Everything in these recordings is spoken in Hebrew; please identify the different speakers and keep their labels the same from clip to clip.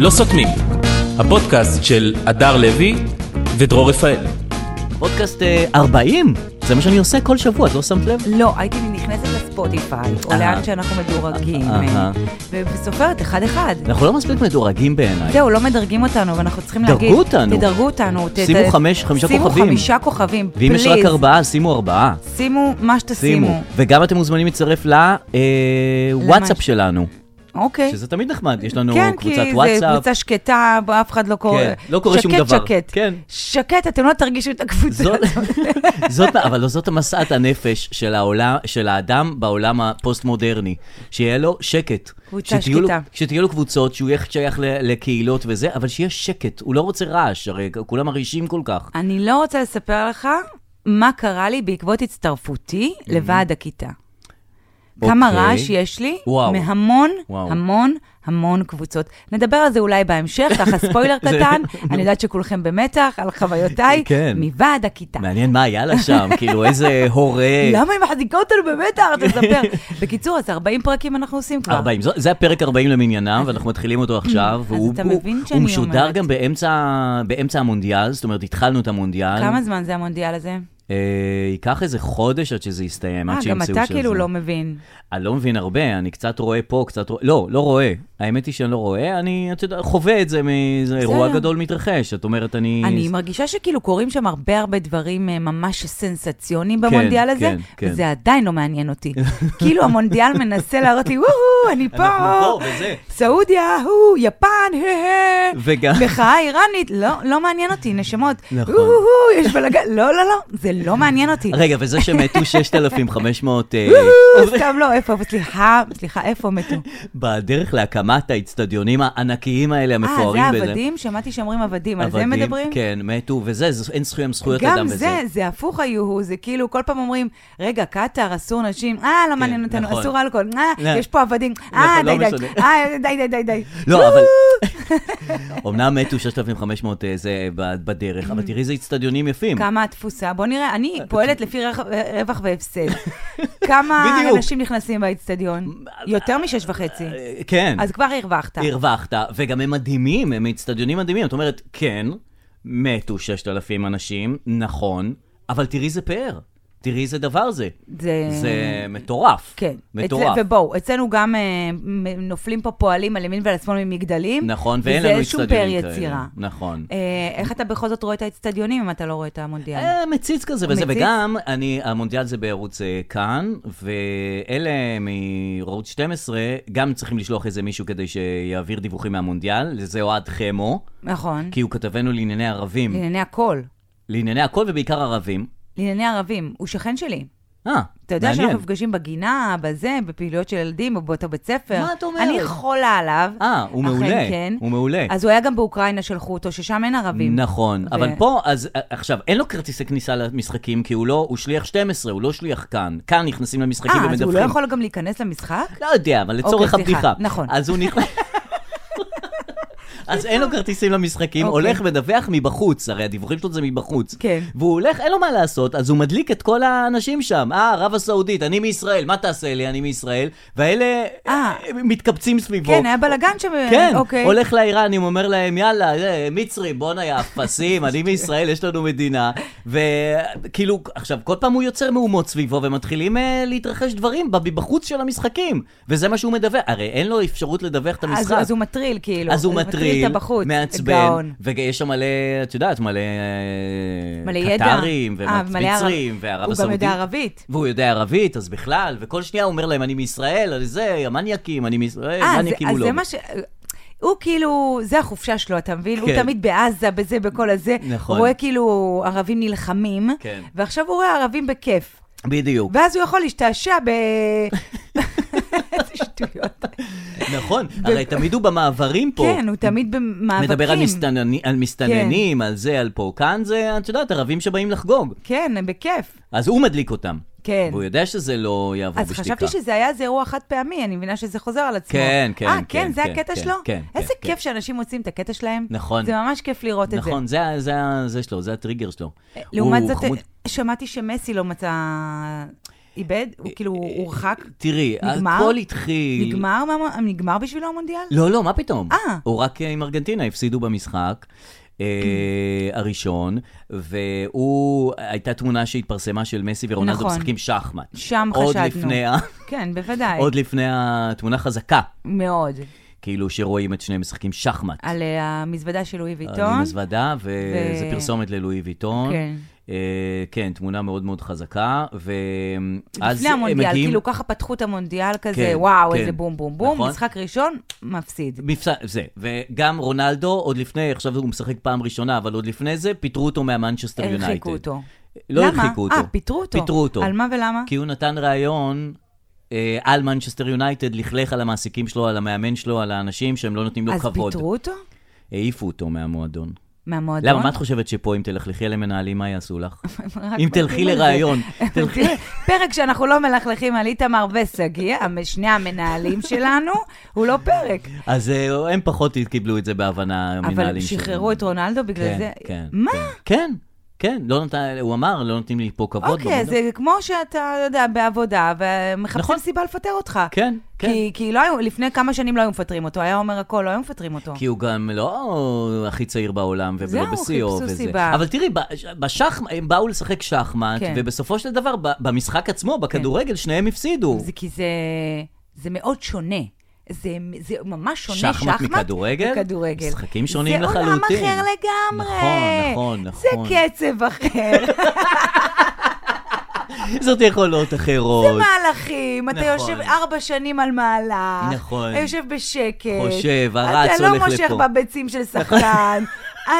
Speaker 1: לא סותמים, הפודקאסט של הדר לוי ודרור רפאל.
Speaker 2: פודקאסט אה, 40, זה מה שאני עושה כל שבוע, את לא שמת לב?
Speaker 3: לא, הייתי נכנסת לספוטיפיי, או
Speaker 2: אהה.
Speaker 3: לאן שאנחנו מדורגים,
Speaker 2: אהה.
Speaker 3: אה, ו- וסופרת אחד-אחד.
Speaker 2: אנחנו לא מספיק מדורגים בעיניי.
Speaker 3: זהו, לא מדרגים אותנו, ואנחנו צריכים
Speaker 2: דרגו
Speaker 3: להגיד...
Speaker 2: אותנו.
Speaker 3: תדרגו אותנו. ת-
Speaker 2: שימו
Speaker 3: ת-
Speaker 2: חמש- חמישה
Speaker 3: שימו
Speaker 2: כוכבים.
Speaker 3: חמישה כוכבים,
Speaker 2: ואם יש רק
Speaker 3: פליז.
Speaker 2: ארבעה, שימו ארבעה.
Speaker 3: שימו מה שתשימו.
Speaker 2: שימו. וגם אתם מוזמנים להצטרף לוואטסאפ
Speaker 3: למה?
Speaker 2: שלנו,
Speaker 3: אוקיי.
Speaker 2: שזה תמיד נחמד, יש לנו
Speaker 3: כן,
Speaker 2: קבוצת
Speaker 3: כי זו
Speaker 2: וואטסאפ.
Speaker 3: קבוצה שקטה, בו אף אחד לא קורא.
Speaker 2: כן, לא קורה שום דבר.
Speaker 3: שקט, שקט.
Speaker 2: כן.
Speaker 3: שקט, אתם לא תרגישו את הקבוצה.
Speaker 2: זאת, זאת, אבל לא זאת משאת הנפש של, העולם, של האדם בעולם הפוסט-מודרני. שיהיה לו שקט.
Speaker 3: קבוצה
Speaker 2: שתהיו לו,
Speaker 3: שקטה.
Speaker 2: שתהיה לו קבוצות, שהוא יהיה שייך ל- לקהילות וזה, אבל שיהיה שקט. הוא לא רוצה רעש, הרי כולם מרעישים כל כך.
Speaker 3: אני לא רוצה לספר לך מה קרה לי בעקבות הצטרפותי לוועד הכיתה. כמה
Speaker 2: אוקיי.
Speaker 3: רעש יש לי,
Speaker 2: וואו.
Speaker 3: מהמון,
Speaker 2: וואו.
Speaker 3: המון, המון קבוצות. נדבר על זה אולי בהמשך, ככה ספוילר
Speaker 2: זה-
Speaker 3: קטן, אני יודעת שכולכם במתח על חוויותיי
Speaker 2: כן.
Speaker 3: מוועד הכיתה.
Speaker 2: מעניין מה היה לה שם, כאילו איזה הורה.
Speaker 3: למה היא מחזיקה אותנו במתח? תספר. בקיצור, אז 40 פרקים אנחנו עושים כבר.
Speaker 2: 40, זו- זה הפרק 40 למניינם, ואנחנו מתחילים אותו עכשיו. והוא-
Speaker 3: אתה
Speaker 2: הוא-
Speaker 3: מבין שאני
Speaker 2: הוא משודר
Speaker 3: אומרת.
Speaker 2: גם באמצע באמצע המונדיאל, זאת אומרת, התחלנו את המונדיאל.
Speaker 3: כמה זמן זה המונדיאל הזה?
Speaker 2: אה, ייקח איזה חודש עד שזה יסתיים,
Speaker 3: אה,
Speaker 2: עד
Speaker 3: גם
Speaker 2: שימצאו שזה.
Speaker 3: אתה כאילו לא מבין.
Speaker 2: אני לא מבין הרבה, אני קצת רואה פה, קצת רואה... לא, לא רואה. האמת היא שאני לא רואה, אני, אתה יודע, חווה את זה, מ- זה אירוע גדול מתרחש. את אומרת, אני...
Speaker 3: אני מרגישה שכאילו קורים שם הרבה הרבה דברים אה, ממש סנסציוניים במונדיאל הזה,
Speaker 2: כן, כן.
Speaker 3: וזה עדיין לא מעניין אותי. כאילו המונדיאל מנסה להראות לי, וואו, אני פה,
Speaker 2: אנחנו פה, וזה.
Speaker 3: סעודיה, הו, יפן, הא
Speaker 2: וגם-
Speaker 3: הא, מחאה איראנית, לא, לא מעניין אותי, נשמות,
Speaker 2: נכון.
Speaker 3: וואו, יש בלאגן, לא, לא, לא, זה לא מעניין אותי.
Speaker 2: רגע, וזה שמתו 6,500... אה,
Speaker 3: וואו, סתם לא, איפה, סליחה, סליחה, איפה מתו?
Speaker 2: בדרך להקמת האיצטדיונים הענקיים האלה,
Speaker 3: אה,
Speaker 2: המפוארים
Speaker 3: זה
Speaker 2: בזה.
Speaker 3: עבדים? שמעתי שאומרים עבדים, על זה
Speaker 2: עבדים,
Speaker 3: מדברים?
Speaker 2: כן, מתו, וזה, זה- אין זכויות, זכויות אדם
Speaker 3: גם
Speaker 2: בזה.
Speaker 3: זה, זה הפוך היו, זה כאילו כל פעם אומרים, רגע, קטאר, אסור נשים, אה, לא מעניין
Speaker 2: נכון.
Speaker 3: אותנו, אסור אלכוהול,
Speaker 2: לא.
Speaker 3: אה, יש פה עבדים, אה,
Speaker 2: נכון, לא
Speaker 3: די, די,
Speaker 2: משנה.
Speaker 3: אה, די, די, די, "אה, די.
Speaker 2: לא, אבל... אמנם מתו 6,500 אה, זה ב- בדרך, אבל תראי איזה איצטדיונים יפים.
Speaker 3: כמה התפוסה? בוא נראה, אני פועלת לפי רך- רווח והפסד. כמה
Speaker 2: בדיוק.
Speaker 3: אנשים נכנסים באצטדיון? יותר משש וחצי.
Speaker 2: אה, כן.
Speaker 3: אז כבר הרווחת.
Speaker 2: הרווחת, וגם הם מדהימים, הם אצטדיונים מדהימים. את אומרת, כן, מתו 6,000 אנשים, נכון, אבל תראי איזה פאר, תראי איזה דבר זה.
Speaker 3: זה-
Speaker 2: זה מטורף.
Speaker 3: כן.
Speaker 2: מטורף.
Speaker 3: אצל- ובואו, אצלנו גם אה, מ- נופלים פה פועלים על ימין ועל שמאל ממגדלים.
Speaker 2: נכון, ואין לנו אצטדיונים
Speaker 3: וזה שום פר
Speaker 2: כאלה.
Speaker 3: יצירה.
Speaker 2: נכון.
Speaker 3: אה, איך אתה בכל זאת רואה את האצטדיונים אם אתה לא רואה את המונדיאל?
Speaker 2: אה, מציץ כזה וזה,
Speaker 3: מציץ?
Speaker 2: וגם, אני, המונדיאל זה בערוץ אה, כאן, ואלה מערוץ 12, גם צריכים לשלוח איזה מישהו כדי שיעביר דיווחים מהמונדיאל, זה אוהד חמו,
Speaker 3: נכון.
Speaker 2: כי הוא כתבנו לענייני ערבים,
Speaker 3: לענייני הכל.
Speaker 2: לענייני הכל ובעיקר ערבים.
Speaker 3: לענייני ערבים. הוא שכן שלי.
Speaker 2: אה,
Speaker 3: אתה יודע
Speaker 2: מעניין.
Speaker 3: שאנחנו נפגשים בגינה, בזה, בפעילויות של ילדים, או באותו בית ספר.
Speaker 2: מה את אומרת?
Speaker 3: אני חולה עליו.
Speaker 2: אה, הוא
Speaker 3: אכן
Speaker 2: מעולה,
Speaker 3: כן.
Speaker 2: הוא מעולה.
Speaker 3: אז הוא היה גם באוקראינה, שלחו אותו, ששם אין ערבים.
Speaker 2: נכון,
Speaker 3: ו-
Speaker 2: אבל פה, אז א- עכשיו, אין לו כרטיסי כניסה למשחקים, כי הוא לא, הוא שליח 12, הוא לא שליח כאן. כאן נכנסים למשחקים
Speaker 3: אה, אז
Speaker 2: ומדווחים.
Speaker 3: הוא לא יכול גם להיכנס למשחק?
Speaker 2: לא יודע, אבל לצורך
Speaker 3: אוקיי, סליחה,
Speaker 2: הבדיחה.
Speaker 3: נכון.
Speaker 2: אז הוא נכנס... אז אין לו כרטיסים למשחקים,
Speaker 3: אוקיי.
Speaker 2: הולך מדווח מבחוץ, הרי הדיווחים שלו זה מבחוץ.
Speaker 3: כן.
Speaker 2: והוא הולך, אין לו מה לעשות, אז הוא מדליק את כל האנשים שם. אה, ערב הסעודית, אני מישראל, מה תעשה לי, אני מישראל? והאלה
Speaker 3: אה.
Speaker 2: אה, מתקבצים סביבו.
Speaker 3: כן, היה בלאגן שם.
Speaker 2: כן,
Speaker 3: אוקיי.
Speaker 2: הולך לאיראנים, אומר להם, יאללה, אה, מצרים, בואנה, יא אפסים, אני מישראל, יש לנו מדינה. וכאילו, עכשיו, כל פעם הוא יוצר מהומות סביבו, ומתחילים אה, להתרחש דברים בב- בחוץ של המשחקים. וזה מה שהוא מדווח. הרי אין לו אפשרות לדווח את
Speaker 3: אז-
Speaker 2: המשחק.
Speaker 3: אז הוא מטריל, כאילו.
Speaker 2: אז הוא מטריל,
Speaker 3: את הבחוץ.
Speaker 2: מעצבן,
Speaker 3: גאון.
Speaker 2: ויש שם מלא, את יודעת, מלא אה,
Speaker 3: מלא ידע.
Speaker 2: קטרים,
Speaker 3: אה, ומלא ערב-
Speaker 2: ומצרים, וערב
Speaker 3: הוא
Speaker 2: הסעודית.
Speaker 3: גם יודע ערבית.
Speaker 2: והוא יודע ערבית, אז בכלל, וכל שנייה הוא אומר להם, אני מישראל, אני זה, המניאקים, אני מישראל,
Speaker 3: אה, זה-
Speaker 2: מניאקים הוא
Speaker 3: אז
Speaker 2: לא.
Speaker 3: זה מה ש... הוא כאילו, זה החופשה שלו, אתה מבין? הוא
Speaker 2: כן.
Speaker 3: תמיד בעזה, בזה, בכל הזה.
Speaker 2: נכון.
Speaker 3: רואה כאילו ערבים נלחמים,
Speaker 2: כן.
Speaker 3: ועכשיו הוא רואה ערבים בכיף.
Speaker 2: בדיוק.
Speaker 3: ואז הוא יכול להשתעשע ב... איזה שטויות.
Speaker 2: נכון, הרי תמיד הוא במעברים פה.
Speaker 3: כן, הוא כן. תמיד במאבקים.
Speaker 2: מדבר על, מסתנני, על מסתננים, על זה, על פה. כאן זה, את יודעת, ערבים שבאים לחגוג.
Speaker 3: כן, הם בכיף.
Speaker 2: אז הוא מדליק אותם.
Speaker 3: כן.
Speaker 2: והוא יודע שזה לא יעבור
Speaker 3: אז
Speaker 2: בשתיקה.
Speaker 3: חשבתי שזה היה איזה אירוע חד פעמי, אני מבינה שזה חוזר על עצמו.
Speaker 2: כן, כן,
Speaker 3: אה,
Speaker 2: כן,
Speaker 3: כן, זה
Speaker 2: כן,
Speaker 3: הקטע
Speaker 2: כן,
Speaker 3: שלו?
Speaker 2: כן,
Speaker 3: איזה
Speaker 2: כן,
Speaker 3: כיף שאנשים מוצאים את הקטע שלהם.
Speaker 2: נכון.
Speaker 3: זה ממש כיף לראות את זה. אה,
Speaker 2: נכון, זה, ה- זה, ה- זה שלו, זה הטריגר שלו.
Speaker 3: לעומת
Speaker 2: הוא
Speaker 3: זאת,
Speaker 2: חמוד.
Speaker 3: שמעתי שמסי לא מצא איבד?
Speaker 2: אה,
Speaker 3: הוא כאילו הוא הורחק?
Speaker 2: תראי,
Speaker 3: נגמר?
Speaker 2: הכל התחיל...
Speaker 3: נגמר מה- נגמר בשבילו המונדיאל?
Speaker 2: אה, לא, לא, מה פתאום?
Speaker 3: אה.
Speaker 2: הוא רק אה, עם ארגנטינה, הפסידו במשחק. אה, הראשון, והוא, הייתה תמונה שהתפרסמה של מסי ורונלדו
Speaker 3: נכון.
Speaker 2: משחקים שחמט.
Speaker 3: שם
Speaker 2: עוד
Speaker 3: חשדנו.
Speaker 2: לפני ה-
Speaker 3: כן, בוודאי.
Speaker 2: עוד לפני התמונה חזקה,
Speaker 3: מאוד.
Speaker 2: כאילו שרואים את שניהם משחקים שחמט.
Speaker 3: על אה, המזוודה של לואי ויטון.
Speaker 2: אני מזוודה, וזה
Speaker 3: ו-
Speaker 2: פרסומת ללואי ויטון.
Speaker 3: כן.
Speaker 2: אה, כן, תמונה מאוד מאוד חזקה, ואז
Speaker 3: לפני
Speaker 2: הם
Speaker 3: המונדיאל,
Speaker 2: אה, מגיעים...
Speaker 3: כאילו ככה פתחו את המונדיאל כזה,
Speaker 2: כן,
Speaker 3: וואו,
Speaker 2: כן.
Speaker 3: איזה בום בום בום,
Speaker 2: נכון.
Speaker 3: משחק ראשון, מפסיד.
Speaker 2: מפס... זה, וגם רונלדו, עוד לפני, עכשיו הוא משחק פעם ראשונה, אבל עוד לפני זה, פיטרו אותו מהמנצ'סטר יונייטד.
Speaker 3: הרחיקו אותו.
Speaker 2: לא
Speaker 3: למה?
Speaker 2: הרחיקו אותו.
Speaker 3: אה, פיטרו אותו.
Speaker 2: פיטרו אותו.
Speaker 3: על מה ולמה?
Speaker 2: כי הוא נתן ראיון אה, על מנצ'סטר יונייטד, לכלך על המעסיקים שלו, על המאמן שלו, על האנשים שהם לא נותנים לו
Speaker 3: אז
Speaker 2: כבוד.
Speaker 3: פיטרו אותו?
Speaker 2: העיפו אותו מהמועדון.
Speaker 3: מהמועדון?
Speaker 2: למה, מה את חושבת שפה, אם תלכלכי על המנהלים, מה יעשו לך?
Speaker 3: רק
Speaker 2: אם תלכי
Speaker 3: מתאים לזה.
Speaker 2: לראיון, תלכי...
Speaker 3: פרק שאנחנו לא מלכלכים על איתמר ושגיא, המ- שני המנהלים שלנו, הוא לא פרק.
Speaker 2: אז אה, הם פחות קיבלו את זה בהבנה, המנהלים
Speaker 3: אבל שחררו את רונלדו בגלל
Speaker 2: כן,
Speaker 3: זה.
Speaker 2: כן.
Speaker 3: מה?
Speaker 2: כן. כן, כן, לא נתן, הוא אמר, לא נותנים לי פה כבוד.
Speaker 3: אוקיי,
Speaker 2: במועדון."
Speaker 3: זה כמו שאתה, לא יודע, בעבודה,
Speaker 2: נכון.
Speaker 3: ומחפשים סיבה לפטר אותך.
Speaker 2: כן, כן.
Speaker 3: כי- כי לא היו, לפני כמה שנים לא היו מפטרים אותו, היה אומר הכל, לא היו מפטרים אותו.
Speaker 2: כי הוא גם לא הכי צעיר בעולם, ולא
Speaker 3: זהו,
Speaker 2: בשיאו
Speaker 3: חיפשו
Speaker 2: וזה.
Speaker 3: סיבה.
Speaker 2: אבל תראי, בשחמט, הם באו לשחק שחמט,
Speaker 3: כן.
Speaker 2: ובסופו של דבר, ב- במשחק עצמו, בכדורגל, שניהם הפסידו.
Speaker 3: זה כי זה, זה מאוד שונה. זה, זה ממש שונה,
Speaker 2: שחמט
Speaker 3: שחמט,
Speaker 2: מכדורגל?
Speaker 3: מכדורגל.
Speaker 2: משחקים שונים
Speaker 3: זה עולם
Speaker 2: לחלוטין.
Speaker 3: אחר לגמרי.
Speaker 2: נכון, נכון, נכון.
Speaker 3: זה קצב אחר,
Speaker 2: זאת יכולות אחרות.
Speaker 3: זה מהלכים. אתה
Speaker 2: נכון.
Speaker 3: יושב ארבע שנים על מהלך.
Speaker 2: נכון.
Speaker 3: אתה יושב בשקט.
Speaker 2: חושב, הרץ,
Speaker 3: אתה לא
Speaker 2: הולך
Speaker 3: מושך
Speaker 2: לפה. נכון.
Speaker 3: בביצים של שחקן.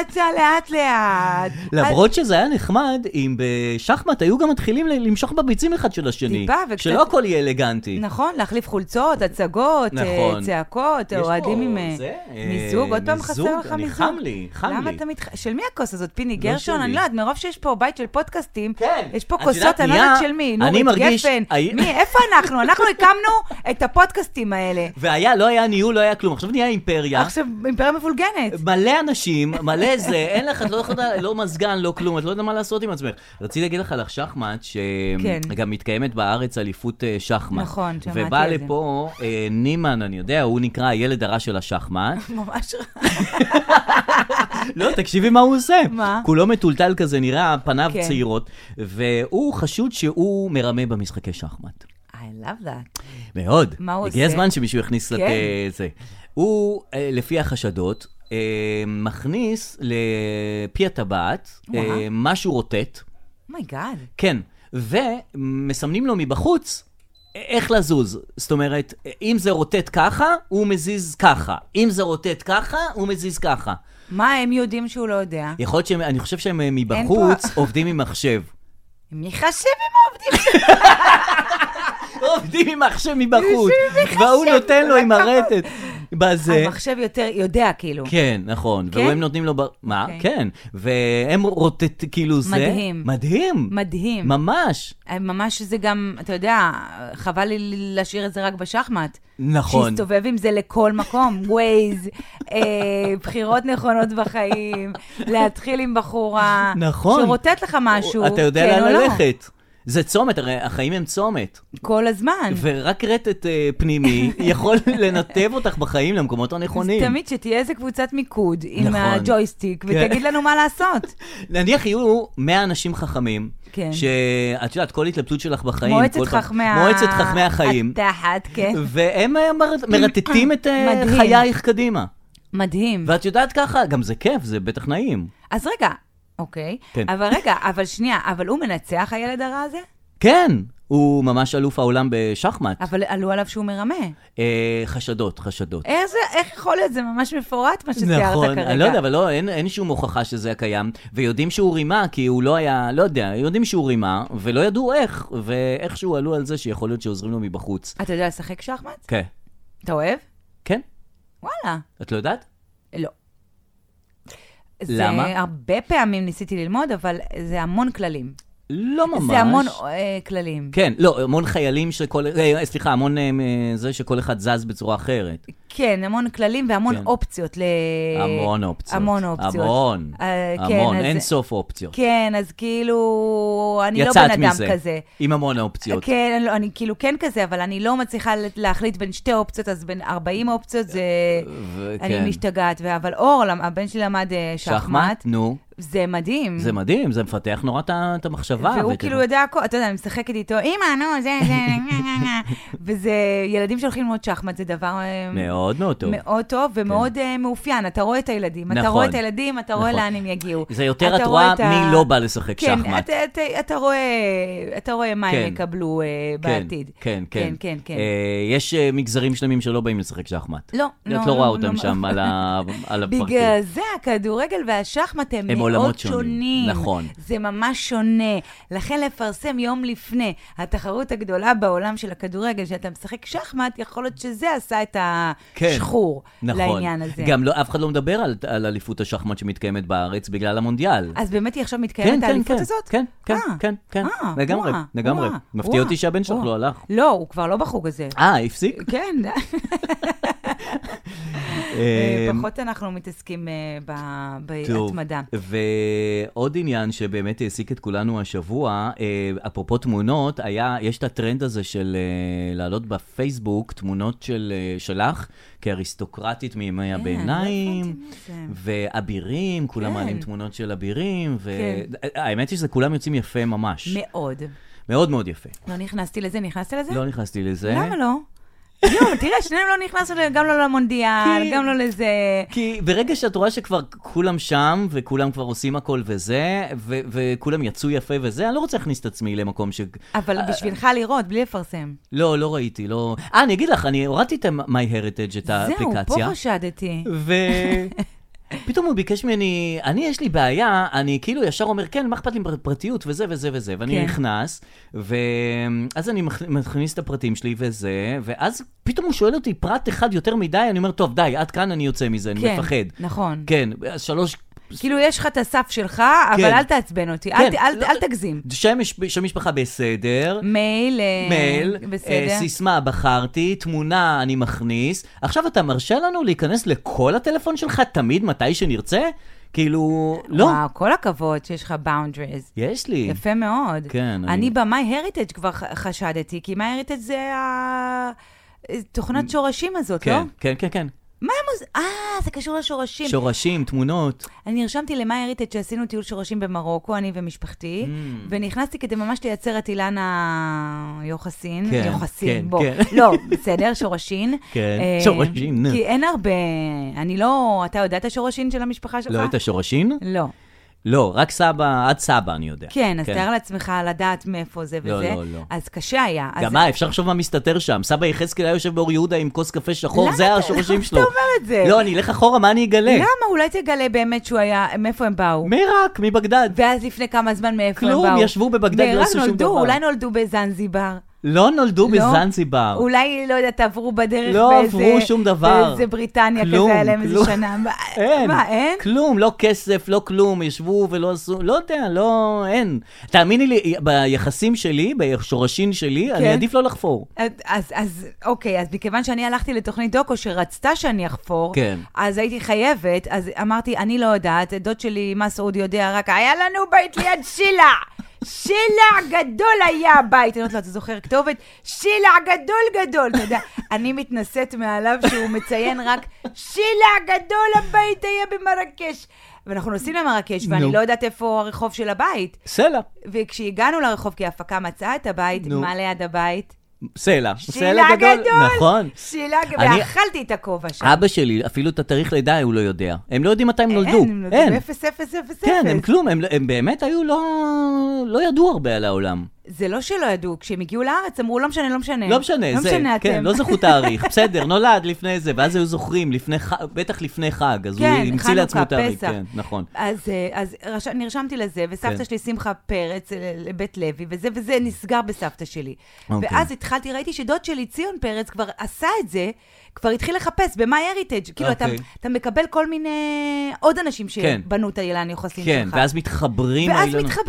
Speaker 3: אתה לאט-לאט.
Speaker 2: למרות שזה היה נחמד, אם בשחמט היו גם מתחילים ל- למשוך בביצים אחד של השני.
Speaker 3: טיפה וקצת-
Speaker 2: שלא הכל יהיה אלגנטי.
Speaker 3: נכון, להחליף חולצות, הצגות, אה,
Speaker 2: נכון.
Speaker 3: צעקות,
Speaker 2: יש פה
Speaker 3: אוהדים עם אה,
Speaker 2: זה, אה,
Speaker 3: מיזוג. עוד פעם
Speaker 2: מיזוג,
Speaker 3: חסר לך מיזוג.
Speaker 2: אני- חם לי, חם
Speaker 3: למה
Speaker 2: לי.
Speaker 3: אתה מתח... של מי הכוס הזאת? פיני גרשון?
Speaker 2: שלי.
Speaker 3: אני לא יודעת, מרוב שיש פה בית של פודקאסטים,
Speaker 2: כן.
Speaker 3: יש פה
Speaker 2: את
Speaker 3: כוסות,
Speaker 2: יודעת,
Speaker 3: אני לא
Speaker 2: נהיה-
Speaker 3: יודעת של מי,
Speaker 2: אני
Speaker 3: נורית
Speaker 2: מרגיש-
Speaker 3: גפן.
Speaker 2: הי-
Speaker 3: מי, איפה אנחנו? אנחנו הקמנו את הפודקאסטים האלה.
Speaker 2: והיה, לא היה ניהול, לא היה כלום. עכשיו נהיה אימפריה.
Speaker 3: עכשיו, אימפריה מפולגנת.
Speaker 2: מלא אנשים, מלא זה, אין לך, את לא יכולה, לא מזגן, לא כלום, את לא יודעת מה לעשות עם עצמך. רציתי להגיד לך על השחמט,
Speaker 3: כן.
Speaker 2: שגם מתקיימת בארץ אליפות אה, שחמט.
Speaker 3: נכון, שמעתי
Speaker 2: ובא
Speaker 3: על זה.
Speaker 2: לפה אה, נימן, אני יודע, הוא נקרא הילד הרע של השחמט.
Speaker 3: ממש רע.
Speaker 2: לא, תקשיבי מה הוא עושה.
Speaker 3: מה?
Speaker 2: כולו מטולטל כזה, נראה, פניו
Speaker 3: כן.
Speaker 2: צעירות, והוא חשוד שהוא מרמה במשחקי שחמט.
Speaker 3: I love that.
Speaker 2: מאוד.
Speaker 3: מה הוא
Speaker 2: הגיע
Speaker 3: עושה?
Speaker 2: הזמן שמישהו יכניס את
Speaker 3: כן.
Speaker 2: אה, זה. הוא, אה, לפי החשדות, אה, מכניס לפי הטבעת אה,
Speaker 3: וואו.
Speaker 2: משהו רוטט,
Speaker 3: מייגאד.
Speaker 2: כן, ומסמנים לו מבחוץ א- איך לזוז. זאת אומרת, אם זה רוטט ככה, הוא מזיז ככה. אם זה רוטט ככה, הוא מזיז ככה.
Speaker 3: מה הם יודעים שהוא לא יודע?
Speaker 2: יכול להיות שהם, אני חושב שהם אה,
Speaker 3: פה-
Speaker 2: מבחוץ עובדים עם מחשב.
Speaker 3: מי חשב עם העובדים?
Speaker 2: עובדים עם מחשב מבחוץ,
Speaker 3: יושבים
Speaker 2: והוא
Speaker 3: מחשב,
Speaker 2: נותן לו
Speaker 3: כל
Speaker 2: עם
Speaker 3: הכבוד.
Speaker 2: הרטט. בזה.
Speaker 3: המחשב יותר יודע, כאילו.
Speaker 2: כן, נכון.
Speaker 3: כן?
Speaker 2: והם נותנים לו... ב... מה?
Speaker 3: אוקיי.
Speaker 2: כן. והם רוטט, כאילו זה...
Speaker 3: מדהים.
Speaker 2: מדהים.
Speaker 3: מדהים. אה,
Speaker 2: ממש.
Speaker 3: ממש זה גם, אתה יודע, חבל לי להשאיר את זה רק בשחמט.
Speaker 2: נכון.
Speaker 3: שיסתובב עם זה לכל מקום, ווייז, אה, בחירות נכונות בחיים, להתחיל עם בחורה.
Speaker 2: נכון.
Speaker 3: אה, שרוטט לך משהו,
Speaker 2: אתה יודע
Speaker 3: כן
Speaker 2: לאן
Speaker 3: או לא.
Speaker 2: ללכת. זה צומת, הרי החיים הם צומת.
Speaker 3: כל הזמן.
Speaker 2: ורק רטט אה, פנימי יכול לנתב אותך בחיים למקומות הנכונים.
Speaker 3: אז תמיד שתהיה איזה קבוצת מיקוד עם
Speaker 2: נכון.
Speaker 3: הג'ויסטיק,
Speaker 2: כן.
Speaker 3: ותגיד לנו מה לעשות.
Speaker 2: נניח יהיו 100 אנשים חכמים,
Speaker 3: כן.
Speaker 2: שאת יודעת, כל התלבטות שלך בחיים,
Speaker 3: מועצת
Speaker 2: כל פעם-
Speaker 3: חכמי ה...
Speaker 2: מועצת חכמי החיים,
Speaker 3: התחת, כן.
Speaker 2: והם אה, מר- מרטטים את אה,
Speaker 3: מדהים.
Speaker 2: חייך קדימה.
Speaker 3: מדהים.
Speaker 2: ואת יודעת ככה, גם זה כיף, זה בטח נעים.
Speaker 3: אז רגע, אוקיי.
Speaker 2: כן.
Speaker 3: אבל רגע, אבל שנייה, אבל הוא מנצח, הילד הרע הזה?
Speaker 2: כן, הוא ממש אלוף העולם בשחמט.
Speaker 3: אבל עלו עליו שהוא מרמה.
Speaker 2: אה, חשדות, חשדות.
Speaker 3: איך זה, איך יכול להיות? זה ממש מפורט מה שציירת אה, כרגע.
Speaker 2: נכון, אני לא יודע, אבל לא, אין, אין שום הוכחה שזה הקיים, ויודעים שהוא רימה, כי הוא לא היה, לא יודע, יודעים שהוא רימה, ולא ידעו איך, ואיכשהו עלו על זה שיכול להיות שעוזרים לו מבחוץ.
Speaker 3: אתה יודע לשחק שחמט?
Speaker 2: כן.
Speaker 3: אתה אוהב?
Speaker 2: כן?
Speaker 3: וואלה.
Speaker 2: את לא יודעת?
Speaker 3: לא.
Speaker 2: למה?
Speaker 3: זה הרבה פעמים ניסיתי ללמוד, אבל זה המון כללים.
Speaker 2: לא ממש.
Speaker 3: זה המון אה, כללים.
Speaker 2: כן, לא, המון חיילים שכל... אה, סליחה, המון אה, זה שכל אחד זז בצורה אחרת.
Speaker 3: כן, המון כללים והמון
Speaker 2: כן.
Speaker 3: אופציות. ל...
Speaker 2: המון אופציות.
Speaker 3: אה, המון אופציות.
Speaker 2: המון.
Speaker 3: אה, כן,
Speaker 2: המון,
Speaker 3: אז-
Speaker 2: אין סוף אופציות.
Speaker 3: כן, אז כאילו, אני לא
Speaker 2: יצאת
Speaker 3: בן אדם
Speaker 2: מזה.
Speaker 3: כזה.
Speaker 2: עם המון אופציות.
Speaker 3: כן, אני, לא- אני כאילו כן כזה, אבל אני לא מצליחה ל- להחליט בין שתי אופציות, אז בין 40 אופציות זה...
Speaker 2: ו- כן.
Speaker 3: אני משתגעת. ו- אבל אור, למ- הבן שלי למד אה, שחמט,
Speaker 2: נו,
Speaker 3: זה מדהים.
Speaker 2: זה מדהים, אה, זה מפתח נורא את ה- את המחשבה.
Speaker 3: והוא
Speaker 2: ואת-
Speaker 3: כאילו יודע הכל, אתה יודע, אני משחקת איתו, אמא, נו, זה, זה, וזה, ילדים שהולכים ללמוד שחמט, זה דבר... אה,
Speaker 2: מאוד מאוד טוב. כן.
Speaker 3: מאוד טוב ומאוד אה, מאופיין, אתה רואה את הילדים, אתה
Speaker 2: נכון.
Speaker 3: רואה את הילדים, אתה רואה
Speaker 2: נכון.
Speaker 3: לאן הם יגיעו.
Speaker 2: זה יותר
Speaker 3: אתה
Speaker 2: את רואה
Speaker 3: את ה-
Speaker 2: מי לא בא לשחק
Speaker 3: כן,
Speaker 2: שחמט.
Speaker 3: אתה- אתה- אתה רואה- אתה רואה מה
Speaker 2: כן.
Speaker 3: הם יקבלו אה, בעתיד.
Speaker 2: כן, כן.
Speaker 3: כן, כן.
Speaker 2: אה, יש אה, מגזרים שלמים שלא באים לשחק שחמט.
Speaker 3: לא,
Speaker 2: את
Speaker 3: לא,
Speaker 2: לא
Speaker 3: לא,
Speaker 2: רואה
Speaker 3: לא,
Speaker 2: אותם
Speaker 3: לא.
Speaker 2: שם על ה- על הפרקים.
Speaker 3: בגלל זה הכדורגל והשחמט הם,
Speaker 2: הם עולמות
Speaker 3: מאוד
Speaker 2: שונים,
Speaker 3: שונים.
Speaker 2: נכון.
Speaker 3: זה ממש שונה. לכן לפרסם יום לפני, התחרות הגדולה בעולם של הכדורגל, שאתה משחק שחמט, יכול להיות שזה עשה את
Speaker 2: כן,
Speaker 3: השחור לעניין הזה.
Speaker 2: גם לא, אף אחד לא מדבר על, על אליפות השחמט שמתקיימת בארץ בגלל המונדיאל.
Speaker 3: אז באמת היא עכשיו מתקיימת
Speaker 2: כן, כן,
Speaker 3: אה, האליפות
Speaker 2: כן,
Speaker 3: הזאת?
Speaker 2: כן, כן,
Speaker 3: אה,
Speaker 2: כן, כן,
Speaker 3: אה,
Speaker 2: לגמרי,
Speaker 3: וואה,
Speaker 2: לגמרי.
Speaker 3: וואה,
Speaker 2: מפתיע
Speaker 3: וואה,
Speaker 2: אותי שהבן שלך
Speaker 3: וואה.
Speaker 2: לא הלך.
Speaker 3: לא, הוא כבר לא בחוג הזה.
Speaker 2: אה, הפסיק?
Speaker 3: כן,
Speaker 2: אה,
Speaker 3: פחות אנחנו מתעסקים אה, ב-
Speaker 2: טוב.
Speaker 3: בהתמדה.
Speaker 2: ועוד עניין שבאמת העסיק את כולנו השבוע, אה, אפרופו תמונות, היה, יש את הטרנד הזה של אה, להעלות בפייסבוק תמונות של, אה, שלך כאריסטוקרטית מימי
Speaker 3: לא
Speaker 2: הביניים,
Speaker 3: הבנתי מה
Speaker 2: ואבירים, כולם
Speaker 3: כן.
Speaker 2: מעלים תמונות של אבירים,
Speaker 3: כן.
Speaker 2: והאמת היא שזה כולם יוצאים יפה ממש.
Speaker 3: מאוד.
Speaker 2: מאוד מאוד יפה.
Speaker 3: לא נכנסתי לזה, נכנסת לזה?
Speaker 2: לא נכנסתי לזה.
Speaker 3: למה לא? יואו, תראה, שנינו לא נכנסנו ל- גם לא למונדיאל,
Speaker 2: כי-
Speaker 3: גם לא לזה.
Speaker 2: כי ברגע שאת רואה שכבר כולם שם, וכולם כבר עושים הכל וזה, ו- וכולם יצאו יפה וזה, אני לא רוצה להכניס את עצמי למקום ש...
Speaker 3: אבל בשבילך לראות, בלי לפרסם.
Speaker 2: לא, לא ראיתי, לא... אה, אני אגיד לך, אני הורדתי את ה-MyHeritage, את
Speaker 3: זהו,
Speaker 2: האפליקציה.
Speaker 3: פה חשדתי.
Speaker 2: ו... פתאום הוא ביקש ממני, אני יש לי בעיה, אני כאילו ישר אומר, כן, מה אכפת לי פרטיות וזה וזה וזה, ואני
Speaker 3: כן.
Speaker 2: נכנס, ואז אני מכ- מכניס את הפרטים שלי וזה, ואז פתאום הוא שואל אותי פרט אחד יותר מדי, אני אומר, טוב, די, עד כאן אני יוצא מזה, אני
Speaker 3: כן,
Speaker 2: מפחד.
Speaker 3: נכון.
Speaker 2: כן, אז שלוש...
Speaker 3: כאילו, יש לך את הסף שלך, אבל
Speaker 2: כן.
Speaker 3: אל תעצבן אותי, אל
Speaker 2: כן,
Speaker 3: ת- אל
Speaker 2: לא-
Speaker 3: אל תגזים.
Speaker 2: שם, מש- שם משפחה בסדר,
Speaker 3: מייל, אה,
Speaker 2: מייל,
Speaker 3: בסדר.
Speaker 2: אה, סיסמה בחרתי, תמונה אני מכניס. עכשיו אתה מרשה לנו להיכנס לכל הטלפון שלך תמיד מתי שנרצה? כאילו, לא.
Speaker 3: וואו, כל הכבוד שיש לך boundaries.
Speaker 2: יש לי.
Speaker 3: יפה מאוד.
Speaker 2: כן, אני-
Speaker 3: אני ב-MyHeritage כבר ח- חשדתי, כי MyHeritage זה ה... תוכנת שורשים הזאת, לא?
Speaker 2: כן, כן, כן, כן.
Speaker 3: מה הם עושים? אה, זה קשור לשורשים.
Speaker 2: שורשים, תמונות.
Speaker 3: אני נרשמתי ל-MyHeritage שעשינו טיול שורשים במרוקו, אני ומשפחתי,
Speaker 2: Mm.
Speaker 3: ונכנסתי כדי ממש לייצר את אילנה יוחסין.
Speaker 2: כן, כן,
Speaker 3: יוחסין, בוא.
Speaker 2: כן.
Speaker 3: לא, בסדר, שורשין.
Speaker 2: כן,
Speaker 3: אה,
Speaker 2: שורשין.
Speaker 3: כי אין הרבה... אני לא... אתה יודע את השורשין של המשפחה שלך?
Speaker 2: לא את השורשים?
Speaker 3: לא.
Speaker 2: לא, רק סבא, עד סבא אני יודע.
Speaker 3: כן, אז תאר לעצמך לדעת מאיפה זה
Speaker 2: לא,
Speaker 3: וזה.
Speaker 2: לא, לא.
Speaker 3: אז קשה היה. אז-
Speaker 2: גם מה, אפשר לחשוב מה מסתתר שם. סבא יחזקאל היה יושב באור יהודה עם כוס קפה שחור,
Speaker 3: למה
Speaker 2: זה
Speaker 3: אתה-
Speaker 2: השורשים
Speaker 3: למה
Speaker 2: שלו.
Speaker 3: אתה אומר את זה? לא.
Speaker 2: לא, אני אלך אחורה, מה אני אגלה?
Speaker 3: למה? אולי תגלה באמת שהוא היה... מאיפה הם באו?
Speaker 2: מעיראק, מבגדד.
Speaker 3: ואז לפני כמה זמן מאיפה הם באו?
Speaker 2: כלום, ישבו בבגדד, לא
Speaker 3: ורק
Speaker 2: עשו שום
Speaker 3: נולדו,
Speaker 2: דבר.
Speaker 3: אולי נולדו בזנזיבר.
Speaker 2: לא נולדו
Speaker 3: לא?
Speaker 2: בזנזיבר.
Speaker 3: אולי, לא יודעת, עברו בדרך
Speaker 2: לא
Speaker 3: באיזה...
Speaker 2: עברו שום דבר.
Speaker 3: באיזה בריטניה
Speaker 2: כלום,
Speaker 3: כזה, היה להם איזה
Speaker 2: כלום.
Speaker 3: שנה. מה,
Speaker 2: אין.
Speaker 3: מה, אין?
Speaker 2: כלום, לא כסף, לא כלום, ישבו ולא עשו, לא יודע, לא, אין. תאמיני לי, ביחסים שלי, בשורשים שלי,
Speaker 3: כן.
Speaker 2: אני עדיף לא לחפור.
Speaker 3: אז, אז אוקיי, אז מכיוון שאני הלכתי לתוכנית דוקו שרצתה שאני אחפור,
Speaker 2: כן.
Speaker 3: אז הייתי חייבת, אז אמרתי, אני לא יודעת, דוד שלי מסעוד יודע רק, היה לנו בית ליד שילה! שילה גדול היה הבית. אני אומרת לו, אתה זוכר כתובת? שילה גדול גדול. אתה יודע, אני מתנשאת מעליו שהוא מציין רק, שילה גדול הבית היה במרקש. ואנחנו נוסעים למרקש,
Speaker 2: נו.
Speaker 3: ואני לא יודעת איפה הרחוב של הבית.
Speaker 2: סלע,
Speaker 3: וכשהגענו לרחוב, כי ההפקה מצאה את הבית,
Speaker 2: נו.
Speaker 3: מה ליד הבית?
Speaker 2: סלע.
Speaker 3: שילה גדול.
Speaker 2: נכון.
Speaker 3: שילה גדול.
Speaker 2: אני-
Speaker 3: ואכלתי את הכובע שם.
Speaker 2: אבא שלי, אפילו את התאריך לידה הוא לא יודע. הם לא יודעים מתי הם נולדו.
Speaker 3: אין, הם נולדו באפס, אפס, אפס,
Speaker 2: כן, הם
Speaker 3: אפס.
Speaker 2: כלום, הם- הם באמת היו לא... לא ידעו הרבה על העולם.
Speaker 3: זה לא שלא ידעו, כשהם הגיעו לארץ אמרו, לא משנה, לא משנה.
Speaker 2: לא משנה,
Speaker 3: לא
Speaker 2: זה,
Speaker 3: משנה אתם.
Speaker 2: כן, לא זכו תאריך, בסדר, נולד לפני זה, ואז היו זוכרים, לפני ח... בטח לפני חג, אז הוא
Speaker 3: כן,
Speaker 2: המציא לעצמו
Speaker 3: חנוכה,
Speaker 2: תאריך,
Speaker 3: פסח.
Speaker 2: כן, נכון.
Speaker 3: אז, אה, אז רש... נרשמתי לזה, וסבתא
Speaker 2: כן.
Speaker 3: כן. שלי, שמחה פרץ, אה, לבית לוי, וזה וזה נסגר בסבתא שלי.
Speaker 2: אוקיי.
Speaker 3: ואז התחלתי, ראיתי שדוד שלי, ציון פרץ, כבר עשה את זה, כבר התחיל לחפש במה הריטג'. כאילו, אתה,
Speaker 2: אוקיי.
Speaker 3: אתה מקבל כל מיני עוד אנשים
Speaker 2: כן.
Speaker 3: שבנו את האילן יוחסין
Speaker 2: כן,
Speaker 3: שלך.
Speaker 2: ואז מתחברים
Speaker 3: ואז
Speaker 2: האילנות.
Speaker 3: מתחבר,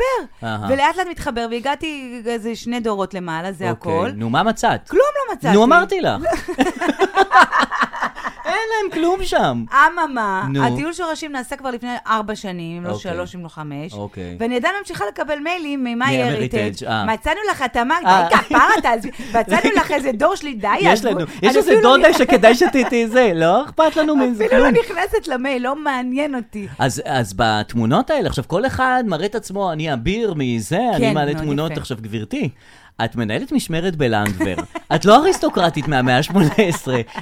Speaker 2: אהה.
Speaker 3: ולאט לאט מתחבר, והגעתי איזה שני דורות למעלה, זה
Speaker 2: אוקיי,
Speaker 3: הכל.
Speaker 2: נו, מה מצאת?
Speaker 3: כלום לא מצאתי.
Speaker 2: נו, אמרתי לך. אין להם כלום שם.
Speaker 3: אממה,
Speaker 2: נו.
Speaker 3: הטיול שורשים נעשה כבר לפני ארבע שנים, אם לא
Speaker 2: אוקיי.
Speaker 3: שלוש, אם לא חמש.
Speaker 2: אוקיי.
Speaker 3: ואני עדיין ממשיכה לקבל מיילים ממה יהיה
Speaker 2: מה-Heritage,
Speaker 3: הריטג'.
Speaker 2: אה.
Speaker 3: מצאנו לך, תמר,
Speaker 2: אה.
Speaker 3: די כפרה, תעזבי. מצאנו לך איזה דור שלי, די.
Speaker 2: יש
Speaker 3: עזבו.
Speaker 2: לנו,
Speaker 3: אני
Speaker 2: יש איזה
Speaker 3: אפילו לא
Speaker 2: דודה
Speaker 3: נכ-
Speaker 2: שכדאי שתהיי זה, לא אכפת לנו מזה,
Speaker 3: אפילו לא
Speaker 2: כלום.
Speaker 3: נכנסת למייל, לא מעניין אותי.
Speaker 2: אז, אז בתמונות האלה, עכשיו כל אחד מראה את עצמו, אני אביר מזה, כן, אני
Speaker 3: כן,
Speaker 2: מעלה
Speaker 3: מאוד
Speaker 2: תמונות.
Speaker 3: יפה.
Speaker 2: עכשיו, גברתי, את מנהלת משמרת בלנדבר, את לא אריסטוקרטית מהמאה ה-18,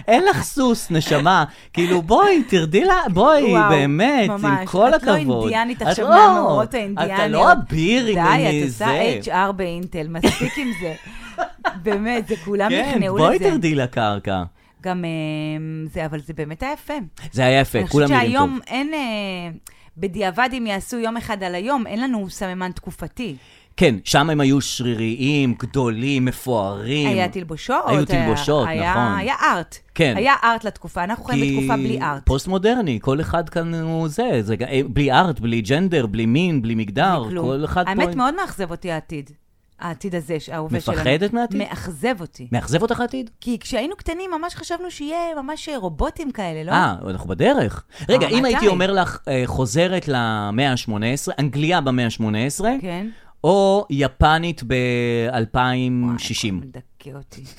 Speaker 2: אין לך סוס, נשמה, כאילו בואי, תרדי לה, בואי,
Speaker 3: וואו,
Speaker 2: באמת, עם
Speaker 3: ממש.
Speaker 2: כל
Speaker 3: את לא
Speaker 2: הכבוד.
Speaker 3: אינדיאנית
Speaker 2: את
Speaker 3: עכשיו
Speaker 2: לא,
Speaker 3: מהמורות האינדיאניות.
Speaker 2: אתה לא אביר אם
Speaker 3: די, את
Speaker 2: אני זה.
Speaker 3: עושה HR באינטל, מספיק עם זה. באמת, זה כולם
Speaker 2: כן,
Speaker 3: נכנעו
Speaker 2: בואי
Speaker 3: לזה.
Speaker 2: תרדי לקרקע.
Speaker 3: גם אה, זה, אבל זה באמת היה יפה.
Speaker 2: זה היה יפה,
Speaker 3: אני
Speaker 2: כולם
Speaker 3: חושבת
Speaker 2: נראים טוב.
Speaker 3: שהיום אין... אה, בדיעבד, אם יעשו יום אחד על היום, אין לנו סממן תקופתי.
Speaker 2: כן, שם הם היו שריריים, גדולים, מפוארים.
Speaker 3: היה תלבושות.
Speaker 2: היו תלבושות,
Speaker 3: היה,
Speaker 2: נכון.
Speaker 3: היה ארט.
Speaker 2: כן.
Speaker 3: היה ארט לתקופה, אנחנו חיים בתקופה בלי ארט.
Speaker 2: פוסט מודרני, כל אחד כאן הוא זה, זה גם- אה, בלי ארט, בלי ג'נדר, בלי מין, בלי מגדר,
Speaker 3: כלום.
Speaker 2: כל אחד פה...
Speaker 3: האמת, מאוד מאכזב אותי העתיד. העתיד הזה, ש- ההווה שלנו.
Speaker 2: מפחדת מהעתיד?
Speaker 3: מאכזב אותי.
Speaker 2: מאכזב אותך העתיד?
Speaker 3: כי כשהיינו קטנים ממש חשבנו שיהיה ממש רובוטים כאלה, לא?
Speaker 2: אה, אנחנו בדרך. רגע,
Speaker 3: אה,
Speaker 2: אם
Speaker 3: מתי?
Speaker 2: הייתי אומר לך, אה, חוזרת למאה ה-18, אנגליה במאה ה-18,
Speaker 3: כן.
Speaker 2: או יפנית ב-2060.
Speaker 3: וואי, אה, מדכא אותי.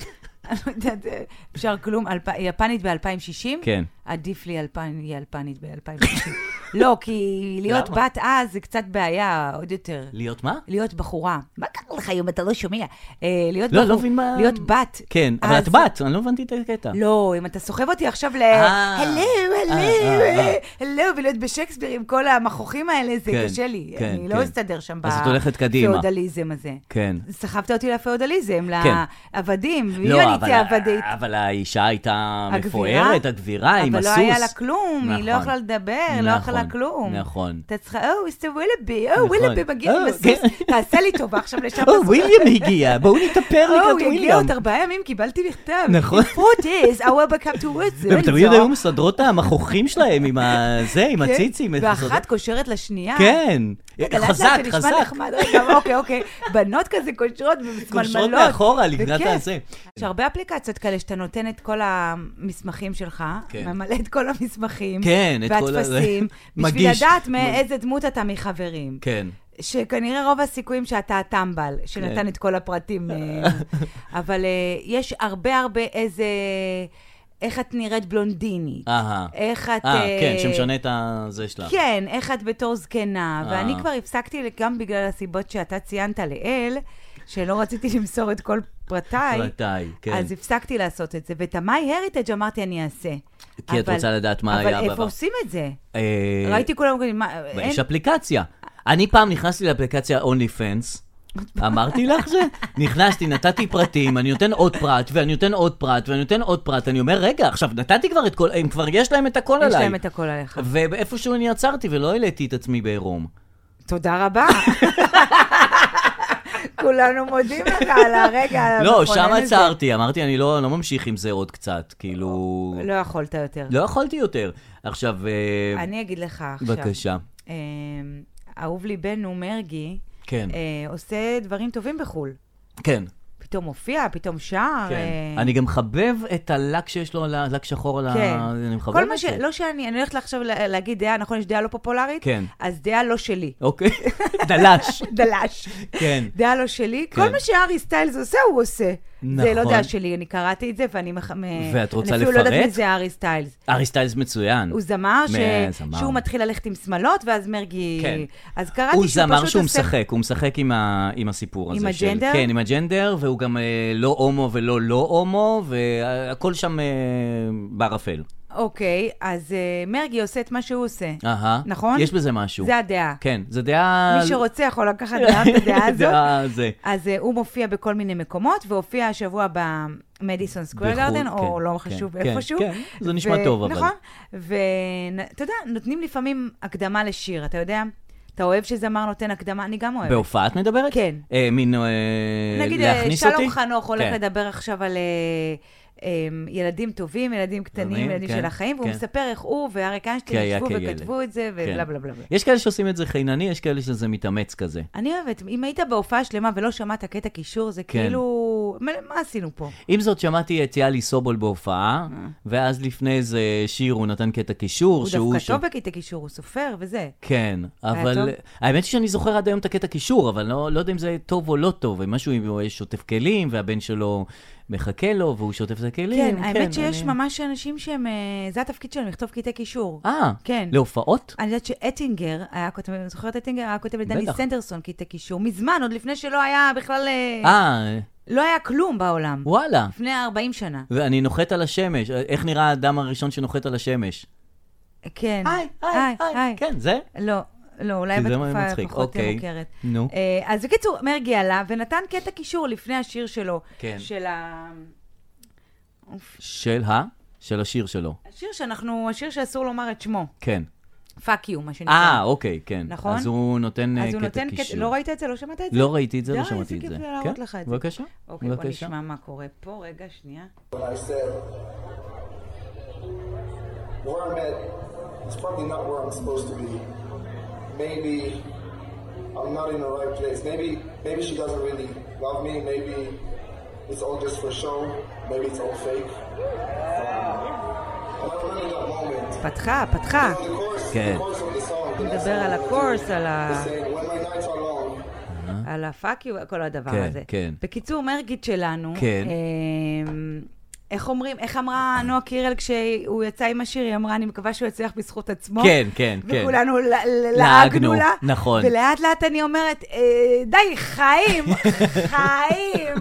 Speaker 3: אני לא יודעת, אה, אפשר כלום, אלפ- יפנית ב-2060?
Speaker 2: כן.
Speaker 3: עדיף לי אלפן, יהיה אלפנית ב-2060. לא, כי להיות
Speaker 2: למה?
Speaker 3: בת אז זה קצת בעיה עוד יותר.
Speaker 2: להיות מה?
Speaker 3: להיות בחורה. מה קרה לך היום, אתה לא שומע? אה, להיות
Speaker 2: לא,
Speaker 3: בחור-
Speaker 2: לא מבין מה...
Speaker 3: להיות בת.
Speaker 2: כן, אבל
Speaker 3: אז-
Speaker 2: את בת, אני לא הבנתי את הקטע.
Speaker 3: לא, אם אתה סוחב אותי עכשיו ל...
Speaker 2: אה.
Speaker 3: הלו,
Speaker 2: אה,
Speaker 3: הלו,
Speaker 2: אה, אה.
Speaker 3: הלו, ולהיות בשייקספיר עם כל המכוחים האלה, זה
Speaker 2: כן,
Speaker 3: קשה לי.
Speaker 2: כן,
Speaker 3: אני
Speaker 2: כן.
Speaker 3: לא אסתדר שם
Speaker 2: אז את הולכת קדימה.
Speaker 3: בפאודליזם הזה.
Speaker 2: כן.
Speaker 3: סחבת אותי לפאודליזם,
Speaker 2: כן.
Speaker 3: לעבדים, ואם
Speaker 2: לא,
Speaker 3: אני
Speaker 2: אבל-
Speaker 3: הייתי עבדית.
Speaker 2: אבל האישה הייתה
Speaker 3: הגבירה?
Speaker 2: מפוארת, הגבירה עם הסוס.
Speaker 3: אבל לא היה לה כלום, היא לא
Speaker 2: נכון.
Speaker 3: יכלה לדבר, לא
Speaker 2: נכון,
Speaker 3: יכלה כלום.
Speaker 2: נכון.
Speaker 3: אתה "Oh, צריך, או, מיסטר וילבי,
Speaker 2: נכון.
Speaker 3: או, וילבי מגיע עם
Speaker 2: או,
Speaker 3: הסוס,
Speaker 2: כן. Oh,
Speaker 3: תעשה לי טובה עכשיו לשם
Speaker 2: או, וויליאם הגיע, בואו נתאפר
Speaker 3: או, לא, הוא
Speaker 2: לקראת
Speaker 3: יגיע
Speaker 2: וויליאם.
Speaker 3: עוד ארבעה ימים, קיבלתי מכתב.
Speaker 2: נכון.
Speaker 3: Four days, I will become towards
Speaker 2: הם תמיד היו מסדרות המכוחים שלהם עם הזה, עם הציצים. את
Speaker 3: כן, ואחת
Speaker 2: מסדרות-
Speaker 3: קושרת לשנייה.
Speaker 2: כן,
Speaker 3: רגע, לאט לאט
Speaker 2: חזק,
Speaker 3: זה נשמע
Speaker 2: חזק.
Speaker 3: נחמד. רגע, אוקיי, אוקיי. בנות כזה קושרות ומלמלות.
Speaker 2: קושרות מאחורה לקראת
Speaker 3: בכיף.
Speaker 2: הזה.
Speaker 3: יש הרבה אפליקציות כאלה שאתה נותן את כל המסמכים שלך,
Speaker 2: כן.
Speaker 3: ממלא את כל המסמכים,
Speaker 2: כן, את כל ה-
Speaker 3: והטפסים, בשביל
Speaker 2: מגיש.
Speaker 3: לדעת מאיזה דמות אתה מחברים.
Speaker 2: כן.
Speaker 3: שכנראה רוב הסיכויים שאתה הטמבל,
Speaker 2: כן.
Speaker 3: שנתן את כל הפרטים. אה, אבל אה, יש הרבה הרבה איזה... איך את נראית בלונדינית.
Speaker 2: אהה.
Speaker 3: איך את...
Speaker 2: אה, כן,
Speaker 3: אה,
Speaker 2: שמשנה את הזה שלך.
Speaker 3: כן, איך את בתור זקנה.
Speaker 2: אה.
Speaker 3: ואני כבר הפסקתי גם בגלל הסיבות שאתה ציינת לאל, שלא רציתי למסור את כל פרטיי.
Speaker 2: פרטיי, כן.
Speaker 3: אז הפסקתי לעשות את זה. ואת ה-My Heritage אמרתי, אני אעשה.
Speaker 2: כי את
Speaker 3: אבל-
Speaker 2: רוצה לדעת מה היה
Speaker 3: אבל איפה
Speaker 2: בעבר.
Speaker 3: עושים את זה?
Speaker 2: אה,
Speaker 3: ראיתי כולם אומרים, מה,
Speaker 2: אבל
Speaker 3: אין...
Speaker 2: יש אפליקציה. אני פעם נכנסתי לאפליקציה only fans. אמרתי לך זה? נכנסתי, נתתי פרטים, אני נותן עוד פרט, ואני נותן עוד פרט, ואני נותן עוד פרט. אני אומר, רגע, עכשיו נתתי כבר את כל... הם כבר יש להם את הכל עליי.
Speaker 3: יש להם את הכל עליך.
Speaker 2: ואיפשהו כן. אני עצרתי ולא העליתי את עצמי בעירום.
Speaker 3: תודה רבה. כולנו מודים לך על הרגע
Speaker 2: לא,
Speaker 3: המכונן
Speaker 2: שם
Speaker 3: הזה.
Speaker 2: עצרתי, אמרתי, אני לא לא ממשיך עם זה עוד קצת, כאילו...
Speaker 3: לא יכולת יותר.
Speaker 2: לא יכולתי יותר. עכשיו, אה,
Speaker 3: אני אגיד לך עכשיו.
Speaker 2: בבקשה.
Speaker 3: אה, אהוב ליבנו מרגי,
Speaker 2: כן,
Speaker 3: אה, עושה דברים טובים בחו"ל.
Speaker 2: כן.
Speaker 3: פתאום מופיע, פתאום שר.
Speaker 2: כן.
Speaker 3: אה,
Speaker 2: אני גם מחבב את הלק שיש לו, על ה- לק שחור על ה...
Speaker 3: כן.
Speaker 2: אני מחבב
Speaker 3: כל מה
Speaker 2: את
Speaker 3: ש...
Speaker 2: זה.
Speaker 3: לא שאני, אני הולכת עכשיו לה- להגיד דעה, נכון, יש דעה לא פופולרית?
Speaker 2: כן.
Speaker 3: אז דעה לא שלי.
Speaker 2: אוקיי, דלש.
Speaker 3: דלש.
Speaker 2: כן.
Speaker 3: דעה לא שלי.
Speaker 2: כן.
Speaker 3: כל מה שהארי סטיילס עושה, הוא עושה. זה לא
Speaker 2: נכון.
Speaker 3: דעה שלי, אני קראתי את זה, ואני מח...
Speaker 2: ואת רוצה
Speaker 3: אני אפילו לא יודעת
Speaker 2: לפרט?
Speaker 3: מי זה הארי סטיילס.
Speaker 2: ארי סטיילס מצוין.
Speaker 3: הוא זמר, ש...
Speaker 2: מה, זמר.
Speaker 3: שהוא מתחיל ללכת עם שמלות, ואז מרגי...
Speaker 2: כן.
Speaker 3: אז קראתי שהוא
Speaker 2: הוא
Speaker 3: פשוט
Speaker 2: זמר שהוא
Speaker 3: עושה-
Speaker 2: משחק, הוא משחק עם ה- עם הסיפור
Speaker 3: עם
Speaker 2: הזה. של-
Speaker 3: הג'נדר?
Speaker 2: כן, עם הג'נדר, והוא גם אה, לא הומו ולא לא הומו, והכל שם אה, בערפל.
Speaker 3: אוקיי, אז אה, מרגי עושה את מה שהוא עושה.
Speaker 2: אהה.
Speaker 3: נכון?
Speaker 2: אה, יש בזה משהו.
Speaker 3: זה הדעה.
Speaker 2: כן, זה דעה...
Speaker 3: מי שרוצה יכול לקחת דעה את הדעה הזאת.
Speaker 2: דעה זה.
Speaker 3: אז אה, הוא מופיע בכל מיני מקומות, והופיע השבוע במדיסון סקוויר
Speaker 2: בחו"ל,
Speaker 3: גרדן, או
Speaker 2: כן, כן,
Speaker 3: לא חשוב
Speaker 2: כן,
Speaker 3: איפשהו.
Speaker 2: כן, זה נשמע
Speaker 3: ו-
Speaker 2: טוב, אבל.
Speaker 3: נכון, ואתה יודע, נותנים לפעמים הקדמה לשיר, אתה יודע? אתה אוהב שזמר נותן הקדמה? אני גם אוהבת.
Speaker 2: בהופעה את מדברת?
Speaker 3: כן.
Speaker 2: אה, מין אה,
Speaker 3: נגיד, אה,
Speaker 2: להכניס אותי?
Speaker 3: שלום חנוך הולך
Speaker 2: כן.
Speaker 3: לדבר עכשיו על אה, אה, ילדים טובים, ילדים
Speaker 2: ילדים,
Speaker 3: קטנים, ילדים
Speaker 2: כן,
Speaker 3: של החיים, והוא
Speaker 2: כן.
Speaker 3: מספר איך הוא ואריק
Speaker 2: כי היה
Speaker 3: איינשטיין ישבו
Speaker 2: כן, כילד.
Speaker 3: וכתבו את זה,
Speaker 2: כן.
Speaker 3: ובלה בלה בלה. בלה.
Speaker 2: יש כאלה שעושים את זה חינני, יש כאלה שזה מתאמץ כזה.
Speaker 3: אני אוהבת, אם היית בהופעה שלמה ולא שמעת קטע קישור, זה
Speaker 2: כן.
Speaker 3: כאילו... מה מה עשינו פה?
Speaker 2: עם זאת, שמעתי את יאלי סובול בהופעה, ואז לפני איזה שיר הוא נתן קטע קישור,
Speaker 3: אה. הוא
Speaker 2: שהוא...
Speaker 3: דווקא
Speaker 2: ש-
Speaker 3: טוב בקטע קישור, הוא סופר וזה.
Speaker 2: כן, אבל
Speaker 3: טוב?
Speaker 2: האמת היא שאני זוכר עד היום את הקטע קישור, אבל לא, לא יודע אם זה טוב או לא טוב, משהו אם הוא שוטף כלים, והבן שלו מחכה לו, והוא שוטף את הכלים.
Speaker 3: כן, האמת שיש
Speaker 2: לא, אני-
Speaker 3: ממש אנשים שהם... אה, זה התפקיד שלהם, לכתוב קטעי קישור.
Speaker 2: אה,
Speaker 3: כן.
Speaker 2: להופעות?
Speaker 3: אני יודעת שאטינגר היה כותב, אני זוכרת אטינגר היה כותב לדני
Speaker 2: בטח.
Speaker 3: סנדרסון קטעי קישור, מזמן, עוד לפני שלא היה בכלל... אה,
Speaker 2: אה,
Speaker 3: לא היה כלום בעולם.
Speaker 2: וואלה.
Speaker 3: לפני 40 שנה.
Speaker 2: ואני נוחת על השמש, איך נראה האדם הראשון שנוחת על השמש?
Speaker 3: כן.
Speaker 2: כן, זה?
Speaker 3: לא, לא, אולי
Speaker 2: כי זה
Speaker 3: בתקופה
Speaker 2: מצחיק,
Speaker 3: פחות
Speaker 2: אוקיי.
Speaker 3: מוכרת.
Speaker 2: נו.
Speaker 3: אה, אז בקיצור, מרגי עלה ונתן קטע קישור לפני השיר שלו.
Speaker 2: כן.
Speaker 3: של ה... אוף,
Speaker 2: של ה? של השיר שלו,
Speaker 3: השיר שאנחנו, השיר שאסור לומר את שמו.
Speaker 2: כן.
Speaker 3: פאק יו, מה שנקרא.
Speaker 2: אה, אוקיי, כן.
Speaker 3: נכון?
Speaker 2: אז הוא נותן אה,
Speaker 3: אז הוא
Speaker 2: קטע
Speaker 3: נותן קטע,
Speaker 2: קישור.
Speaker 3: לא ראית את זה? לא שמעת את זה?
Speaker 2: לא ראיתי את זה,
Speaker 3: די,
Speaker 2: לא
Speaker 3: איזה
Speaker 2: שמעתי את זה.
Speaker 3: כיף להראות
Speaker 2: כן?
Speaker 3: לך את זה.
Speaker 2: בבקשה.
Speaker 3: אוקיי, בוא
Speaker 2: בבקשה.
Speaker 3: נשמע מה קורה פה. רגע, שנייה.
Speaker 4: When I said where I'm at is probably not where I'm supposed to be. Maybe I'm not in the right place. Maybe maybe she doesn't really love me. Maybe it's all just for show. Maybe it's all fake. Um, and I remember that moment.
Speaker 3: פתחה, פתחה.
Speaker 4: The chorus,
Speaker 2: Okay.
Speaker 4: the chorus of the song. The next
Speaker 3: מדבר על
Speaker 4: song
Speaker 3: הקורס, על ה...
Speaker 4: is saying, when my nights are long,
Speaker 3: על הפאק יו, כל הדבר
Speaker 2: כן,
Speaker 3: הזה.
Speaker 2: כן.
Speaker 3: בקיצור, מרגית שלנו,
Speaker 2: כן.
Speaker 3: אמ, איך אומרים, איך אמרה נועה קירל כשהוא יצא עם השיר, היא אמרה, אני מקווה שהוא יצליח בזכות עצמו.
Speaker 2: כן, כן, כן.
Speaker 3: וכולנו ל- ל-
Speaker 2: לעגנו,
Speaker 3: לעגנו לה.
Speaker 2: נכון.
Speaker 3: ולאט לאט אני אומרת, "אה, די, חיים, חיים.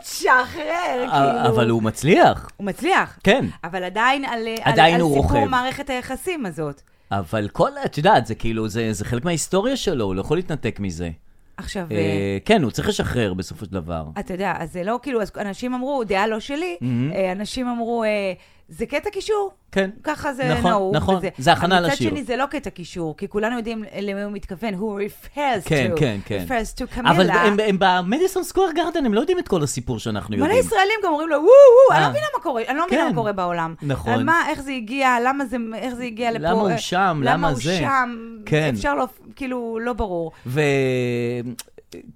Speaker 3: תשחרר,
Speaker 2: אה,
Speaker 3: כאילו.
Speaker 2: אבל הוא מצליח.
Speaker 3: הוא מצליח.
Speaker 2: כן.
Speaker 3: אבל עדיין על, אה, על-
Speaker 2: עדיין
Speaker 3: על
Speaker 2: הוא
Speaker 3: סיפור
Speaker 2: רוכב.
Speaker 3: מערכת היחסים הזאת.
Speaker 2: אבל כל, את יודעת, זה כאילו, זה, זה חלק מההיסטוריה שלו, הוא לא יכול להתנתק מזה.
Speaker 3: עכשיו...
Speaker 2: אה, כן, הוא צריך לשחרר בסופו של דבר.
Speaker 3: אתה יודע, אז זה לא כאילו, אז אנשים אמרו, דעה לא שלי, אה, אנשים אמרו, אה, זה קטע קישור.
Speaker 2: Mm-hmm. כן.
Speaker 3: ככה זה
Speaker 2: נכון,
Speaker 3: נהוג.
Speaker 2: נכון.
Speaker 3: וזה-
Speaker 2: זה הכנה
Speaker 3: אבל
Speaker 2: לשיר.
Speaker 3: מצד שני, זה לא קטע קישור, כי כולנו יודעים למי הוא מתכוון, הוא refers to,
Speaker 2: כן, כן, כן.
Speaker 3: refers to קמילה.
Speaker 2: אבל הם, הם במדיסון סקואר גרדן, הם לא יודעים את כל הסיפור שאנחנו
Speaker 3: מלא
Speaker 2: יודעים.
Speaker 3: ישראלים גם אומרים לו, וואו, וואו, אני
Speaker 2: אה.
Speaker 3: לא מבינה מה קורה, אני לא מבינה
Speaker 2: כן.
Speaker 3: מה קורה בעולם.
Speaker 2: נכון.
Speaker 3: על מה, איך זה הגיע, למה זה, איך זה הגיע לפה.
Speaker 2: למה הוא
Speaker 3: אה,
Speaker 2: שם, למה
Speaker 3: למה הוא
Speaker 2: זה.
Speaker 3: שם,
Speaker 2: כן.
Speaker 3: אפשר לא, כאילו, לא ברור.
Speaker 2: וכאילו,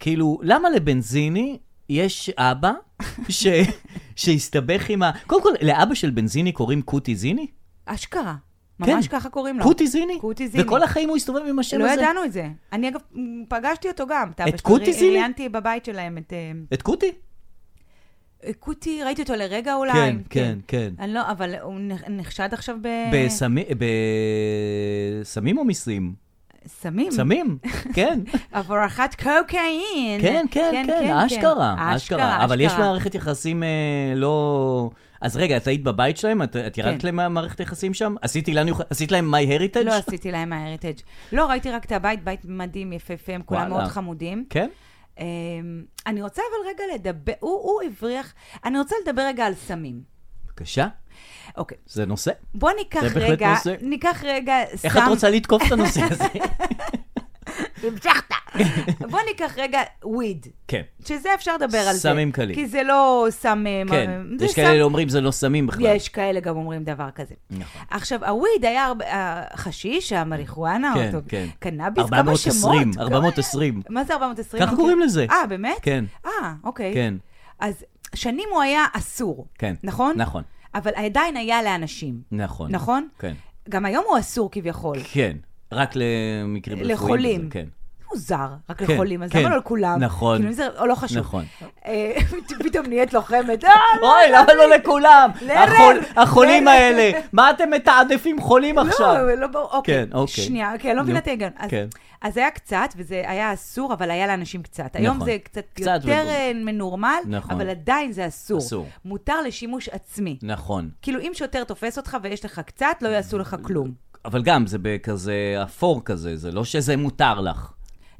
Speaker 2: כאילו, למה לבנזיני יש אבא ש... שהסתבך עם ה... קודם כל, לאבא של בנזיני קוראים קוטי זיני?
Speaker 3: אשכרה,
Speaker 2: כן.
Speaker 3: ממש ככה קוראים לו.
Speaker 2: קוטי זיני?
Speaker 3: קוטי זיני.
Speaker 2: וכל החיים הוא הסתובב עם השם
Speaker 3: לא
Speaker 2: הזה?
Speaker 3: ידענו את זה. אני אגב, מ, פגשתי אותו גם. את אבא
Speaker 2: את
Speaker 3: שלי,
Speaker 2: קוטי זיני?
Speaker 3: ראיינתי בבית שלהם את... אה,
Speaker 2: את קוטי?
Speaker 3: אה, קוטי, ראיתי אותו לרגע אולי.
Speaker 2: כן, כן, כן.
Speaker 3: אני לא, אבל הוא נ- נחשד עכשיו ב...
Speaker 2: בסמי- בסמים או מיסים?
Speaker 3: סמים.
Speaker 2: סמים, כן.
Speaker 3: הברחת קוקאין.
Speaker 2: כן, כן, כן, אשכרה, אשכרה. אבל יש
Speaker 3: אשכרה.
Speaker 2: מערכת יחסים אה, לא... אז רגע, את היית בבית שלהם? את את ירדת
Speaker 3: כן.
Speaker 2: למערכת יחסים שם? עשיתי לנו- עשית להם My Heritage?
Speaker 3: לא עשיתי להם מההריטג'. לא, ראיתי רק את הבית, בית מדהים, יפהפה, הם כולם
Speaker 2: וואלה.
Speaker 3: מאוד חמודים.
Speaker 2: כן?
Speaker 3: אמ, אני רוצה אבל רגע לדבר, הוא הוא הבריח, אני רוצה לדבר רגע על סמים.
Speaker 2: בבקשה,
Speaker 3: אוקיי,
Speaker 2: זה נושא.
Speaker 3: בוא ניקח
Speaker 2: בהחלט
Speaker 3: רגע,
Speaker 2: נושא.
Speaker 3: ניקח רגע סם.
Speaker 2: איך את רוצה לתקוף את הנושא הזה?
Speaker 3: המשכת. בוא ניקח רגע וויד,
Speaker 2: כן.
Speaker 3: שזה אפשר לדבר על זה.
Speaker 2: סמים קלים.
Speaker 3: כי זה לא סם... אה,
Speaker 2: כן,
Speaker 3: מ- זה
Speaker 2: יש
Speaker 3: סם-
Speaker 2: כאלה שאומרים זה לא סמים בכלל.
Speaker 3: יש כאלה גם אומרים דבר כזה.
Speaker 2: נכון.
Speaker 3: עכשיו, הוויד היה הרבה- החשיש, המריחואנה,
Speaker 2: כן,
Speaker 3: אותו-
Speaker 2: כן.
Speaker 3: קנאביס, כמה שמות.
Speaker 2: 420,
Speaker 3: לא-
Speaker 2: 420.
Speaker 3: מה זה 420?
Speaker 2: ככה
Speaker 3: אמרתי-
Speaker 2: קוראים לזה.
Speaker 3: אה, באמת?
Speaker 2: כן.
Speaker 3: אה, אוקיי.
Speaker 2: כן.
Speaker 3: אז שנים הוא היה אסור,
Speaker 2: כן.
Speaker 3: נכון?
Speaker 2: נכון.
Speaker 3: אבל עדיין היה לאנשים,
Speaker 2: נכון.
Speaker 3: נכון?
Speaker 2: כן.
Speaker 3: גם היום הוא אסור כביכול.
Speaker 2: כן. רק למקרים רפואיים.
Speaker 3: לחולים.
Speaker 2: וזה, כן.
Speaker 3: מוזר, רק
Speaker 2: כן,
Speaker 3: לחולים, אז
Speaker 2: כן.
Speaker 3: למה לא לכולם?
Speaker 2: נכון.
Speaker 3: כאילו, אם זה, או לא חשוב.
Speaker 2: נכון.
Speaker 3: אה, פתאום נהיית לוחמת, אה, לא,
Speaker 2: אוי,
Speaker 3: לא,
Speaker 2: למה לא לכולם?
Speaker 3: לרב,
Speaker 2: החול- החולים
Speaker 3: לרב.
Speaker 2: האלה, מה אתם מתעדפים חולים עכשיו?
Speaker 3: לא, לא ברור, אוקיי.
Speaker 2: כן, אוקיי.
Speaker 3: שנייה, אוקיי, אני לא
Speaker 2: נו,
Speaker 3: מבינה את ההיגיון. אז-
Speaker 2: כן.
Speaker 3: אז היה קצת, וזה היה אסור, אבל היה לאנשים קצת. היום
Speaker 2: נכון.
Speaker 3: זה קצת
Speaker 2: קצת
Speaker 3: יותר
Speaker 2: ובום.
Speaker 3: אה, מנורמל,
Speaker 2: נכון.
Speaker 3: אבל עדיין זה אסור.
Speaker 2: אסור.
Speaker 3: מותר לשימוש עצמי.
Speaker 2: נכון.
Speaker 3: כאילו, אם שוטר תופס אותך ויש לך קצת, לא יעשו לך כלום.
Speaker 2: אבל גם, זה בכזה אפור כזה, זה לא שזה מותר לך.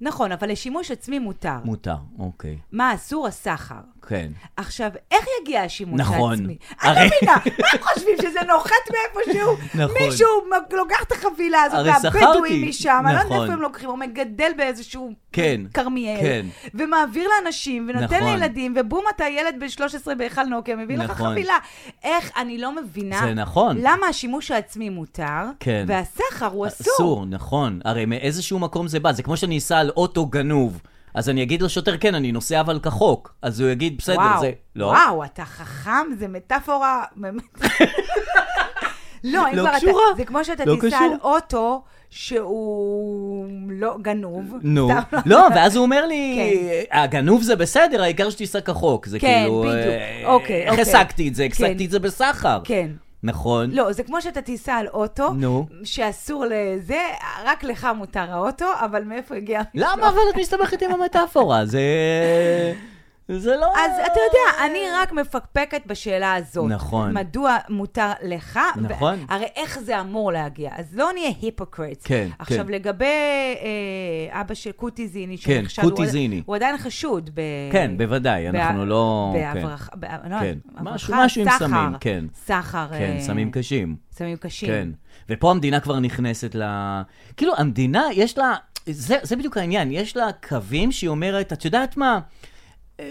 Speaker 3: נכון, אבל לשימוש עצמי מותר.
Speaker 2: מותר, אוקיי.
Speaker 3: מה אסור? הסחר.
Speaker 2: כן.
Speaker 3: עכשיו, איך יגיע השימוש
Speaker 2: נכון.
Speaker 3: העצמי? אני
Speaker 2: הרי-
Speaker 3: לא מבינה, מה הם חושבים, שזה נוחת מאיפשהו?
Speaker 2: נכון.
Speaker 3: מישהו מג- לוקח את החבילה הזאת,
Speaker 2: הרי
Speaker 3: והבדואים
Speaker 2: סחרתי.
Speaker 3: משם, אני לא יודעת
Speaker 2: נכון.
Speaker 3: איפה הם לוקחים, הוא מגדל באיזשהו
Speaker 2: כן,
Speaker 3: כרמיאל,
Speaker 2: כן.
Speaker 3: ומעביר לאנשים, ונותן
Speaker 2: נכון.
Speaker 3: לילדים, ובום, אתה ילד בן 13 בהיכל נוקיה, מביא לך
Speaker 2: נכון.
Speaker 3: חבילה. איך, אני לא מבינה.
Speaker 2: זה נכון.
Speaker 3: למה השימוש העצמי מותר,
Speaker 2: כן.
Speaker 3: והסחר הוא אסור.
Speaker 2: אסור, נכון. הרי מאיזשהו מקום זה בא, זה כמו שאני אסע על אוטו גנוב. אז אני אגיד לשוטר, כן, אני נוסע אבל כחוק. אז הוא יגיד, בסדר,
Speaker 3: וואו,
Speaker 2: זה... לא.
Speaker 3: וואו, אתה חכם, זה מטאפורה, באמת. לא, אם
Speaker 2: לא
Speaker 3: כבר אתה...
Speaker 2: קשורה.
Speaker 3: זה כמו שאתה
Speaker 2: לא
Speaker 3: תיסע
Speaker 2: קשור.
Speaker 3: על אוטו שהוא לא גנוב.
Speaker 2: נו.
Speaker 3: סתם.
Speaker 2: לא, ואז הוא אומר לי, הגנוב זה בסדר, העיקר שתיסע כחוק. זה
Speaker 3: כן,
Speaker 2: כאילו...
Speaker 3: בדיוק.
Speaker 2: אה,
Speaker 3: אוקיי,
Speaker 2: איך
Speaker 3: אוקיי.
Speaker 2: השגתי את זה?
Speaker 3: כן.
Speaker 2: השגתי את זה בסחר.
Speaker 3: כן.
Speaker 2: נכון.
Speaker 3: לא, זה כמו שאתה תיסע על אוטו,
Speaker 2: נו.
Speaker 3: שאסור לזה, רק לך מותר האוטו, אבל מאיפה הגיע...
Speaker 2: למה אבל את מסתבכת עם המטאפורה? זה... זה לא...
Speaker 3: אז אתה יודע, אני רק מפקפקת בשאלה הזאת.
Speaker 2: נכון.
Speaker 3: מדוע מותר לך?
Speaker 2: נכון.
Speaker 3: הרי איך זה אמור להגיע? אז לא נהיה היפוקרטס.
Speaker 2: כן,
Speaker 3: עכשיו,
Speaker 2: כן.
Speaker 3: לגבי אה, אבא של קוטי זיני,
Speaker 2: כן,
Speaker 3: שנחשד-
Speaker 2: קוטי
Speaker 3: הוא עד-
Speaker 2: זיני.
Speaker 3: הוא עדיין חשוד ב...
Speaker 2: כן, בוודאי, אנחנו לא- כן.
Speaker 3: בהברחה, כן. לא,
Speaker 2: כן.
Speaker 3: הברחה,
Speaker 2: משהו- משהו עם
Speaker 3: סחר,
Speaker 2: סמים, כן.
Speaker 3: סחר.
Speaker 2: כן,
Speaker 3: אה,
Speaker 2: סמים קשים.
Speaker 3: סמים קשים.
Speaker 2: כן. ופה המדינה כבר נכנסת ל... כאילו, המדינה, יש לה... זה, זה בדיוק העניין, יש לה קווים שהיא אומרת, את יודעת מה?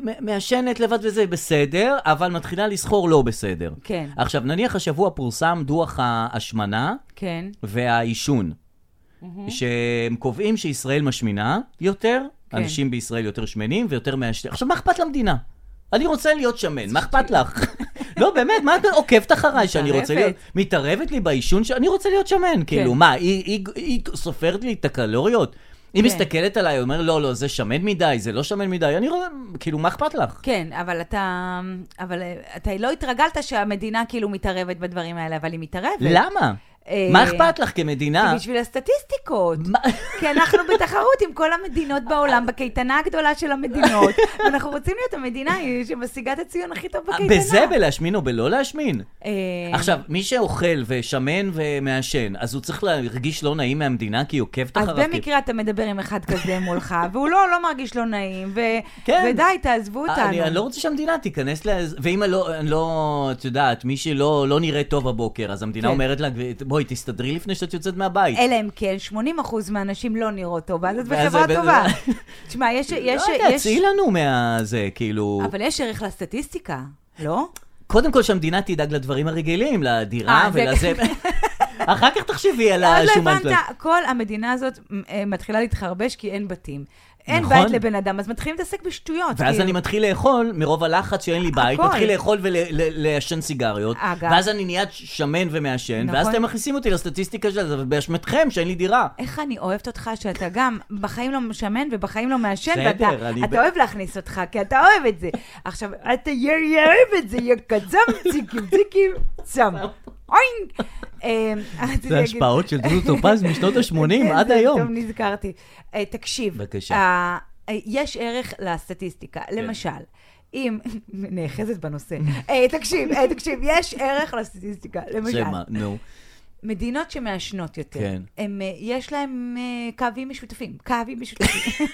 Speaker 2: מ- מעשנת לבד וזה בסדר, אבל מתחילה לסחור לא בסדר.
Speaker 3: כן.
Speaker 2: עכשיו, נניח השבוע פורסם דוח ההשמנה
Speaker 3: כן.
Speaker 2: והעישון, שהם קובעים שישראל משמינה יותר,
Speaker 3: כן.
Speaker 2: אנשים בישראל יותר שמנים ויותר מעשנים. עכשיו, מה אכפת למדינה? אני רוצה להיות שמן, מה אכפת לך? לא, באמת, מה את עוקבת אחריי שאני רוצה להיות...
Speaker 3: מתערבת. כן.
Speaker 2: מתערבת לי בעישון, ש- אני רוצה להיות שמן, כאילו, מה, היא- היא היא סופרת לי את הקלוריות?
Speaker 3: כן.
Speaker 2: היא מסתכלת עליי, אומרת, לא, לא, זה שמן מדי, זה לא שמן מדי, אני רואה, כאילו, מה אכפת לך?
Speaker 3: כן, אבל אתה, אבל אה, אתה לא התרגלת שהמדינה כאילו מתערבת בדברים האלה, אבל היא מתערבת.
Speaker 2: למה?
Speaker 3: אה,
Speaker 2: מה אכפת לך
Speaker 3: כי
Speaker 2: כמדינה?
Speaker 3: בשביל הסטטיסטיקות.
Speaker 2: אה. מה-
Speaker 3: כי אנחנו בתחרות עם כל המדינות בעולם, בקייטנה הגדולה של המדינות, ואנחנו רוצים להיות המדינה שמשיגה את הציון הכי טוב בקייטנה.
Speaker 2: בזה, בלהשמין או בלא להשמין?
Speaker 3: אה,
Speaker 2: עכשיו, מי שאוכל ושמן ומעשן, אז הוא צריך להרגיש לא נעים מהמדינה כי היא עוקבת
Speaker 3: אז
Speaker 2: אחריו? כי-
Speaker 3: במקרה אתה מדבר עם אחד כזה מולך, והוא לא, לא מרגיש לא נעים, ו-
Speaker 2: כן.
Speaker 3: ודי, תעזבו אותנו.
Speaker 2: אני אני לא רוצה שהמדינה תיכנס ל... ואם אני לא, אני לא, את יודעת, מי שלא לא נראה טוב הבוקר, אז המדינה
Speaker 3: כן.
Speaker 2: אומרת לה, בואי, תסתדרי לפני שאת יוצאת מהבית.
Speaker 3: אלא אם כן, 80% מהאנשים לא נראות טוב, ואז את
Speaker 2: ואז
Speaker 3: בחברה
Speaker 2: זה-
Speaker 3: טובה. תשמע, יש... יש-
Speaker 2: לא יודע,
Speaker 3: יש-
Speaker 2: תציעי לנו מהזה, כאילו...
Speaker 3: אבל יש ערך לסטטיסטיקה, לא?
Speaker 2: קודם כל שהמדינה תדאג לדברים הרגילים, לדירה
Speaker 3: אה, זה-
Speaker 2: ולזה. אחר כך תחשבי על
Speaker 3: עוד לא
Speaker 2: השומן שלך.
Speaker 3: הבנת, כל המדינה הזאת מ- אה, מתחילה להתחרבש כי אין בתים. אין
Speaker 2: נכון.
Speaker 3: בית לבן אדם, אז מתחילים להתעסק בשטויות.
Speaker 2: ואז
Speaker 3: כאילו.
Speaker 2: אני מתחיל לאכול, מרוב הלחץ שאין לי בית,
Speaker 3: הכל.
Speaker 2: מתחיל לאכול ולעשן סיגריות,
Speaker 3: אגב.
Speaker 2: ואז אני נהיה שמן ומעשן, ואז
Speaker 3: נכון.
Speaker 2: אתם מכניסים אותי לסטטיסטיקה של זה, אבל באשמתכם שאין לי דירה.
Speaker 3: איך אני אוהבת אותך שאתה גם בחיים לא משמן ובחיים לא מעשן,
Speaker 2: בסדר,
Speaker 3: ואתה
Speaker 2: אני ב-
Speaker 3: אתה אוהב להכניס אותך, כי אתה אוהב את זה. עכשיו, אתה יא יא אוהב את זה, יא קצם, ציקים, ציקים, צם. אוינג. אה, רציתי
Speaker 2: זה
Speaker 3: להגיד-
Speaker 2: השפעות של דודו טופז משנות ה-80
Speaker 3: כן,
Speaker 2: עד
Speaker 3: זה
Speaker 2: היום.
Speaker 3: פתאום נזכרתי. אה, תקשיב.
Speaker 2: בבקשה. כן.
Speaker 3: אה, אה, יש ערך לסטטיסטיקה. למשל, אם... נאחזת בנושא. אה, תקשיב, אה, תקשיב, יש ערך לסטטיסטיקה. למשל,
Speaker 2: שמא, נו.
Speaker 3: מדינות שמעשנות יותר,
Speaker 2: כן.
Speaker 3: הם, אה, יש להם אה, קווים משותפים. קווים משותפים.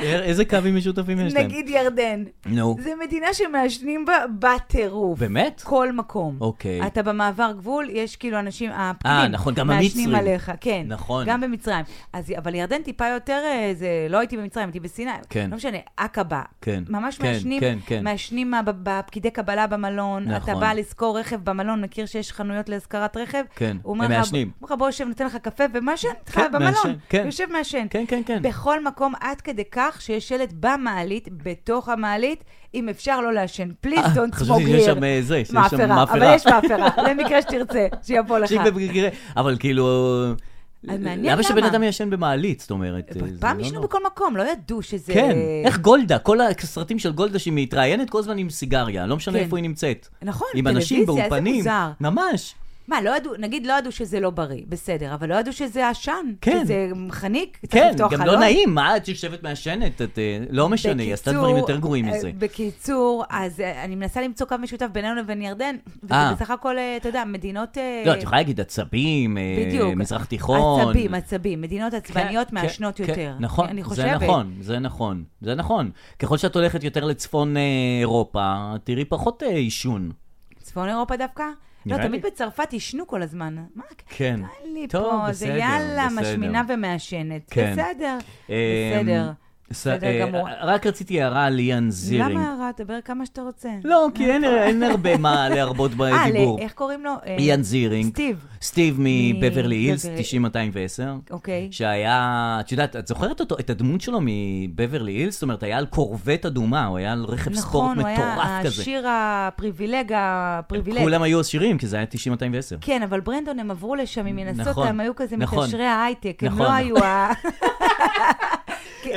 Speaker 2: אה, איזה קווים משותפים יש להם?
Speaker 3: נגיד ירדן.
Speaker 2: נו.
Speaker 3: זו מדינה שמעשנים בה בטירוף.
Speaker 2: באמת?
Speaker 3: כל מקום.
Speaker 2: אוקיי.
Speaker 3: אתה במעבר גבול, יש כאילו אנשים, הפקידים,
Speaker 2: אה, נכון, גם
Speaker 3: מעשנים
Speaker 2: המצרים.
Speaker 3: עליך, כן.
Speaker 2: נכון.
Speaker 3: גם במצרים. אז, אבל ירדן טיפה יותר, אה, זה, לא הייתי במצרים, הייתי בסיני.
Speaker 2: כן.
Speaker 3: לא משנה, עקבה.
Speaker 2: כן,
Speaker 3: ממש
Speaker 2: כן,
Speaker 3: מעשנים,
Speaker 2: כן, כן.
Speaker 3: מעשנים מה- ב- בפקידי קבלה במלון.
Speaker 2: נכון.
Speaker 3: אתה בא לשכור רכב במלון, מכיר שיש חנויות להשכרת רכב?
Speaker 2: כן,
Speaker 3: הוא אומר
Speaker 2: הם
Speaker 3: לך,
Speaker 2: מעשנים.
Speaker 3: הוא אומר לך, בוא יושב, נותן לך קפה, ומעשן איתך
Speaker 2: כן,
Speaker 3: במלון.
Speaker 2: מעשן, כן.
Speaker 3: יושב מעשן.
Speaker 2: כן, כן, כן.
Speaker 3: בכל מקום, עד כדי כך שיש שלט במעלית, בתוך המעלית, אם אפשר לא לעשן. פליז
Speaker 2: אה,
Speaker 3: don't
Speaker 2: חשבתי
Speaker 3: smoke
Speaker 2: שיש שם,
Speaker 3: here.
Speaker 2: אה, זה, שיש שם
Speaker 3: מאפרה,
Speaker 2: מאפרה.
Speaker 3: אבל יש מאפרה, למקרה שתרצה, שיבוא לך.
Speaker 2: תקשיב, במקרה- אבל כאילו...
Speaker 3: אז מעניין
Speaker 2: למה שבן אדם ישן במעלית, זאת אומרת? אה, זה
Speaker 3: פעם
Speaker 2: לא
Speaker 3: ישנו
Speaker 2: נורא.
Speaker 3: בכל מקום, לא ידעו שזה...
Speaker 2: כן, איך גולדה, כל הסרטים של גולדה שהיא מתראיינת כל הזמן עם סיגריה, לא משנה
Speaker 3: כן.
Speaker 2: איפה היא נמצאת.
Speaker 3: נכון,
Speaker 2: עם אנשים
Speaker 3: טלוויזיה, זה
Speaker 2: באולפנים.
Speaker 3: מוזר.
Speaker 2: ממש.
Speaker 3: מה, לא ידעו, נגיד לא ידעו שזה לא בריא, בסדר, אבל לא ידעו שזה עשן.
Speaker 2: כן.
Speaker 3: שזה חניק, צריך
Speaker 2: כן,
Speaker 3: לפתוח
Speaker 2: גם
Speaker 3: חלון.
Speaker 2: לא נעים, מה, את יושבת מעשנת, את... אה, לא משנה, היא עשתה
Speaker 3: בקיצור,
Speaker 2: דברים יותר גרועים
Speaker 3: אה,
Speaker 2: מזה.
Speaker 3: בקיצור, אז אה, אני מנסה למצוא קו משותף בינינו לבין ירדן, וזה
Speaker 2: אה.
Speaker 3: בסך הכל, אה, אתה יודע, מדינות... אה,
Speaker 2: לא, את יכולה להגיד עצבים, אה,
Speaker 3: בדיוק.
Speaker 2: מזרח תיכון.
Speaker 3: עצבים, עצבים. מדינות עצבניות
Speaker 2: כן,
Speaker 3: מעשנות
Speaker 2: כן,
Speaker 3: יותר.
Speaker 2: נכון,
Speaker 3: אני
Speaker 2: זה
Speaker 3: חושבת.
Speaker 2: נכון, זה נכון, זה נכון. ככל שאת הולכת יותר לצפון אה, אירופה, תראי פחות אה, עישון.
Speaker 3: צפון אירופה דווקא? לא,
Speaker 2: נראה לי.
Speaker 3: תמיד בצרפת עישנו כל הזמן. מה,
Speaker 2: כן.
Speaker 3: קרה לי
Speaker 2: טוב,
Speaker 3: פה, זה
Speaker 2: בסדר,
Speaker 3: יאללה,
Speaker 2: בסדר.
Speaker 3: משמינה ומעשנת.
Speaker 2: כן.
Speaker 3: בסדר,
Speaker 2: אה,
Speaker 3: בסדר.
Speaker 2: ס-
Speaker 3: בסדר
Speaker 2: אה,
Speaker 3: גמור.
Speaker 2: רק רציתי הערה על ליאן זירינג.
Speaker 3: למה הערה? דבר כמה שאתה רוצה.
Speaker 2: לא, כי אין- אין הרבה מה להרבות
Speaker 3: אה,
Speaker 2: בדיבור.
Speaker 3: ל- איך קוראים לו? אה,
Speaker 2: ליאן זירינג.
Speaker 3: סטיב.
Speaker 2: סטיב מבברלי
Speaker 3: מבברלי-
Speaker 2: הילס, 90210.
Speaker 3: אוקיי.
Speaker 2: שהיה, את יודעת, את זוכרת אותו, את הדמות שלו מבברלי הילס? זאת אומרת, היה על קורבט אדומה, הוא היה על רכב ספורט
Speaker 3: נכון, הוא היה
Speaker 2: מטורף כזה.
Speaker 3: השיר הפריבילג, הפריבילג.
Speaker 2: כולם היו עשירים, כי זה היה 9210.
Speaker 3: כן, אבל ברנדון, הם עברו לשם מנסות,
Speaker 2: נכון,
Speaker 3: הם היו כזה
Speaker 2: נכון.
Speaker 3: מקשרי ההייטק, הם
Speaker 2: נכון.
Speaker 3: לא היו ה... לא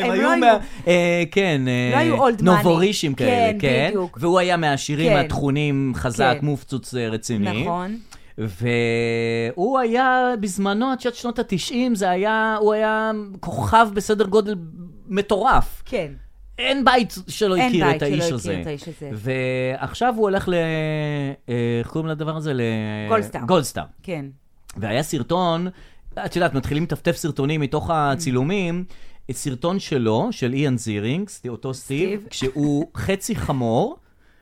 Speaker 2: כן,
Speaker 3: לא
Speaker 2: אה,
Speaker 3: היו old money.
Speaker 2: נובורישים
Speaker 3: כן,
Speaker 2: כאלה, כן.
Speaker 3: בדיוק.
Speaker 2: והוא היה מהעשירים
Speaker 3: כן.
Speaker 2: התכונים, חזק,
Speaker 3: כן.
Speaker 2: מופצוץ אה, רציני.
Speaker 3: נכון.
Speaker 2: והוא היה, בזמנו, עד שעת שנות ה-90, זה היה, הוא היה כוכב בסדר גודל מטורף.
Speaker 3: כן.
Speaker 2: אין בית שלא
Speaker 3: אין
Speaker 2: הכיר
Speaker 3: בית
Speaker 2: את
Speaker 3: שלא
Speaker 2: האיש
Speaker 3: הכיר
Speaker 2: הזה.
Speaker 3: את האיש הזה.
Speaker 2: ועכשיו הוא הולך ל... אה, איך קוראים לדבר הזה? ל...
Speaker 3: גולדסטאר.
Speaker 2: גולדסטאר.
Speaker 3: כן.
Speaker 2: והיה סרטון, את יודעת, מתחילים לטפטף סרטונים מתוך הצילומים. סרטון שלו, של איאן זירינג, סטי- אותו סטיב,
Speaker 3: סטיב.
Speaker 2: כשהוא חצי חמור,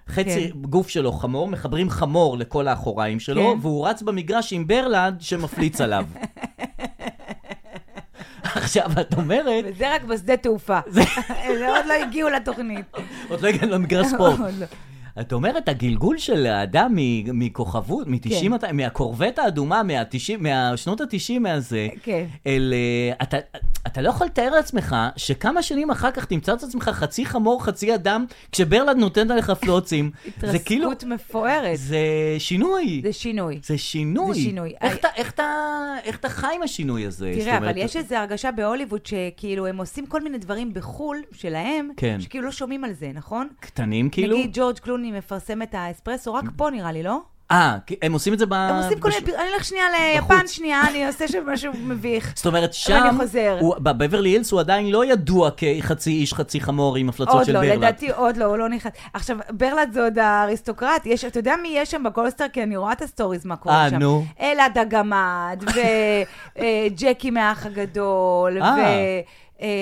Speaker 2: חצי
Speaker 3: כן.
Speaker 2: גוף שלו חמור, מחברים חמור לכל האחוריים שלו,
Speaker 3: כן.
Speaker 2: והוא רץ במגרש עם ברלנד שמפליץ עליו. עכשיו, את אומרת,
Speaker 3: וזה רק בשדה תעופה. זה עוד לא הגיעו לתוכנית.
Speaker 2: עוד לא הגענו למגרש ספורט.
Speaker 3: עוד לא.
Speaker 2: את אומרת, הגלגול של האדם מ- מכוכבות, מ-90, כן. מהקורבט האדומה, מה-90, מהשנות ה-90 מהזה,
Speaker 3: כן.
Speaker 2: אל... אה, אתה, אתה לא יכול לתאר לעצמך שכמה שנים אחר כך תמצא את עצמך חצי חמור, חצי אדם, כשברלנד נותן עליך פלוצים. זה כאילו...
Speaker 3: התרסקות מפוארת.
Speaker 2: זה שינוי.
Speaker 3: זה שינוי.
Speaker 2: זה שינוי.
Speaker 3: זה שינוי.
Speaker 2: איך
Speaker 3: I-
Speaker 2: אתה- איך אתה- איך אתה חי עם השינוי הזה?
Speaker 3: תראה,
Speaker 2: זאת
Speaker 3: אבל
Speaker 2: אומרת,
Speaker 3: יש איזו הרגשה בהוליווד שכאילו הם עושים כל מיני דברים בחו"ל שלהם,
Speaker 2: כן.
Speaker 3: שכאילו לא שומעים על זה, נכון?
Speaker 2: קטנים כאילו?
Speaker 3: נגיד ג'ורג' קלוני מפרסם את האספרסו, רק פה נראה לי, לא?
Speaker 2: אה, כי הם עושים את זה ב...
Speaker 3: הם עושים כל
Speaker 2: בש-
Speaker 3: מיני, פר- אני אלך שנייה
Speaker 2: בחוץ.
Speaker 3: ליפן שנייה, אני עושה שם משהו מביך.
Speaker 2: זאת אומרת,
Speaker 3: אבל
Speaker 2: שם,
Speaker 3: אני חוזר.
Speaker 2: הוא- בבברלי הילס הוא עדיין לא ידוע כחצי איש, חצי חמור עם הפלצות
Speaker 3: עוד
Speaker 2: של
Speaker 3: לא,
Speaker 2: ברלנד.
Speaker 3: לדעתי עוד לא, הוא לא נכנס. עכשיו, ברלנד זה עוד האריסטוקרט, יש, אתה יודע מי יש שם בגולדסטאר? כי אני רואה את הסטוריז, מה קורה
Speaker 2: אה,
Speaker 3: שם.
Speaker 2: נו.
Speaker 3: אלעד הגמד, וג'קי מהאח הגדול,
Speaker 2: אה.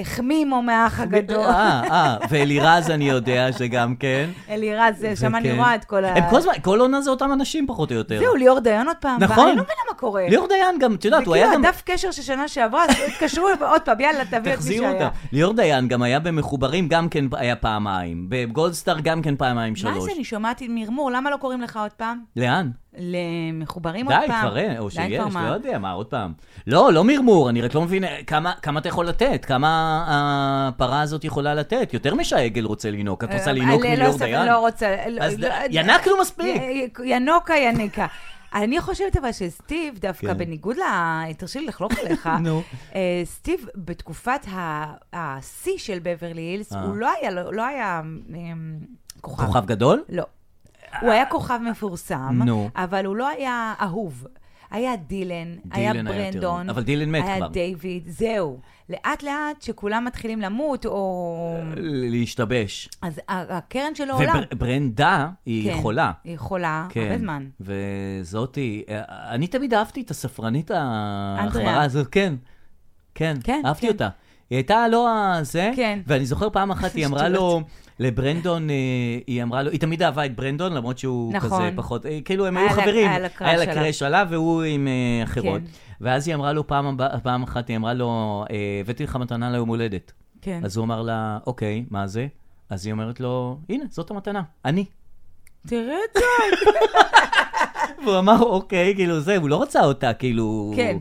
Speaker 3: וחמימו מהאח הגדול.
Speaker 2: אה, אה, ואלירז אני יודע שגם כן.
Speaker 3: אלירז, זה- שם אני
Speaker 2: וכן.
Speaker 3: רואה את כל ה...
Speaker 2: כן. הם כל הזמן, כל עונה זה אותם אנשים פחות או יותר.
Speaker 3: זהו, לא ליאור דיין עוד פעם. בא.
Speaker 2: נכון.
Speaker 3: אני לא מבינה מה קורה.
Speaker 2: ליאור דיין גם, את יודעת, הוא היה
Speaker 3: זה
Speaker 2: גם...
Speaker 3: כאילו הדף קשר של שנה שעברה, אז התקשרו אליו עוד פעם, יאללה, תביא את מי
Speaker 2: תחזירו
Speaker 3: שהיה.
Speaker 2: אותם. ליאור דיין גם היה במחוברים, גם כן היה פעמיים. בגולדסטאר גם כן פעמיים
Speaker 3: מה
Speaker 2: שלוש.
Speaker 3: זה, אני שומעת מרמור, למה לא קוראים לך עוד פעם?
Speaker 2: לאן?
Speaker 3: למחוברים עוד
Speaker 2: די,
Speaker 3: פעם.
Speaker 2: כבר אין, או
Speaker 3: די,
Speaker 2: שיש,
Speaker 3: כבר, מה?
Speaker 2: לא יודע, מה, עוד פעם. לא, לא מרמור, אני רק לא מבין אה, כמה כמה אתה יכול לתת, כמה הפרה הזאת יכולה לתת. יותר משהעגל רוצה לינוק, את רוצה
Speaker 3: אה,
Speaker 2: לינוק
Speaker 3: לא,
Speaker 2: מליאור
Speaker 3: סבב,
Speaker 2: דיין?
Speaker 3: לא רוצה. לא,
Speaker 2: אז
Speaker 3: לא,
Speaker 2: ד- ינקנו מספיק.
Speaker 3: י- י- ינוקה יניקה. אני חושבת אבל שסטיב, דווקא
Speaker 2: כן.
Speaker 3: בניגוד ל... אה, תרשי לי לחלוק עליך.
Speaker 2: נו.
Speaker 3: אה, סטיב, בתקופת ה- השיא של בברלי הילס,
Speaker 2: אה.
Speaker 3: הוא לא היה- לא היה אמ, כוכב.
Speaker 2: כוכב גדול?
Speaker 3: לא. הוא היה כוכב מפורסם,
Speaker 2: אה, נו.
Speaker 3: אבל הוא לא היה אהוב. היה דילן, היה
Speaker 2: דילן היה יותר
Speaker 3: ברנדון,
Speaker 2: אהוב. אבל דילן מת כבר.
Speaker 3: היה דיוויד, זהו. לאט לאט שכולם מתחילים למות, או...
Speaker 2: להשתבש.
Speaker 3: אז ה- הקרן שלו עולה.
Speaker 2: וברנדה היא
Speaker 3: כן,
Speaker 2: חולה.
Speaker 3: היא חולה,
Speaker 2: כן.
Speaker 3: הרבה זמן.
Speaker 2: וזאתי, אה, אני תמיד אהבתי את הספרנית ההחמרה
Speaker 3: אנדריה.
Speaker 2: הזאת, כן. כן,
Speaker 3: כן,
Speaker 2: אהבתי
Speaker 3: כן.
Speaker 2: אותה. היא הייתה לא הזה,
Speaker 3: כן.
Speaker 2: ואני זוכר פעם אחת היא אמרה לו, לברנדון, אה, היא אמרה לו, היא תמיד אהבה את ברנדון, למרות שהוא
Speaker 3: נכון.
Speaker 2: כזה פחות, אה, כאילו הם
Speaker 3: היה
Speaker 2: היו
Speaker 3: לה-
Speaker 2: חברים.
Speaker 3: היה לה קראש
Speaker 2: היה לה
Speaker 3: עליו.
Speaker 2: קראש עליו והוא עם אה, אחרות.
Speaker 3: כן.
Speaker 2: ואז היא אמרה לו פעם הבא- פעם אחת, היא אמרה לו, אה, הבאתי לך מתנה ליום הולדת.
Speaker 3: כן.
Speaker 2: אז הוא אמר לה, אוקיי, מה זה? אז היא אומרת לו, הנה, זאת המתנה, אני.
Speaker 3: תראה את
Speaker 2: אה,
Speaker 3: זה.
Speaker 2: והוא אמר, אוקיי, כאילו זה, הוא לא רצה אותה, כאילו...
Speaker 3: כן.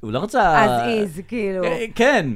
Speaker 2: הוא לא רצה...
Speaker 3: אז איז, כאילו.
Speaker 2: אה, כן.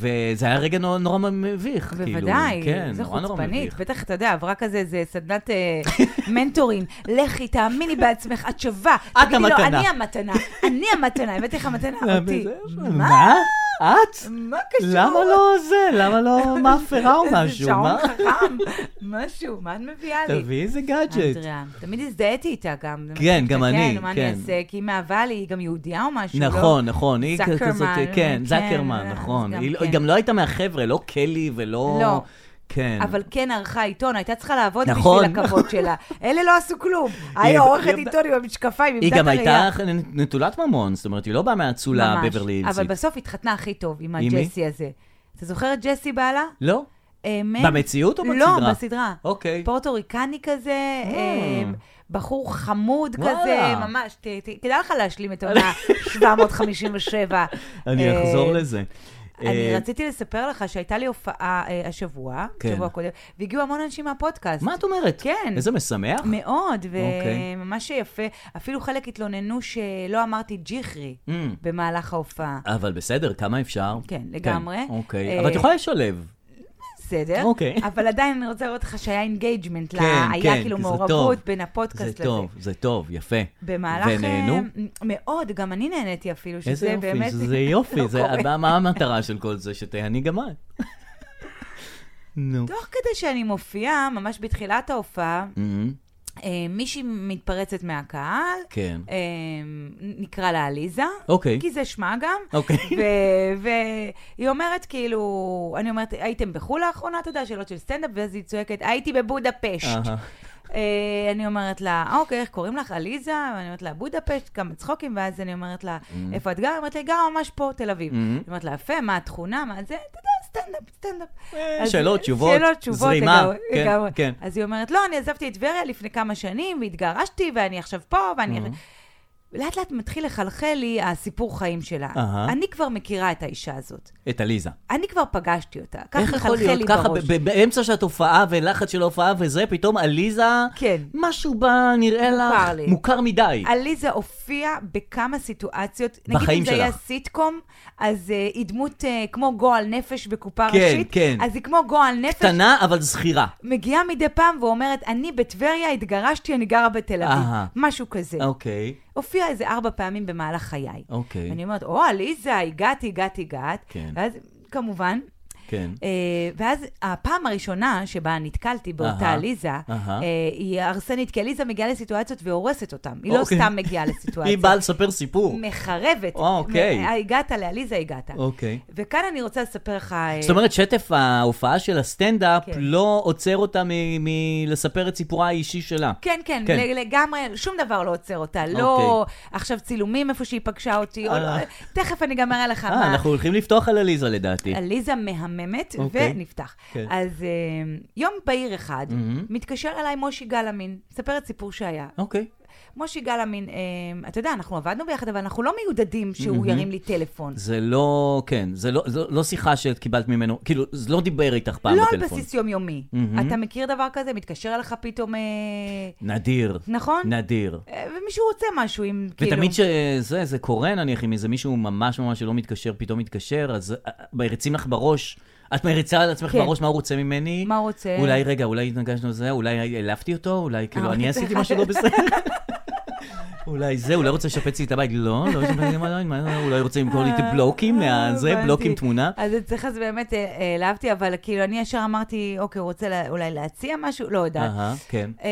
Speaker 2: וזה היה רגע נורא- נורא מביך. כאילו,
Speaker 3: בוודאי,
Speaker 2: כן,
Speaker 3: זה
Speaker 2: נורא נורא
Speaker 3: חוצפנית.
Speaker 2: מביך.
Speaker 3: בטח, אתה יודע, עברה כזה איזה סדנת אה, מנטורים. לכי, תאמיני בעצמך, את שווה.
Speaker 2: את
Speaker 3: תגידי לו,
Speaker 2: המתנה.
Speaker 3: אני המתנה, אני המתנה, הבאתי לך מתנה, אותי. מה?
Speaker 2: אה, מה? את?
Speaker 3: מה קשור?
Speaker 2: למה לא זה? למה לא מאפרה או
Speaker 3: איזה
Speaker 2: משהו?
Speaker 3: שעון
Speaker 2: מה?
Speaker 3: חכם, משהו, מה את מביאה לי?
Speaker 2: תביא איזה גאדג'ט.
Speaker 3: אנדריה, תמיד הזדהיתי איתה גם. זה מה
Speaker 2: כן,
Speaker 3: שאני
Speaker 2: גם
Speaker 3: מסתכל,
Speaker 2: אני,
Speaker 3: מה
Speaker 2: כן.
Speaker 3: אני אעשה? כי היא מהווה לי, היא גם יהודייה או משהו, לא?
Speaker 2: נכון, נכון, היא כ-
Speaker 3: זקרמן,
Speaker 2: כזאת, כן,
Speaker 3: כן,
Speaker 2: זקרמן,
Speaker 3: אז
Speaker 2: נכון.
Speaker 3: גם
Speaker 2: היא לא- היא
Speaker 3: כן.
Speaker 2: גם לא הייתה מהחבר'ה, לא קלי ולא...
Speaker 3: לא.
Speaker 2: כן.
Speaker 3: אבל כן ערכה עיתון, הייתה צריכה לעבוד
Speaker 2: נכון.
Speaker 3: בשביל הכבוד שלה. אלה לא עשו כלום. היה עורכת
Speaker 2: היא-
Speaker 3: עיתון עם המשקפיים, עם
Speaker 2: היא
Speaker 3: תת
Speaker 2: גם הייתה
Speaker 3: הראייה.
Speaker 2: נטולת ממון, זאת אומרת, היא לא באה מהאצולה
Speaker 3: ממש.
Speaker 2: בברלי
Speaker 3: אבל
Speaker 2: הילסית.
Speaker 3: בסוף התחתנה הכי טוב עם
Speaker 2: עם מי?
Speaker 3: הג'סי הזה. אתה זוכר את ג'סי בעלה?
Speaker 2: לא?
Speaker 3: אמן.
Speaker 2: במציאות או
Speaker 3: לא,
Speaker 2: בסדרה?
Speaker 3: בסדרה.
Speaker 2: אוקיי.
Speaker 3: פורטוריקני כזה, אה, בחור חמוד
Speaker 2: וואלה.
Speaker 3: כזה, ממש, ת- ת- כדאי לך להשלים את עונה 757.
Speaker 2: אני
Speaker 3: אה,
Speaker 2: אחזור לזה.
Speaker 3: אני
Speaker 2: אה,
Speaker 3: רציתי לספר לך שהייתה לי הופעה אה, השבוע,
Speaker 2: כן.
Speaker 3: שבוע קודם, והגיעו המון אנשים מהפודקאסט.
Speaker 2: מה את אומרת?
Speaker 3: כן.
Speaker 2: איזה משמח.
Speaker 3: מאוד,
Speaker 2: אוקיי.
Speaker 3: וממש יפה. אפילו חלק התלוננו שלא אמרתי ג'יחרי
Speaker 2: Mm.
Speaker 3: במהלך ההופעה.
Speaker 2: אבל בסדר, כמה אפשר?
Speaker 3: כן, לגמרי.
Speaker 2: אוקיי,
Speaker 3: אה,
Speaker 2: אבל את יכולה לשלב.
Speaker 3: בסדר.
Speaker 2: אוקיי.
Speaker 3: אבל עדיין אני רוצה לראות לך שהיה אינגייג'מנט,
Speaker 2: כן, כן,
Speaker 3: היה כאילו
Speaker 2: כי זה
Speaker 3: מעורבות
Speaker 2: טוב.
Speaker 3: בין
Speaker 2: זה
Speaker 3: הפודקאסט לזה.
Speaker 2: טוב, זה טוב, יפה.
Speaker 3: במהלך...
Speaker 2: ונהנו?
Speaker 3: אה, מאוד, גם אני נהניתי אפילו, שזה
Speaker 2: איזה
Speaker 3: באמת...
Speaker 2: יופי, זה
Speaker 3: לא
Speaker 2: יופי, זה-
Speaker 3: קורה.
Speaker 2: מה- מה המטרה של כל זה? שתהני גם את. נו.
Speaker 3: תוך כדי שאני מופיעה, ממש בתחילת ההופעה,
Speaker 2: אמ,
Speaker 3: אה, מישהי מתפרצת מהקהל,
Speaker 2: כן.
Speaker 3: אה, נקרא לה עליזה,
Speaker 2: אוקיי.
Speaker 3: כי זה שמה גם,
Speaker 2: אוקיי.
Speaker 3: ו- והיא אומרת כאילו, אני אומרת, הייתם בחו"ל לאחרונה, אתה יודע, שאלות של סטנדאפ, ואז היא צועקת, הייתי בבודפשט.
Speaker 2: אהה.
Speaker 3: אה, אני אומרת לה, "אה, אוקיי, איך קוראים לך? עליזה? ואני אומרת לה, בודפשט, כמה צחוקים, ואז אני אומרת לה,
Speaker 2: Mm-hmm.
Speaker 3: איפה את גרה? היא אומרת לי, גרה ממש פה, תל אביב. אני אומרת לה, יפה, מה התכונה, מה זה? אתה יודע, סטנדאפ, סטנדאפ.
Speaker 2: אה,
Speaker 3: אז-
Speaker 2: שאלות, תשובות,
Speaker 3: שאלות, תשובות,
Speaker 2: זרימה,
Speaker 3: לגמרי,
Speaker 2: כן,
Speaker 3: לגמרי.
Speaker 2: כן.
Speaker 3: אז היא אומרת, לא, אני עזבתי את טבריה לפני כמה שנים, והתגרשתי, ואני עכשיו פה, ואני... לאט לאט מתחיל לחלחל לי הסיפור חיים שלה.
Speaker 2: Mm-hmm. אהה.
Speaker 3: אני כבר מכירה את האישה הזאת.
Speaker 2: את עליזה.
Speaker 3: אני כבר פגשתי אותה. כך
Speaker 2: איך יכול
Speaker 3: מחלחל לי
Speaker 2: להיות ככה
Speaker 3: בראש.
Speaker 2: ב- ב- באמצע של התופעה ולחץ של ההופעה וזה, פתאום עליזה,
Speaker 3: כן.
Speaker 2: משהו בה נראה
Speaker 3: מוכר
Speaker 2: לך
Speaker 3: לי.
Speaker 2: מוכר מדי.
Speaker 3: עליזה הופיעה בכמה סיטואציות. נגיד
Speaker 2: אוקיי. בחיים
Speaker 3: אם זה היה
Speaker 2: שלך.
Speaker 3: סיטקום, אז uh, היא דמות uh, כמו גועל נפש בקופה
Speaker 2: כן,
Speaker 3: ראשית.
Speaker 2: כן.
Speaker 3: אז היא כמו גועל נפש.
Speaker 2: קטנה אבל זכירה.
Speaker 3: מגיעה מדי פעם ואומרת, אני בטבריה התגרשתי, אני גרה בתל אביב.
Speaker 2: אהה.
Speaker 3: משהו כזה.
Speaker 2: אוקיי.
Speaker 3: הופיעה איזה ארבע פעמים במהלך חיי.
Speaker 2: אוקיי.
Speaker 3: אני אומרת, או, עליזה, הגעת, הגעת, הגעת.
Speaker 2: כן.
Speaker 3: ואז, כמובן,
Speaker 2: כן.
Speaker 3: אה, ואז הפעם הראשונה שבה נתקלתי באותה
Speaker 2: אהה,
Speaker 3: עליזה,
Speaker 2: אהה.
Speaker 3: אה, היא הרסנית, כי עליזה מגיעה לסיטואציות והורסת אותן. היא לא
Speaker 2: אוקיי.
Speaker 3: סתם מגיעה לסיטואציות.
Speaker 2: היא באה לספר סיפור.
Speaker 3: מחרבת.
Speaker 2: אה, אוקיי.
Speaker 3: מ- אה, הגעת לעליזה, הגעת.
Speaker 2: אוקיי.
Speaker 3: וכאן אני רוצה לספר לך... אה,
Speaker 2: זאת אומרת, שטף ההופעה של הסטנדאפ
Speaker 3: כן.
Speaker 2: לא עוצר אותה מ- מלספר את סיפורה האישי שלה.
Speaker 3: כן, כן,
Speaker 2: כן. אוקיי.
Speaker 3: כן. לגמרי, שום דבר לא עוצר אותה. לא עכשיו צילומים איפה שהיא פגשה אותי, או לא,
Speaker 2: אה.
Speaker 3: תכף אני גם אראה לך
Speaker 2: אה,
Speaker 3: מה...
Speaker 2: אנחנו הולכים לפתוח על עליזה לדעתי.
Speaker 3: עליזה מהממת,
Speaker 2: אוקיי.
Speaker 3: ונפתח.
Speaker 2: כן.
Speaker 3: אז אה, יום בהיר אחד, מתקשר אליי מושי גלאמין, מספר את סיפור שהיה.
Speaker 2: אוקיי.
Speaker 3: מושי גלאמין, אה, אתה יודע, אנחנו עבדנו ביחד, אבל אנחנו לא מיודדים שהוא ירים לי טלפון.
Speaker 2: זה לא, כן, זה לא- זו לא שיחה שקיבלת ממנו, כאילו, זה לא דיבר איתך פעם
Speaker 3: לא
Speaker 2: בטלפון.
Speaker 3: על בסיס יומיומי. אתה מכיר דבר כזה? מתקשר אליך פתאום, אה,
Speaker 2: נדיר.
Speaker 3: נכון?
Speaker 2: נדיר.
Speaker 3: אה, ומישהו רוצה משהו עם, כאילו...
Speaker 2: ותמיד שזה, זה קורה נניח, אם איזה מישהו ממש ממש שלא מתקשר, פתאום מתקשר, אז אה, מריצים לך בראש. את מריצה על עצמך
Speaker 3: כן.
Speaker 2: בראש מה הוא רוצה ממני.
Speaker 3: מה הוא רוצה?
Speaker 2: אולי, רגע, אולי התנגשנו זה, אולי העלבתי אותו, אולי כאילו
Speaker 3: אה,
Speaker 2: אני
Speaker 3: זה
Speaker 2: עשיתי
Speaker 3: אחד.
Speaker 2: משהו לא בסדר. אולי זה, אולי רוצה לשפץ לי את הבית, לא, לא לשפץ לי את הבית, מה, אולי רוצה למכור לי את הבלוקים,
Speaker 3: אה,
Speaker 2: מהזה,
Speaker 3: הבנתי.
Speaker 2: בלוק עם תמונה.
Speaker 3: אז אצלך זה באמת אה, העלבתי, אבל כאילו, אני ישר אמרתי, אוקיי, הוא רוצה לה- אולי להציע משהו? לא יודעת.
Speaker 2: אהה, כן.
Speaker 3: אה,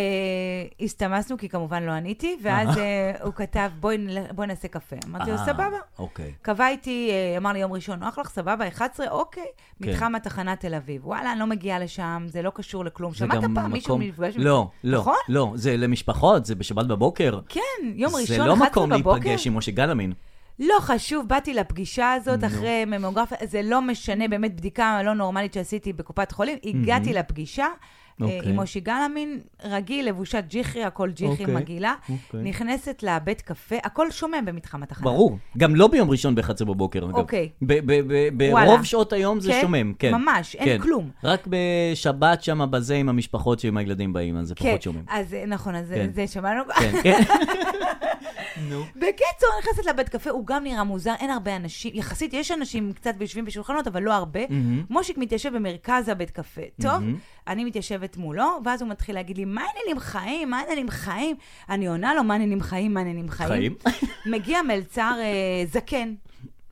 Speaker 3: הסתמסנו, כי כמובן לא עניתי, ואז אה, הוא כתב, "בואי נל- בואי נעשה קפה. אמרתי לו,
Speaker 2: אה,
Speaker 3: סבבה.
Speaker 2: אוקיי.
Speaker 3: קבע איתי, אה, אמר לי יום ראשון, נוח לך, סבבה, 11, אוקיי.
Speaker 2: כן.
Speaker 3: מתחם התחנה תל אביב. וואלה, אני לא מגיעה לשם, זה לא קשור לכלום.
Speaker 2: זה
Speaker 3: שמעת
Speaker 2: גם
Speaker 3: פעם מישהו
Speaker 2: מקום-
Speaker 3: מפגש?
Speaker 2: לא, לא,
Speaker 3: נכון?
Speaker 2: לא, זה למשפחות, זה בשבת בבוקר.
Speaker 3: כן, יום ראשון, 11 בבוקר.
Speaker 2: זה לא מקום להיפגש עם משה גלאמין.
Speaker 3: לא חשוב, באתי לפגישה הזאת אחרי ממוגרפיה, זה לא משנה, באמת בדיקה לא נורמלית שעשיתי בקופת חולים. הגעתי לפגישה אה,
Speaker 2: אוקיי.
Speaker 3: עם מושי גלאמין, רגיל, לבושת ג'יחרי, הכל ג'יחרי
Speaker 2: אוקיי,
Speaker 3: מגעילה.
Speaker 2: אוקיי.
Speaker 3: נכנסת לבית קפה, הכל שומם במתחם התחנה.
Speaker 2: ברור. גם לא ביום ראשון ב-11 בבוקר, אגב.
Speaker 3: אוקיי.
Speaker 2: ב- ב- ב-
Speaker 3: וואלה.
Speaker 2: ברוב שעות היום זה
Speaker 3: כן?
Speaker 2: שומם, כן.
Speaker 3: ממש, אין
Speaker 2: כן.
Speaker 3: כלום.
Speaker 2: רק בשבת שם בזה עם המשפחות שעם הילדים באים, אז זה
Speaker 3: כן,
Speaker 2: פחות שומם.
Speaker 3: אז אה, נכון, אז
Speaker 2: כן.
Speaker 3: זה שמענו.
Speaker 2: כן, כן. נו.
Speaker 3: בקיצור, אני נכנסת לבית קפה, הוא גם נראה מוזר, אין הרבה אנשים, יחסית יש אנשים קצת יושבים בשולחנות, אבל לא הרבה.
Speaker 2: Mm-hmm.
Speaker 3: מושיק מתיישב במרכז הבית קפה, טוב? אני מתיישבת מולו, ואז הוא מתחיל להגיד לי, מה העניינים חיים? מה העניינים חיים? אני עונה לו, מה העניינים חיים? מה העניינים חיים?
Speaker 2: חיים?
Speaker 3: מגיע מלצר אה, זקן.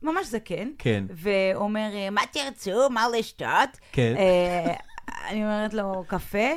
Speaker 3: ממש זקן,
Speaker 2: כן.
Speaker 3: ואומר, אה, מה תרצו, מה לשתות?
Speaker 2: כן.
Speaker 3: אה, אני אומרת לו, קפה,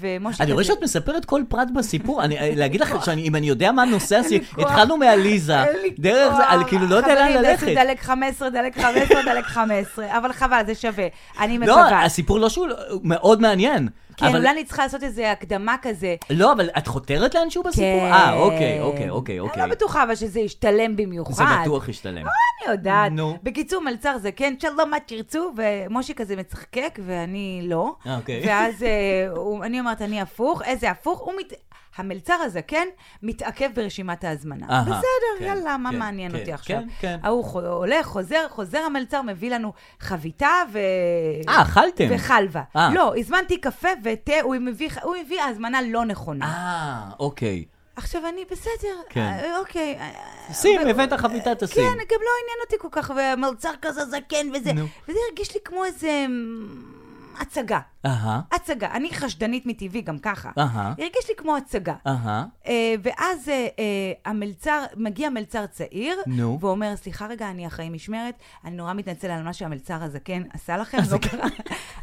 Speaker 3: ומשה...
Speaker 2: אני רואה
Speaker 3: כזה-
Speaker 2: שאת מספרת כל פרט בסיפור. אני- אני להגיד לך שאם אני יודע מה הנושא, אז
Speaker 3: לי כוח.
Speaker 2: התחלנו מעליזה.
Speaker 3: אין לי
Speaker 2: דרך זה,
Speaker 3: כוח.
Speaker 2: אני כאילו לא יודע לאן
Speaker 3: חברים, דסי,
Speaker 2: ללכת.
Speaker 3: דלק 15, דלק 15, דלק 15, אבל חבל, זה שווה. אני
Speaker 2: לא,
Speaker 3: מקווה.
Speaker 2: הסיפור לא שהוא הוא מאוד מעניין.
Speaker 3: כן,
Speaker 2: אבל-
Speaker 3: אולי אני צריכה לעשות איזה הקדמה כזה.
Speaker 2: לא, אבל את חותרת לאנשהו בסיפור?
Speaker 3: כן.
Speaker 2: אה, אוקיי, אוקיי, אוקיי, אוקיי.
Speaker 3: אני לא בטוחה אבל שזה ישתלם במיוחד.
Speaker 2: זה בטוח ישתלם.
Speaker 3: אני יודעת.
Speaker 2: נו.
Speaker 3: בקיצור, מלצר זה כן, שלום, מה תרצו? ומושי כזה מצחקק, ואני לא.
Speaker 2: אה, אוקיי.
Speaker 3: ואז אה, הוא- אני אומרת, אני הפוך. איזה הפוך? הוא מת... המלצר הזקן מתעכב ברשימת ההזמנה.
Speaker 2: אהה,
Speaker 3: בסדר,
Speaker 2: כן,
Speaker 3: יאללה, מה
Speaker 2: כן,
Speaker 3: מעניין
Speaker 2: כן,
Speaker 3: אותי עכשיו?
Speaker 2: כן, כן.
Speaker 3: ההוא חו- עולה, חוזר, חוזר המלצר, מביא לנו חביתה ו...
Speaker 2: אה, אכלתם.
Speaker 3: וחלבה.
Speaker 2: אה.
Speaker 3: לא, הזמנתי קפה ותה, הוא מביא- הוא הביא הזמנה לא נכונה.
Speaker 2: אה, אוקיי.
Speaker 3: עכשיו אני, בסדר,
Speaker 2: כן.
Speaker 3: אה, אוקיי. אה,
Speaker 2: שים,
Speaker 3: אבל-
Speaker 2: הבאת חביתה, תשים.
Speaker 3: כן, גם לא עניין אותי כל כך, והמלצר כזה זקן וזה.
Speaker 2: נו.
Speaker 3: וזה הרגיש לי כמו איזה אמ, הצגה.
Speaker 2: אהה,
Speaker 3: הצגה. אני חשדנית מטבעי גם ככה.
Speaker 2: אהה.
Speaker 3: הרגיש לי כמו הצגה.
Speaker 2: אהה.
Speaker 3: אה, ואז אה, אה, המלצר, מגיע מלצר צעיר,
Speaker 2: נו.
Speaker 3: ואומר, סליחה רגע, אני אחראי משמרת, אני נורא מתנצל על מה שהמלצר הזקן עשה לכם, לא קרה.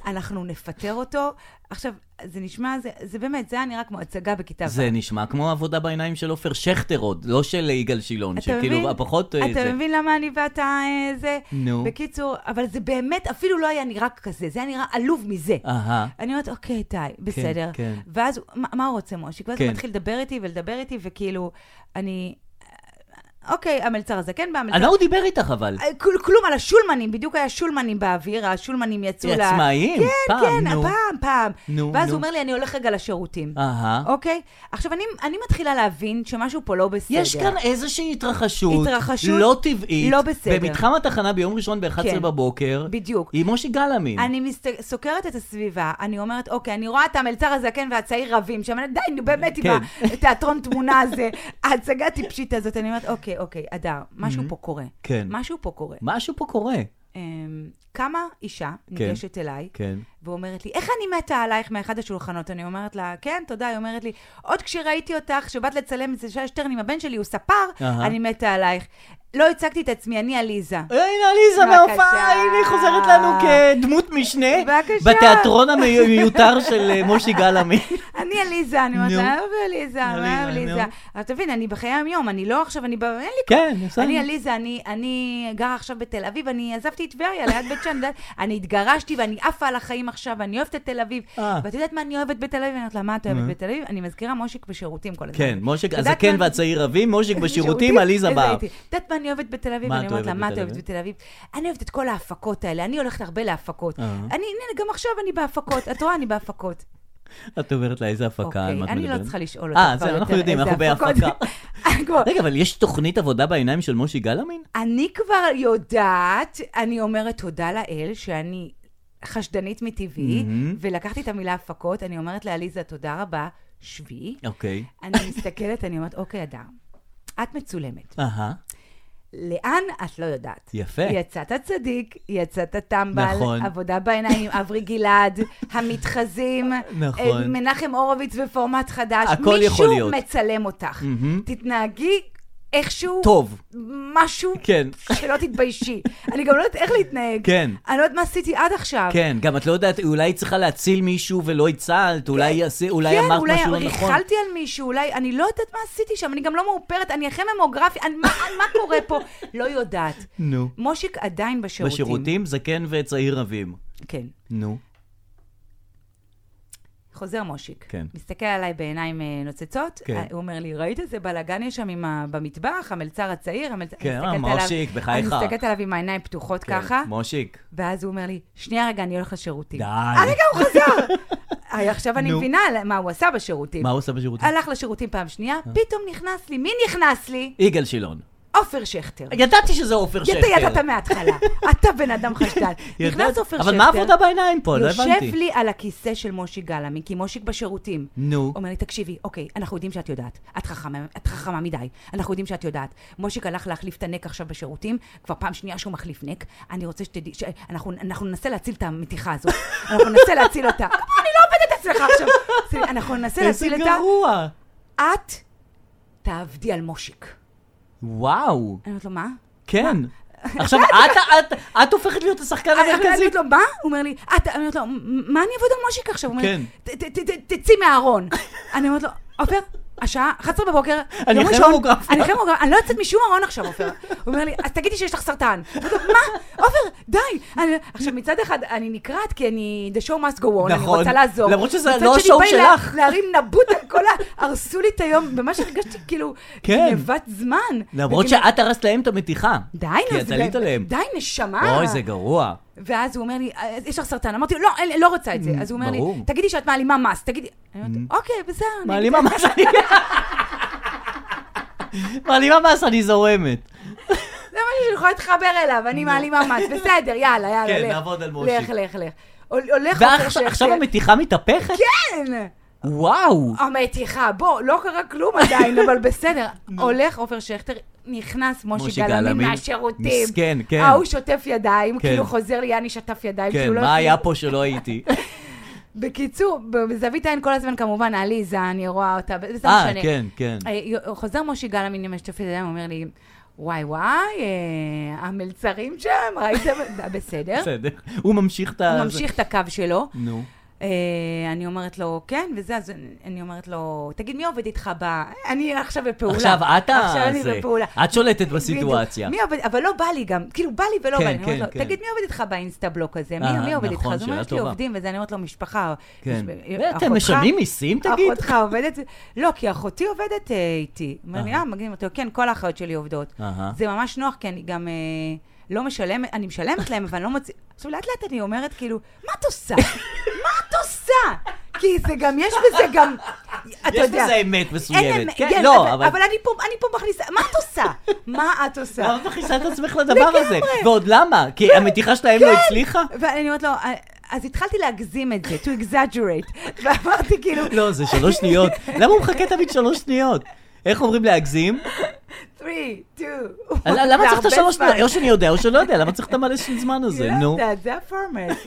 Speaker 3: אנחנו נפטר אותו. עכשיו, זה נשמע, זה, זה באמת, זה היה נראה כמו הצגה בכיתה ו'.
Speaker 2: זה נשמע כמו עבודה בעיניים של עופר שכטר עוד, לא של יגאל שילון,
Speaker 3: אתה מבין?
Speaker 2: שכאילו הפחות... אה,
Speaker 3: אתה
Speaker 2: זה-
Speaker 3: מבין למה אני ואתה אה, זה?
Speaker 2: נו.
Speaker 3: בקיצור, אבל זה באמת אפילו לא היה נראה כזה, זה היה נראה עלוב מזה.
Speaker 2: אהה.
Speaker 3: אני אומרת, אוקיי, די, בסדר.
Speaker 2: כן.
Speaker 3: ואז, הוא- מה- מה הוא רוצה, מושיק? ואז הוא
Speaker 2: כן.
Speaker 3: מתחיל לדבר איתי ולדבר איתי, וכאילו, אני... אוקיי, המלצר הזה כן, והמלצר...
Speaker 2: על מה הוא אה, דיבר איתך אבל?
Speaker 3: אה, כל- כלום, על השולמנים, בדיוק היה שולמנים באוויר, השולמנים יצאו ל...
Speaker 2: עצמאיים?
Speaker 3: כן,
Speaker 2: פעם,
Speaker 3: כן,
Speaker 2: נו.
Speaker 3: פעם, פעם.
Speaker 2: נו,
Speaker 3: ואז
Speaker 2: נו.
Speaker 3: הוא אומר לי, אני הולך רגע לשירותים.
Speaker 2: אהה.
Speaker 3: אוקיי? עכשיו, אני- אני מתחילה להבין שמשהו פה לא בסדר.
Speaker 2: יש כאן איזושהי התרחשות,
Speaker 3: התרחשות
Speaker 2: לא טבעית,
Speaker 3: לא בסדר.
Speaker 2: במתחם התחנה ביום ראשון ב-11
Speaker 3: כן.
Speaker 2: בבוקר,
Speaker 3: בדיוק.
Speaker 2: עם מושי גלאמין.
Speaker 3: אני מסת... סוקרת את הסביבה, אני אומרת, אוקיי, אני רואה את המלצר הזקן והצעיר רבים שם, אני- די, נו, באמת, עם
Speaker 2: כן.
Speaker 3: התיאטרון תמונה הזה, ההצגה הטיפשית הזאת, אני אומרת, אוקיי, אוקיי, אדר, משהו פה קורה.
Speaker 2: כן.
Speaker 3: משהו פה קורה.
Speaker 2: משהו פה קורה.
Speaker 3: אמ, קמה אישה ניגשת אליי,
Speaker 2: כן.
Speaker 3: ואומרת לי, איך אני מתה עלייך מאחד השולחנות? אני אומרת לה, כן, תודה, היא אומרת לי, עוד כשראיתי אותך, שבאת לצלם את זה שי שטרן עם הבן שלי, הוא ספר,
Speaker 2: אהה.
Speaker 3: אני מתה עלייך. לא הצגתי את עצמי, אני עליזה.
Speaker 2: הנה עליזה
Speaker 3: בבקשה.
Speaker 2: מההופעה, הנה היא חוזרת לנו כדמות משנה,
Speaker 3: בבקשה.
Speaker 2: בתיאטרון המיותר של אה, מושי גלאמין.
Speaker 3: אני עליזה, אני אומרת
Speaker 2: נו.
Speaker 3: לה, אהב עליזה, אהב
Speaker 2: עליזה,
Speaker 3: עליזה.
Speaker 2: נו.
Speaker 3: אבל תבין, אני בחיי היום-יום, אני לא עכשיו, אני ב... אין לי כוח.
Speaker 2: כן, בסדר.
Speaker 3: אני עליזה, אני, אני גרה עכשיו בתל אביב, אני עזבתי את טבריה ליד בית שאן, יודעת, אני התגרשתי ואני עפה על החיים עכשיו, ואני אוהבת את תל אביב.
Speaker 2: אה.
Speaker 3: ואת יודעת מה אני אוהבת בתל אביב? אני אומרת לה, מה את אוהבת בתל אביב? אני מזכירה מושיק בשירותים כל הזמן.
Speaker 2: כן, מושיק
Speaker 3: את יודעת
Speaker 2: הזקן
Speaker 3: מה-
Speaker 2: והצעיר רבים, מושיק בשירותים, עליזה
Speaker 3: איזה
Speaker 2: באה.
Speaker 3: הייתי. את יודעת מה אני אוהבת בתל אביב?
Speaker 2: מה
Speaker 3: אני
Speaker 2: את
Speaker 3: אומרת לה,
Speaker 2: אוהבת
Speaker 3: מה את
Speaker 2: בתל
Speaker 3: אוהבת
Speaker 2: אביב?"
Speaker 3: בתל אביב? אני אוהבת את כל ההפקות האלה, אני הולכת הרבה להפקות.
Speaker 2: אה.
Speaker 3: אני, הנה, גם עכשיו אני בהפקות. את רואה, אני בהפקות.
Speaker 2: את אומרת לה איזה הפקה, על מה את
Speaker 3: אוקיי, אני לא
Speaker 2: מדברת?
Speaker 3: צריכה לשאול אותך
Speaker 2: אה,
Speaker 3: כבר
Speaker 2: זהו, אנחנו
Speaker 3: יותר
Speaker 2: יודעים,
Speaker 3: איזה
Speaker 2: אנחנו
Speaker 3: הפקות. אה,
Speaker 2: בהפקה.
Speaker 3: כבר-
Speaker 2: רגע, אבל יש תוכנית עבודה בעיניים של מושי גלאמין?
Speaker 3: אני כבר יודעת, אני אומרת תודה לאל שאני חשדנית מטבעי,
Speaker 2: מהמם.
Speaker 3: ולקחתי את המילה הפקות, אני אומרת לעליזה תודה רבה, שבי.
Speaker 2: אוקיי.
Speaker 3: אני מסתכלת, אני אומרת, אוקיי, אדר, את מצולמת.
Speaker 2: אהה.
Speaker 3: לאן? את לא יודעת.
Speaker 2: יפה.
Speaker 3: יצאת צדיק, יצאת טמבל,
Speaker 2: נכון.
Speaker 3: עבודה בעיניים, אברי גלעד, המתחזים,
Speaker 2: נכון.
Speaker 3: אה, מנחם הורוביץ בפורמט חדש.
Speaker 2: הכל יכול להיות.
Speaker 3: מישהו מצלם אותך. תתנהגי איכשהו...
Speaker 2: טוב.
Speaker 3: משהו
Speaker 2: כן.
Speaker 3: שלא תתביישי. אני גם לא יודעת איך להתנהג.
Speaker 2: כן.
Speaker 3: אני לא יודעת מה עשיתי עד עכשיו.
Speaker 2: כן, גם את לא יודעת, אולי צריך להציל מישהו ולא הצלת, אולי יעשה- אולי
Speaker 3: כן,
Speaker 2: אמרת
Speaker 3: אולי
Speaker 2: משהו לא נכון.
Speaker 3: ריחלתי על מישהו, אולי, אני לא יודעת מה עשיתי שם, אני גם לא מאופרת, אני אחרי ממוגרפיה, אני- מה מה קורה פה? לא יודעת.
Speaker 2: נו.
Speaker 3: מושיק עדיין בשירותים.
Speaker 2: בשירותים זקן וצעיר רבים.
Speaker 3: כן.
Speaker 2: נו.
Speaker 3: חוזר מושיק.
Speaker 2: כן.
Speaker 3: מסתכל עליי בעיניים אה, נוצצות,
Speaker 2: כן.
Speaker 3: אה, הוא אומר לי, ראית איזה בלאגן יש שם עם ה... במטבח, המלצר הצעיר? המלצ...
Speaker 2: כן,
Speaker 3: אני מסתכלת
Speaker 2: אה,
Speaker 3: עליו-
Speaker 2: מושיק, בחייך.
Speaker 3: אני מסתכלת עליו עם העיניים פתוחות
Speaker 2: כן,
Speaker 3: ככה,
Speaker 2: מושיק.
Speaker 3: ואז הוא אומר לי, שנייה רגע, אני הולך לשירותים.
Speaker 2: די.
Speaker 3: אני גם הוא חזר. אה, עכשיו אני
Speaker 2: נו.
Speaker 3: מבינה על- מה הוא עשה בשירותים.
Speaker 2: מה הוא עושה בשירותים?
Speaker 3: הלך לשירותים פעם שנייה, פתאום נכנס לי. מי נכנס לי?
Speaker 2: יגאל שילון.
Speaker 3: עופר שכטר.
Speaker 2: ידעתי שזה עופר שכטר.
Speaker 3: אתה ידעת מההתחלה, אתה בן אדם חשדן.
Speaker 2: ידעתי.
Speaker 3: נכנס עופר שכטר.
Speaker 2: אבל מה עבודה בעיניים פה? לא הבנתי.
Speaker 3: יושב לי על הכיסא של מושיק גלעמי, כי מושיק בשירותים.
Speaker 2: נו.
Speaker 3: אומר לי, תקשיבי, אוקיי, אנחנו יודעים שאת יודעת. את חכמה, את חכמה מדי. אנחנו יודעים שאת יודעת. מושיק הלך להחליף את הנק עכשיו בשירותים, כבר פעם שנייה שהוא מחליף נק. אני רוצה שתדעי, ש- אנחנו אנחנו ננסה להציל את המתיחה הזאת. אנחנו ננסה להציל אותה. כמה אני לא עובדת אצלך עכשיו. אנחנו ננסה
Speaker 2: איזה
Speaker 3: להציל אותה.
Speaker 2: גרוע.
Speaker 3: את תעבדי על מושיק.
Speaker 2: וואו.
Speaker 3: אני אומרת לו, מה?
Speaker 2: כן. עכשיו, את- את- את הופכת להיות השחקן
Speaker 3: אני לא-
Speaker 2: המרכזי.
Speaker 3: אומרת לו, מה? הוא אומר לי, "את-" אני אומרת לו, מה אני אעבוד על מושיק עכשיו? הוא אומר לי,
Speaker 2: כן.
Speaker 3: "ת- ת- ת- תצאי מהארון. אני אומרת לו, עופר, השעה 11 בבוקר,
Speaker 2: אני
Speaker 3: יום
Speaker 2: אחרי
Speaker 3: ראשון,
Speaker 2: ממוגרפיה."
Speaker 3: אני אחרי ממוגרפיה, אני לא יוצאת משום ארון עכשיו, עופר. הוא אומר לי, אז תגידי שיש לך סרטן. אני אומרת לו, מה? עופר, די. אני- עכשיו, מצד אחד, אני נקרעת כי אני, the show must go on, אני
Speaker 2: נכון.
Speaker 3: רוצה לעזור.
Speaker 2: למרות שזה
Speaker 3: מצד
Speaker 2: לא
Speaker 3: שני,
Speaker 2: השואו
Speaker 3: בא לי לה-
Speaker 2: שלך.
Speaker 3: להרים נבוט על כל ה... הרסו לי את היום, ממש הרגשתי כאילו,
Speaker 2: כן.
Speaker 3: גנבת זמן.
Speaker 2: למרות
Speaker 3: וגנב-
Speaker 2: שאת הרסת להם את המתיחה.
Speaker 3: די,
Speaker 2: כי
Speaker 3: נו,
Speaker 2: את
Speaker 3: זה- לא-
Speaker 2: עלית עליהם.
Speaker 3: די, נשמה.
Speaker 2: אוי, זה גרוע.
Speaker 3: ואז הוא אומר לי, "אה, יש לך סרטן? אמרתי לו, לא, אין לי- לא רוצה את זה. אז הוא אומר לי,
Speaker 2: Mm, ברור. Mm.
Speaker 3: תגידי שאת מעלימה מס, תגידי... אני אומרת, אוקיי, בסדר. אני אגיד
Speaker 2: מעלימה מס אני... מעלימה מס אני זורמת.
Speaker 3: לך, זה משהו שאני יכולה להתחבר אליו, אני מעלימה מס, בסדר, יאללה, יאללה,
Speaker 2: לא. כן,
Speaker 3: לך.
Speaker 2: נעבוד על מושיק.
Speaker 3: לך, לך, לך. הול- הולך עופר שכטר.
Speaker 2: ועכשיו המתיחה מתהפכת?
Speaker 3: כן! אה,
Speaker 2: וואו.
Speaker 3: המתיחה, בוא, לא קרה כלום עדיין, אבל בסדר. הולך עופר שכטר, נכנס
Speaker 2: מושיק
Speaker 3: מושי
Speaker 2: גלאמין,
Speaker 3: גלאמין מהשירותים.
Speaker 2: מסכן, כן.
Speaker 3: ההוא שוטף ידיים,
Speaker 2: כן.
Speaker 3: כאילו חוזר לי, אני שטף ידיים,
Speaker 2: כן,
Speaker 3: כאילו לא...
Speaker 2: מה היה פה שלא הייתי?
Speaker 3: בקיצור, בזווית העין כל הזמן, כמובן, עליזה, אני רואה אותה, וזה לא
Speaker 2: אה,
Speaker 3: משנה.
Speaker 2: כן, כן.
Speaker 3: אה, יו- חוזר משה גלאמין עם השטפת ידיים, אומר לי, וואי וואי, אה, המלצרים שם, ראיתם? בסדר.
Speaker 2: בסדר. הוא ממשיך את ה...
Speaker 3: הוא ממשיך את הקו שלו.
Speaker 2: נו.
Speaker 3: אה, אני אומרת לו, כן, וזה, אז אני אומרת לו, תגיד, מי עובד איתך ב... אני עכשיו בפעולה.
Speaker 2: עכשיו את ה...
Speaker 3: עכשיו אני
Speaker 2: זה.
Speaker 3: בפעולה.
Speaker 2: את שולטת בסיטואציה.
Speaker 3: בדיוק. מי עובד, אבל לא בא לי גם, כאילו בא לי ולא
Speaker 2: כן,
Speaker 3: בא לי. אני אומרת
Speaker 2: כן,
Speaker 3: לו,
Speaker 2: כן.
Speaker 3: תגיד, מי עובד איתך באינסטה בלוק הזה? מי-
Speaker 2: אה,
Speaker 3: מי עובד איתך?
Speaker 2: נכון,
Speaker 3: אז הוא אומר,
Speaker 2: שאלה
Speaker 3: יש לי
Speaker 2: טובה.
Speaker 3: עובדים וזה, אני אומרת לו, משפחה.
Speaker 2: כן.
Speaker 3: יש-
Speaker 2: ואתם
Speaker 3: אחותך-
Speaker 2: משלמים מיסים, תגיד?
Speaker 3: אחותך עובדת? לא, כי אחותי עובדת אה, איתי. אומר לי, אה, מגניב אותו, כן, כל האחיות שלי עובדות.
Speaker 2: אהה.
Speaker 3: זה ממש נוח, כי אני גם... אה, לא משלמת, אני משלמת להם, אבל אני לא מוציא... עכשיו, לאט לאט אני אומרת, כאילו, מה את עושה? מה את עושה? כי זה גם, יש בזה גם... אתה
Speaker 2: יש
Speaker 3: יודע,
Speaker 2: בזה אמת
Speaker 3: אין
Speaker 2: מסוימת.
Speaker 3: להם-
Speaker 2: כן,
Speaker 3: כן,
Speaker 2: לא,
Speaker 3: אבל...
Speaker 2: אבל...
Speaker 3: אבל אני פה, אני פה מכניסה, מה את עושה? מה את עושה?
Speaker 2: למה את מכניסה את עצמך לדבר הזה?
Speaker 3: לגמרי.
Speaker 2: ועוד למה? כי המתיחה שלהם לא הצליחה?
Speaker 3: כן. ואני אומרת לו, "אה, אז התחלתי להגזים את זה, to exaggerate. ואמרתי כאילו,
Speaker 2: לא, זה שלוש שניות. למה הוא מחכה תמיד שלוש שניות? איך אומרים להגזים?
Speaker 3: 3, 2,
Speaker 2: אז אה, למה צריך את השלוש שניות? או שאני יודע או שלא יודע, למה צריך את המלא של זמן הזה?
Speaker 3: לא
Speaker 2: נו,
Speaker 3: זה הפורמט.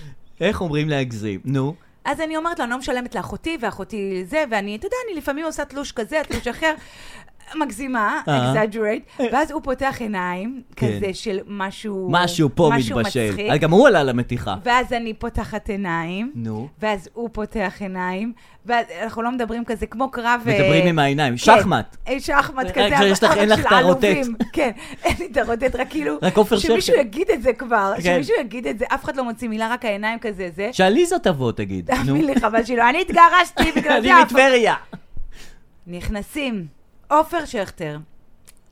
Speaker 2: איך אומרים להגזים? נו.
Speaker 3: אז אני אומרת לו, אני לא משלמת לאחותי, ואחותי זה, ואני, אתה יודע, אני לפעמים עושה תלוש כזה, תלוש אחר, מגזימה,
Speaker 2: אה.
Speaker 3: exaggerate, ואז הוא פותח עיניים,
Speaker 2: כן.
Speaker 3: כזה של משהו...
Speaker 2: משהו פה
Speaker 3: משהו
Speaker 2: מתבשל. אה,
Speaker 3: מצחיק.
Speaker 2: גם הוא עלה למתיחה.
Speaker 3: ואז אני פותחת עיניים.
Speaker 2: נו.
Speaker 3: ואז הוא פותח עיניים, ואז אנחנו לא מדברים כזה כמו קרב... אה,
Speaker 2: מדברים עם העיניים.
Speaker 3: כן,
Speaker 2: שחמט.
Speaker 3: אה, שחמט
Speaker 2: רק
Speaker 3: כזה,
Speaker 2: שיש לך-
Speaker 3: אבל
Speaker 2: אין לך
Speaker 3: של
Speaker 2: את הרוטט.
Speaker 3: עלובים. כן, אין לי את הרוטט, רק כאילו...
Speaker 2: רק עופר שכטר.
Speaker 3: שמישהו יגיד את זה כבר,
Speaker 2: כן.
Speaker 3: שמישהו יגיד את זה, אף אחד לא מוציא מילה, רק העיניים כזה, זה.
Speaker 2: שעליזה תבוא, תגיד. נו.
Speaker 3: תאמין לי, חבל שלא. אני התגרשתי בגלל
Speaker 2: אני
Speaker 3: זה. אף- לא
Speaker 2: מטבריה.
Speaker 3: נכנסים, עופר שכטר,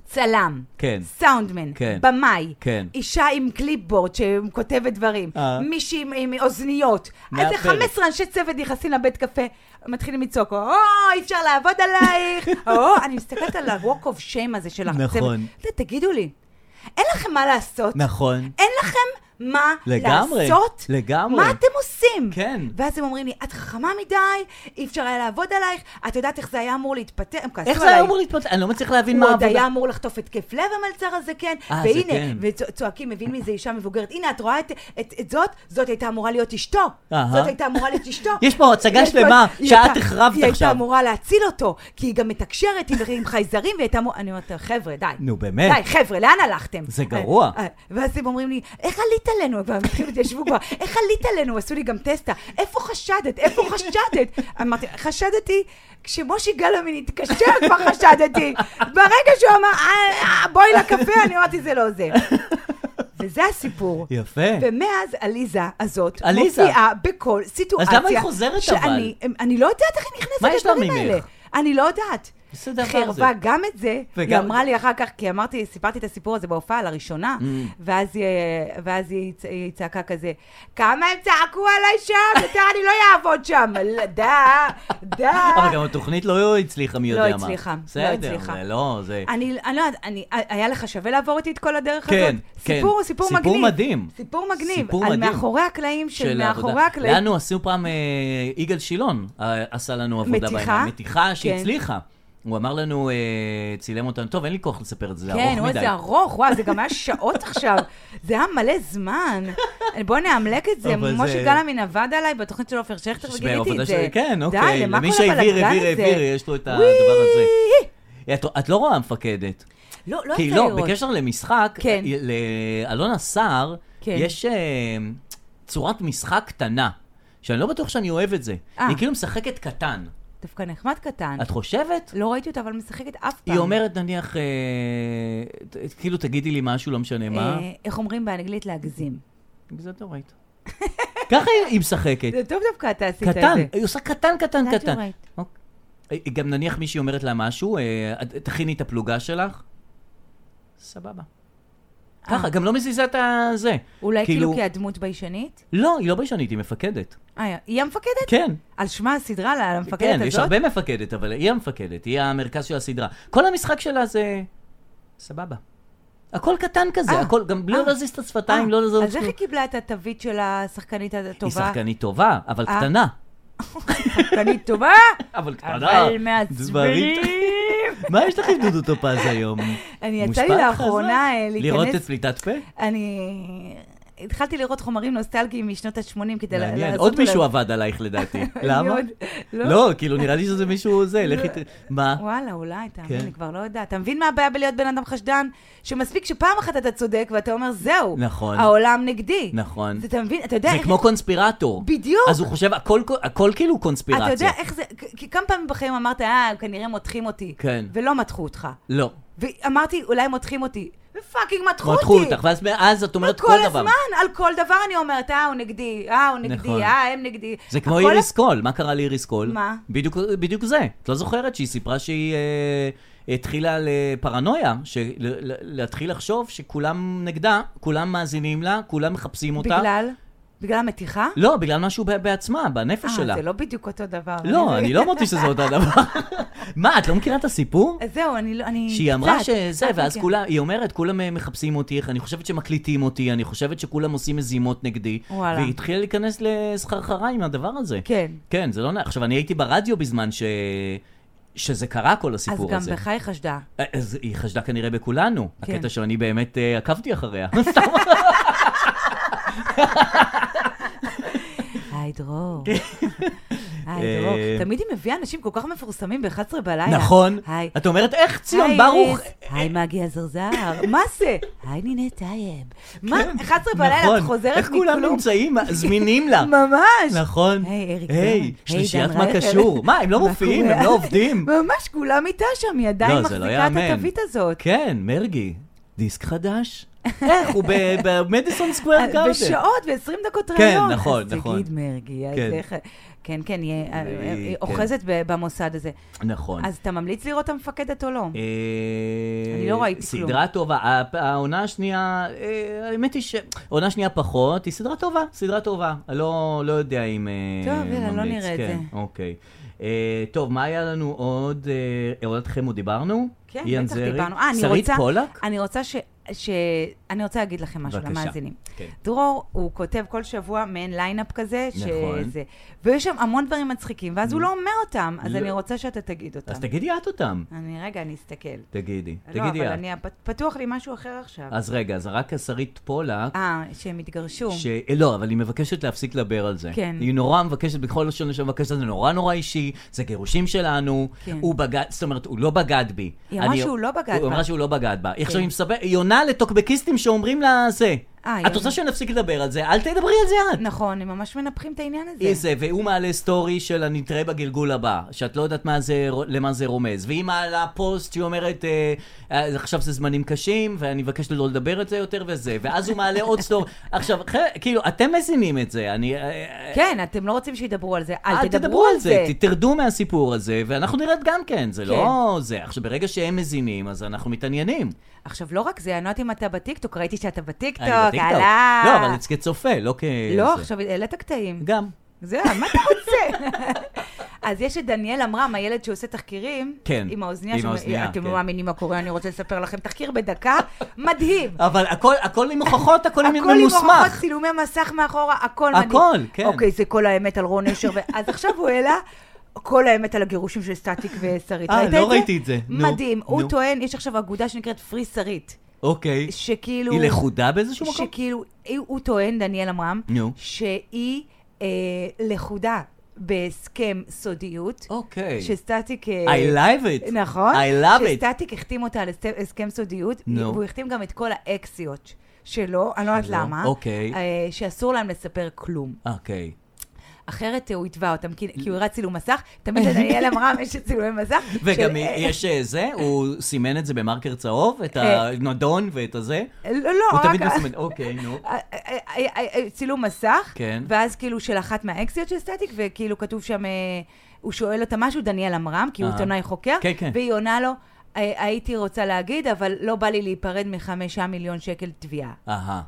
Speaker 3: צלם,
Speaker 2: כן.
Speaker 3: סאונדמן,
Speaker 2: כן.
Speaker 3: במאי,
Speaker 2: כן.
Speaker 3: אישה עם קליפבורד שכותבת דברים,
Speaker 2: אה.
Speaker 3: מישהי עם, עם אוזניות. אז
Speaker 2: מהפרק.
Speaker 3: זה 15 אנשי צוות נכנסים לבית קפה, מתחילים לצעוק, או, אי אפשר לעבוד עלייך, או, אני מסתכלת על ה-walk of shame הזה של הצוות.
Speaker 2: נכון.
Speaker 3: ת- תגידו לי, אין לכם מה לעשות?
Speaker 2: נכון.
Speaker 3: אין לכם מה
Speaker 2: לגמרי,
Speaker 3: לעשות?
Speaker 2: לגמרי.
Speaker 3: מה אתם עושים?
Speaker 2: כן.
Speaker 3: ואז הם אומרים לי, את חכמה מדי, אי אפשר היה לעבוד עלייך, את יודעת איך זה היה אמור להתפתח? הם כעסו
Speaker 2: איך זה
Speaker 3: עליי.
Speaker 2: היה אמור להתפתח? אני לא מצליח להבין מה
Speaker 3: הוא עוד היה
Speaker 2: העבודה.
Speaker 3: אמור לחטוף התקף לב המלצר הזקן,
Speaker 2: אה, זה
Speaker 3: והנה,
Speaker 2: כן.
Speaker 3: וצועקים, מבין מי זה אישה מבוגרת, הנה, את רואה את, את, את זאת? זאת הייתה אמורה להיות אשתו.
Speaker 2: אהה.
Speaker 3: זאת הייתה אמורה להיות אשתו.
Speaker 2: יש פה הצגה
Speaker 3: יש פה-
Speaker 2: שלמה
Speaker 3: היא
Speaker 2: שאת
Speaker 3: הייתה-
Speaker 2: החרבת
Speaker 3: היא
Speaker 2: עכשיו.
Speaker 3: הייתה אמורה להציל אותו, כי היא גם מתקשרת עם, עם חייזרים, והיא הייתה אמורה... אני אומרת, חבר'ה, די.
Speaker 2: נו, באמת.
Speaker 3: די, חבר'ה, לאן הלכתם?
Speaker 2: זה גרוע.
Speaker 3: אה, אה, ואז הם אומרים לי, איך עלית עלינו? הם כבר מתחילים, התיישבו כבר, איך עלית עלינו? עשו לי גם טסטה. איפה חשדת? איפה חשדת? אמרתי, חשדתי כשמושי גלאמין התקשר, כבר חשדתי. ברגע שהוא אמר, "אה, אה, בואי לקפה, אני אמרתי, זה לא זה. וזה הסיפור.
Speaker 2: יפה.
Speaker 3: ומאז עליזה הזאת
Speaker 2: עליזה.
Speaker 3: מופיעה בכל סיטואציה.
Speaker 2: אז למה היא חוזרת, אבל?
Speaker 3: שאני, אני לא יודעת איך היא נכנסת
Speaker 2: מה יש לה
Speaker 3: לדברים
Speaker 2: ממך?
Speaker 3: האלה. אני לא יודעת.
Speaker 2: איזה דבר זה?
Speaker 3: חרבה גם את זה. היא
Speaker 2: וגם-
Speaker 3: אמרה לי אחר כך, כי אמרתי, סיפרתי את הסיפור הזה בהופעה לראשונה,
Speaker 2: Mm.
Speaker 3: ואז היא- ואז היא צ- היא צעקה כזה, כמה הם צעקו עליי שם, יותר אני לא אעבוד שם, "לא, דה, דה.
Speaker 2: אבל גם התוכנית לא הצליחה מי יודע מה.
Speaker 3: לא הצליחה, לא
Speaker 2: בסדר,
Speaker 3: הצליחה.
Speaker 2: זה לא, זה...
Speaker 3: אני, אני לא יודעת, אני- היה לך שווה לעבור איתי את כל הדרך
Speaker 2: כן,
Speaker 3: הזאת?
Speaker 2: כן.
Speaker 3: סיפור, סיפור
Speaker 2: סיפור
Speaker 3: מגניב.
Speaker 2: מדהים.
Speaker 3: סיפור מגניב.
Speaker 2: סיפור
Speaker 3: על
Speaker 2: מדהים.
Speaker 3: מאחורי הקלעים של מאחורי
Speaker 2: העבודה.
Speaker 3: הקלעים.
Speaker 2: לנו עשו פעם, אה, יגאל שילון אה, עשה לנו עבודה
Speaker 3: מתיחה? כן.
Speaker 2: בעיניים. מתיחה שהצליחה. הוא אמר לנו, אה, צילם אותנו, טוב, אין לי כוח לספר את זה, זה ארוך
Speaker 3: כן,
Speaker 2: מדי.
Speaker 3: אוי, זה ארוך, וואו, זה גם היה שעות עכשיו. זה היה מלא זמן. בוא נאמלק את זה.
Speaker 2: אבל זה-
Speaker 3: משה גלאמין עבד עליי בתוכנית של עופר שכטר, וגיליתי
Speaker 2: בעבודה
Speaker 3: את
Speaker 2: ש-
Speaker 3: זה.
Speaker 2: כן, אוקיי.
Speaker 3: די, למה
Speaker 2: למי
Speaker 3: כל
Speaker 2: שהעביר,
Speaker 3: הבלגן
Speaker 2: העביר,
Speaker 3: הזה?
Speaker 2: העביר, יש לו את הדבר הזה. את- את לא רואה המפקדת.
Speaker 3: לא, לא
Speaker 2: כי
Speaker 3: יצא
Speaker 2: לא,
Speaker 3: לראות.
Speaker 2: בקשר למשחק,
Speaker 3: כן.
Speaker 2: י- לאלונה סער,
Speaker 3: כן.
Speaker 2: יש אה, צורת משחק קטנה, שאני לא בטוח שאני אוהב את זה.
Speaker 3: אה.
Speaker 2: היא כאילו משחקת קטן.
Speaker 3: דווקא נחמד קטן.
Speaker 2: את חושבת?
Speaker 3: לא ראיתי אותה, אבל משחקת אף פעם.
Speaker 2: היא אומרת, נניח, אה, ת- כאילו, תגידי לי משהו, לא משנה מה.
Speaker 3: אה, איך אומרים באנגלית להגזים?
Speaker 2: זה נוראית. ככה היא- היא משחקת.
Speaker 3: זה טוב דווקא אתה עשית את זה.
Speaker 2: קטן, היא עושה קטן, קטן,
Speaker 3: That's
Speaker 2: קטן.
Speaker 3: right.
Speaker 2: אוקיי. אה, גם נניח מישהי אומרת לה משהו, אה, את- תכיני את הפלוגה שלך, סבבה. ככה, גם לא מזיזה את הזה.
Speaker 3: אה. אולי כאילו כי הדמות ביישנית?
Speaker 2: לא, היא לא ביישנית, היא מפקדת.
Speaker 3: אה, היא המפקדת?
Speaker 2: כן.
Speaker 3: על שמה הסדרה, על המפקדת הזאת?
Speaker 2: כן, יש הרבה מפקדת, אבל היא המפקדת, היא המרכז של הסדרה. כל המשחק שלה זה... סבבה. הכל קטן כזה,
Speaker 3: אה,
Speaker 2: הכל, גם בלי
Speaker 3: אה,
Speaker 2: להזיז את השפתיים, לא לזוז.
Speaker 3: אז איך היא קיבלה את התווית של השחקנית
Speaker 2: היא
Speaker 3: הטובה?
Speaker 2: שחקנית טובה, אבל
Speaker 3: אה.
Speaker 2: קטנה.
Speaker 3: שחקנית טובה?
Speaker 2: אבל קטנה.
Speaker 3: אבל
Speaker 2: דברים-
Speaker 3: מעצבנים.
Speaker 2: מה יש לך עם דודו טופז היום?
Speaker 3: אני יצא
Speaker 2: מושפעת
Speaker 3: לי
Speaker 2: לך זה?
Speaker 3: לאחרונה אה,
Speaker 2: לראות את
Speaker 3: להיכנס...
Speaker 2: פליטת פה?
Speaker 3: אני התחלתי לראות חומרים נוסטלגיים משנות ה-80 כדי ל-
Speaker 2: מעניין.
Speaker 3: לא- לעשות...
Speaker 2: עוד מישהו
Speaker 3: אולי-
Speaker 2: עבד עלייך לדעתי.
Speaker 3: אני
Speaker 2: למה?
Speaker 3: עוד- לא.
Speaker 2: לא, כאילו, נראה לי שזה מישהו זה, לכי ת... מה?
Speaker 3: וואלה, אולי, תאמין
Speaker 2: כן.
Speaker 3: לי, כבר לא יודעת. אתה מבין מה הבעיה בלהיות בן אדם חשדן? שמספיק שפעם אחת אתה צודק ואתה אומר, זהו.
Speaker 2: נכון.
Speaker 3: העולם נגדי.
Speaker 2: נכון.
Speaker 3: אז אתה מבין, אתה יודע...
Speaker 2: זה
Speaker 3: איך-
Speaker 2: כמו קונספירטור.
Speaker 3: בדיוק.
Speaker 2: אז הוא חושב, הכל- הכל כאילו
Speaker 3: אתה יודע
Speaker 2: קונספירציה.
Speaker 3: איך זה... כי כמה פעמים בחיים אמרת, אה, הם כנראה מותחים אותי.
Speaker 2: כן.
Speaker 3: ולא מתחו אותך.
Speaker 2: לא.
Speaker 3: ואמרתי, אולי מותחים אותי. ופאקינג מתחו אותי.
Speaker 2: מתחו אותך, ואז מאז את אומרת כל
Speaker 3: כל
Speaker 2: דבר.
Speaker 3: הזמן, על כל דבר אני אומרת, אה, הוא נגדי, אה, הוא נגדי,
Speaker 2: נכון.
Speaker 3: אה, הם נגדי.
Speaker 2: זה כמו
Speaker 3: הכל-
Speaker 2: איריס קול, מה קרה לאיריס קול?
Speaker 3: מה?
Speaker 2: בדיוק, בדיוק זה. את לא זוכרת שהיא סיפרה שהיא אה, התחילה על אה, פרנויה, של- ל- להתחיל לחשוב שכולם נגדה, כולם מאזינים לה, כולם מחפשים אותה.
Speaker 3: בגלל? בגלל המתיחה?
Speaker 2: לא, בגלל משהו ב- בעצמה, בנפש שלה.
Speaker 3: אה, זה לא בדיוק אותו דבר.
Speaker 2: לא, אני לא אמרתי שזה אותו דבר. מה, את לא מכירה את הסיפור?
Speaker 3: אז זהו, אני לא, אני... אה,
Speaker 2: שהיא אמרה
Speaker 3: קצת,
Speaker 2: שזה,
Speaker 3: קצת
Speaker 2: ואז
Speaker 3: מכירה.
Speaker 2: כולם, היא אומרת, כולם אה, מחפשים אותי, אני חושבת שמקליטים אותי, אני חושבת שכולם עושים מזימות נגדי.
Speaker 3: וואלה.
Speaker 2: והיא התחילה להיכנס לסחרחרה עם הדבר הזה.
Speaker 3: כן.
Speaker 2: כן, זה לא נ... עכשיו, אני הייתי ברדיו בזמן ש... שזה קרה, כל
Speaker 3: אז
Speaker 2: הסיפור
Speaker 3: גם
Speaker 2: הזה.
Speaker 3: בך היא חשדה.
Speaker 2: אה, אז היא חשדה כנראה בכולנו.
Speaker 3: כן.
Speaker 2: הקטע שאני באמת אה, עקבתי אחריה. סתם.
Speaker 3: היי, דרור. היי,
Speaker 2: כן. אה,
Speaker 3: דרור. תמיד היא מביאה אנשים כל כך מפורסמים ב-11 בלילה.
Speaker 2: נכון.
Speaker 3: היי.
Speaker 2: את אומרת, איך ציון
Speaker 3: היי, אה,
Speaker 2: ברוך...
Speaker 3: איריס. היי, מגי הזרזר. מה זה? היי, נינה טייב. מה,
Speaker 2: כן,
Speaker 3: 11 בלילה את
Speaker 2: נכון.
Speaker 3: חוזרת מכלום?
Speaker 2: איך כולם נמצאים, זמינים לה.
Speaker 3: ממש.
Speaker 2: נכון.
Speaker 3: היי, אריק
Speaker 2: היי,
Speaker 3: דן.
Speaker 2: שלישיית
Speaker 3: דן
Speaker 2: מה
Speaker 3: רייכל.
Speaker 2: קשור? מה, הם לא מופיעים? הם
Speaker 3: קורה?
Speaker 2: לא עובדים?
Speaker 3: ממש, כולם איתה שם, היא
Speaker 2: לא,
Speaker 3: עדיין
Speaker 2: זה לא
Speaker 3: מחזיקה את
Speaker 2: יאמן.
Speaker 3: התווית הזאת.
Speaker 2: כן, מרגי, דיסק חדש? איך, הוא ב- במדיסון סקוויר
Speaker 3: אה,
Speaker 2: גארדן.
Speaker 3: בשעות ו-20 דקות
Speaker 2: לא, כן,
Speaker 3: ראיון.
Speaker 2: נכון,
Speaker 3: אז
Speaker 2: נכון.
Speaker 3: תגיד, מרגי, אז
Speaker 2: כן.
Speaker 3: איך... כן, כן, היא אה,
Speaker 2: היא-
Speaker 3: אה,
Speaker 2: כן.
Speaker 3: היא אוחזת ב- במוסד הזה.
Speaker 2: נכון.
Speaker 3: אז אתה ממליץ לראות את המפקדת או לא?
Speaker 2: אה,
Speaker 3: אני לא ראיתי כלום.
Speaker 2: סדרה טובה. הה- העונה השנייה, אה, האמת היא שהעונה השנייה פחות, היא סדרה טובה, סדרה טובה. לא לא יודע אם אה,
Speaker 3: טוב, יאללה, לא
Speaker 2: ממליץ,
Speaker 3: נראה את
Speaker 2: כן,
Speaker 3: זה.
Speaker 2: אוקיי. אה, טוב, מה היה לנו עוד? אה, אהוד חמו דיברנו?
Speaker 3: כן,
Speaker 2: איאן
Speaker 3: בטח
Speaker 2: זרי?
Speaker 3: דיברנו. אה, אני
Speaker 2: שרית
Speaker 3: רוצה-
Speaker 2: פולק?
Speaker 3: אני רוצה ש... ש... אני רוצה להגיד לכם משהו
Speaker 2: בבקשה.
Speaker 3: למאזינים.
Speaker 2: כן.
Speaker 3: דרור, הוא כותב כל שבוע מעין ליינאפ כזה,
Speaker 2: נכון.
Speaker 3: שזה... ויש שם המון דברים מצחיקים, ואז הוא לא אומר אותם, אז
Speaker 2: לא.
Speaker 3: אני רוצה שאתה תגיד אותם.
Speaker 2: אז תגידי את אותם.
Speaker 3: אני, רגע, אני אסתכל.
Speaker 2: תגידי.
Speaker 3: לא,
Speaker 2: תגידי
Speaker 3: אבל
Speaker 2: את.
Speaker 3: אני... פתוח לי משהו אחר עכשיו.
Speaker 2: אז רגע, אז רק שרית פולק,
Speaker 3: אה, שהם התגרשו.
Speaker 2: ש... אה, לא, אבל היא מבקשת להפסיק לדבר על זה.
Speaker 3: כן.
Speaker 2: היא נורא מבקשת, בכל לשון לשון מבקשת, זה נורא נורא אישי, זה גירושים שלנו,
Speaker 3: כן.
Speaker 2: הוא בגד, זאת אומרת, הוא לא בגד בי.
Speaker 3: היא אמרה
Speaker 2: אני-
Speaker 3: שהוא לא בגד
Speaker 2: הוא
Speaker 3: בה. כן.
Speaker 2: אמרה שהוא לא בגד בה. היא עכשיו היא מספר- היא עונה לטוקבקיסטים שאומרים לה זה.
Speaker 3: אה,
Speaker 2: את רוצה שנפסיק לדבר על זה? אל תדברי על זה את.
Speaker 3: נכון, הם ממש מנפחים את העניין הזה.
Speaker 2: איזה, והוא מעלה סטורי של אני נתראה בגלגול הבא, שאת לא יודעת מה זה, למה זה רומז. והיא מעלה פוסט שהיא אומרת, אה, אה, עכשיו זה זמנים קשים, ואני מבקש לא לדבר את זה יותר וזה, ואז הוא מעלה עוד סטורי. עכשיו, ח- כאילו, אתם מזינים את זה, אני... אה,
Speaker 3: כן, אתם לא רוצים שידברו על זה,
Speaker 2: אה,
Speaker 3: אל תדברו על זה.
Speaker 2: ת- תרדו מהסיפור הזה, ואנחנו נרד גם כן, זה
Speaker 3: כן.
Speaker 2: לא זה. עכשיו, ברגע שהם מזינים, אז אנחנו מתעניינים.
Speaker 3: עכשיו, לא רק זה, אני לא יודעת אם אתה בטיקטוק, ראיתי שאתה בטיקטוק,
Speaker 2: אני בטיקטוק.
Speaker 3: הלאה.
Speaker 2: לא, אבל זה כצופה, לא כ...
Speaker 3: לא,
Speaker 2: זה.
Speaker 3: עכשיו העלית קטעים.
Speaker 2: גם.
Speaker 3: זהו, מה אתה רוצה? אז יש את דניאל עמרם, הילד שעושה תחקירים,
Speaker 2: כן,
Speaker 3: עם האוזנייה,
Speaker 2: עם
Speaker 3: שאומר,
Speaker 2: האוזנייה,
Speaker 3: אתם
Speaker 2: כן.
Speaker 3: לא מאמינים מה קורה, אני רוצה לספר לכם תחקיר בדקה, מדהים.
Speaker 2: אבל הכל, הכל עם הוכחות, הכל עם
Speaker 3: הכל עם הוכחות,
Speaker 2: ממוסמך.
Speaker 3: צילומי מסך מאחורה, הכל מדהים.
Speaker 2: הכל, כן.
Speaker 3: אוקיי, זה כל האמת על רון אשר, ו- אז עכשיו הוא העלה... כל האמת על הגירושים של סטטיק ושרית.
Speaker 2: אה,
Speaker 3: ראית
Speaker 2: לא
Speaker 3: את זה?
Speaker 2: ראיתי את זה. נו,
Speaker 3: מדהים. הוא
Speaker 2: נו.
Speaker 3: טוען, יש עכשיו אגודה שנקראת פרי שרית,
Speaker 2: אוקיי.
Speaker 3: שכאילו...
Speaker 2: היא לכודה באיזשהו מקום?
Speaker 3: שכאילו, הוא- הוא טוען, דניאל עמרם,
Speaker 2: נו.
Speaker 3: שהיא אה, לכודה בהסכם סודיות,
Speaker 2: אוקיי.
Speaker 3: שסטטיק... אה,
Speaker 2: I love it.
Speaker 3: נכון?
Speaker 2: I love it.
Speaker 3: שסטטיק החתים אותה על הסת- הסכם סודיות,
Speaker 2: נו.
Speaker 3: והוא החתים גם את כל האקסיות שלו, אני לא יודעת
Speaker 2: שלו,
Speaker 3: למה,
Speaker 2: אוקיי.
Speaker 3: אה, שאסור להם לספר כלום.
Speaker 2: אוקיי.
Speaker 3: אחרת אה, הוא יתבע אותם, כי כי הוא הראה צילום מסך, תמיד לדניאל עמרם יש צילומי מסך.
Speaker 2: וגם
Speaker 3: של-
Speaker 2: יש אה, זה, הוא סימן את זה במרקר צהוב, את
Speaker 3: אה.
Speaker 2: הנדון ואת הזה.
Speaker 3: אה, לא, לא,
Speaker 2: הוא
Speaker 3: רק...
Speaker 2: תמיד מסמן, אוקיי, נו.
Speaker 3: אה, אה, אה, אה, צילום מסך,
Speaker 2: כן.
Speaker 3: ואז כאילו של אחת מהאקסיות של סטטיק, וכאילו כתוב שם, אה, הוא שואל אותה משהו, דניאל עמרם, כי הוא
Speaker 2: אה.
Speaker 3: עיתונאי חוקר,
Speaker 2: כן, כן.
Speaker 3: והיא עונה לו, "אה, הייתי רוצה להגיד, אבל לא בא לי להיפרד מחמישה מיליון שקל תביעה.
Speaker 2: אהה,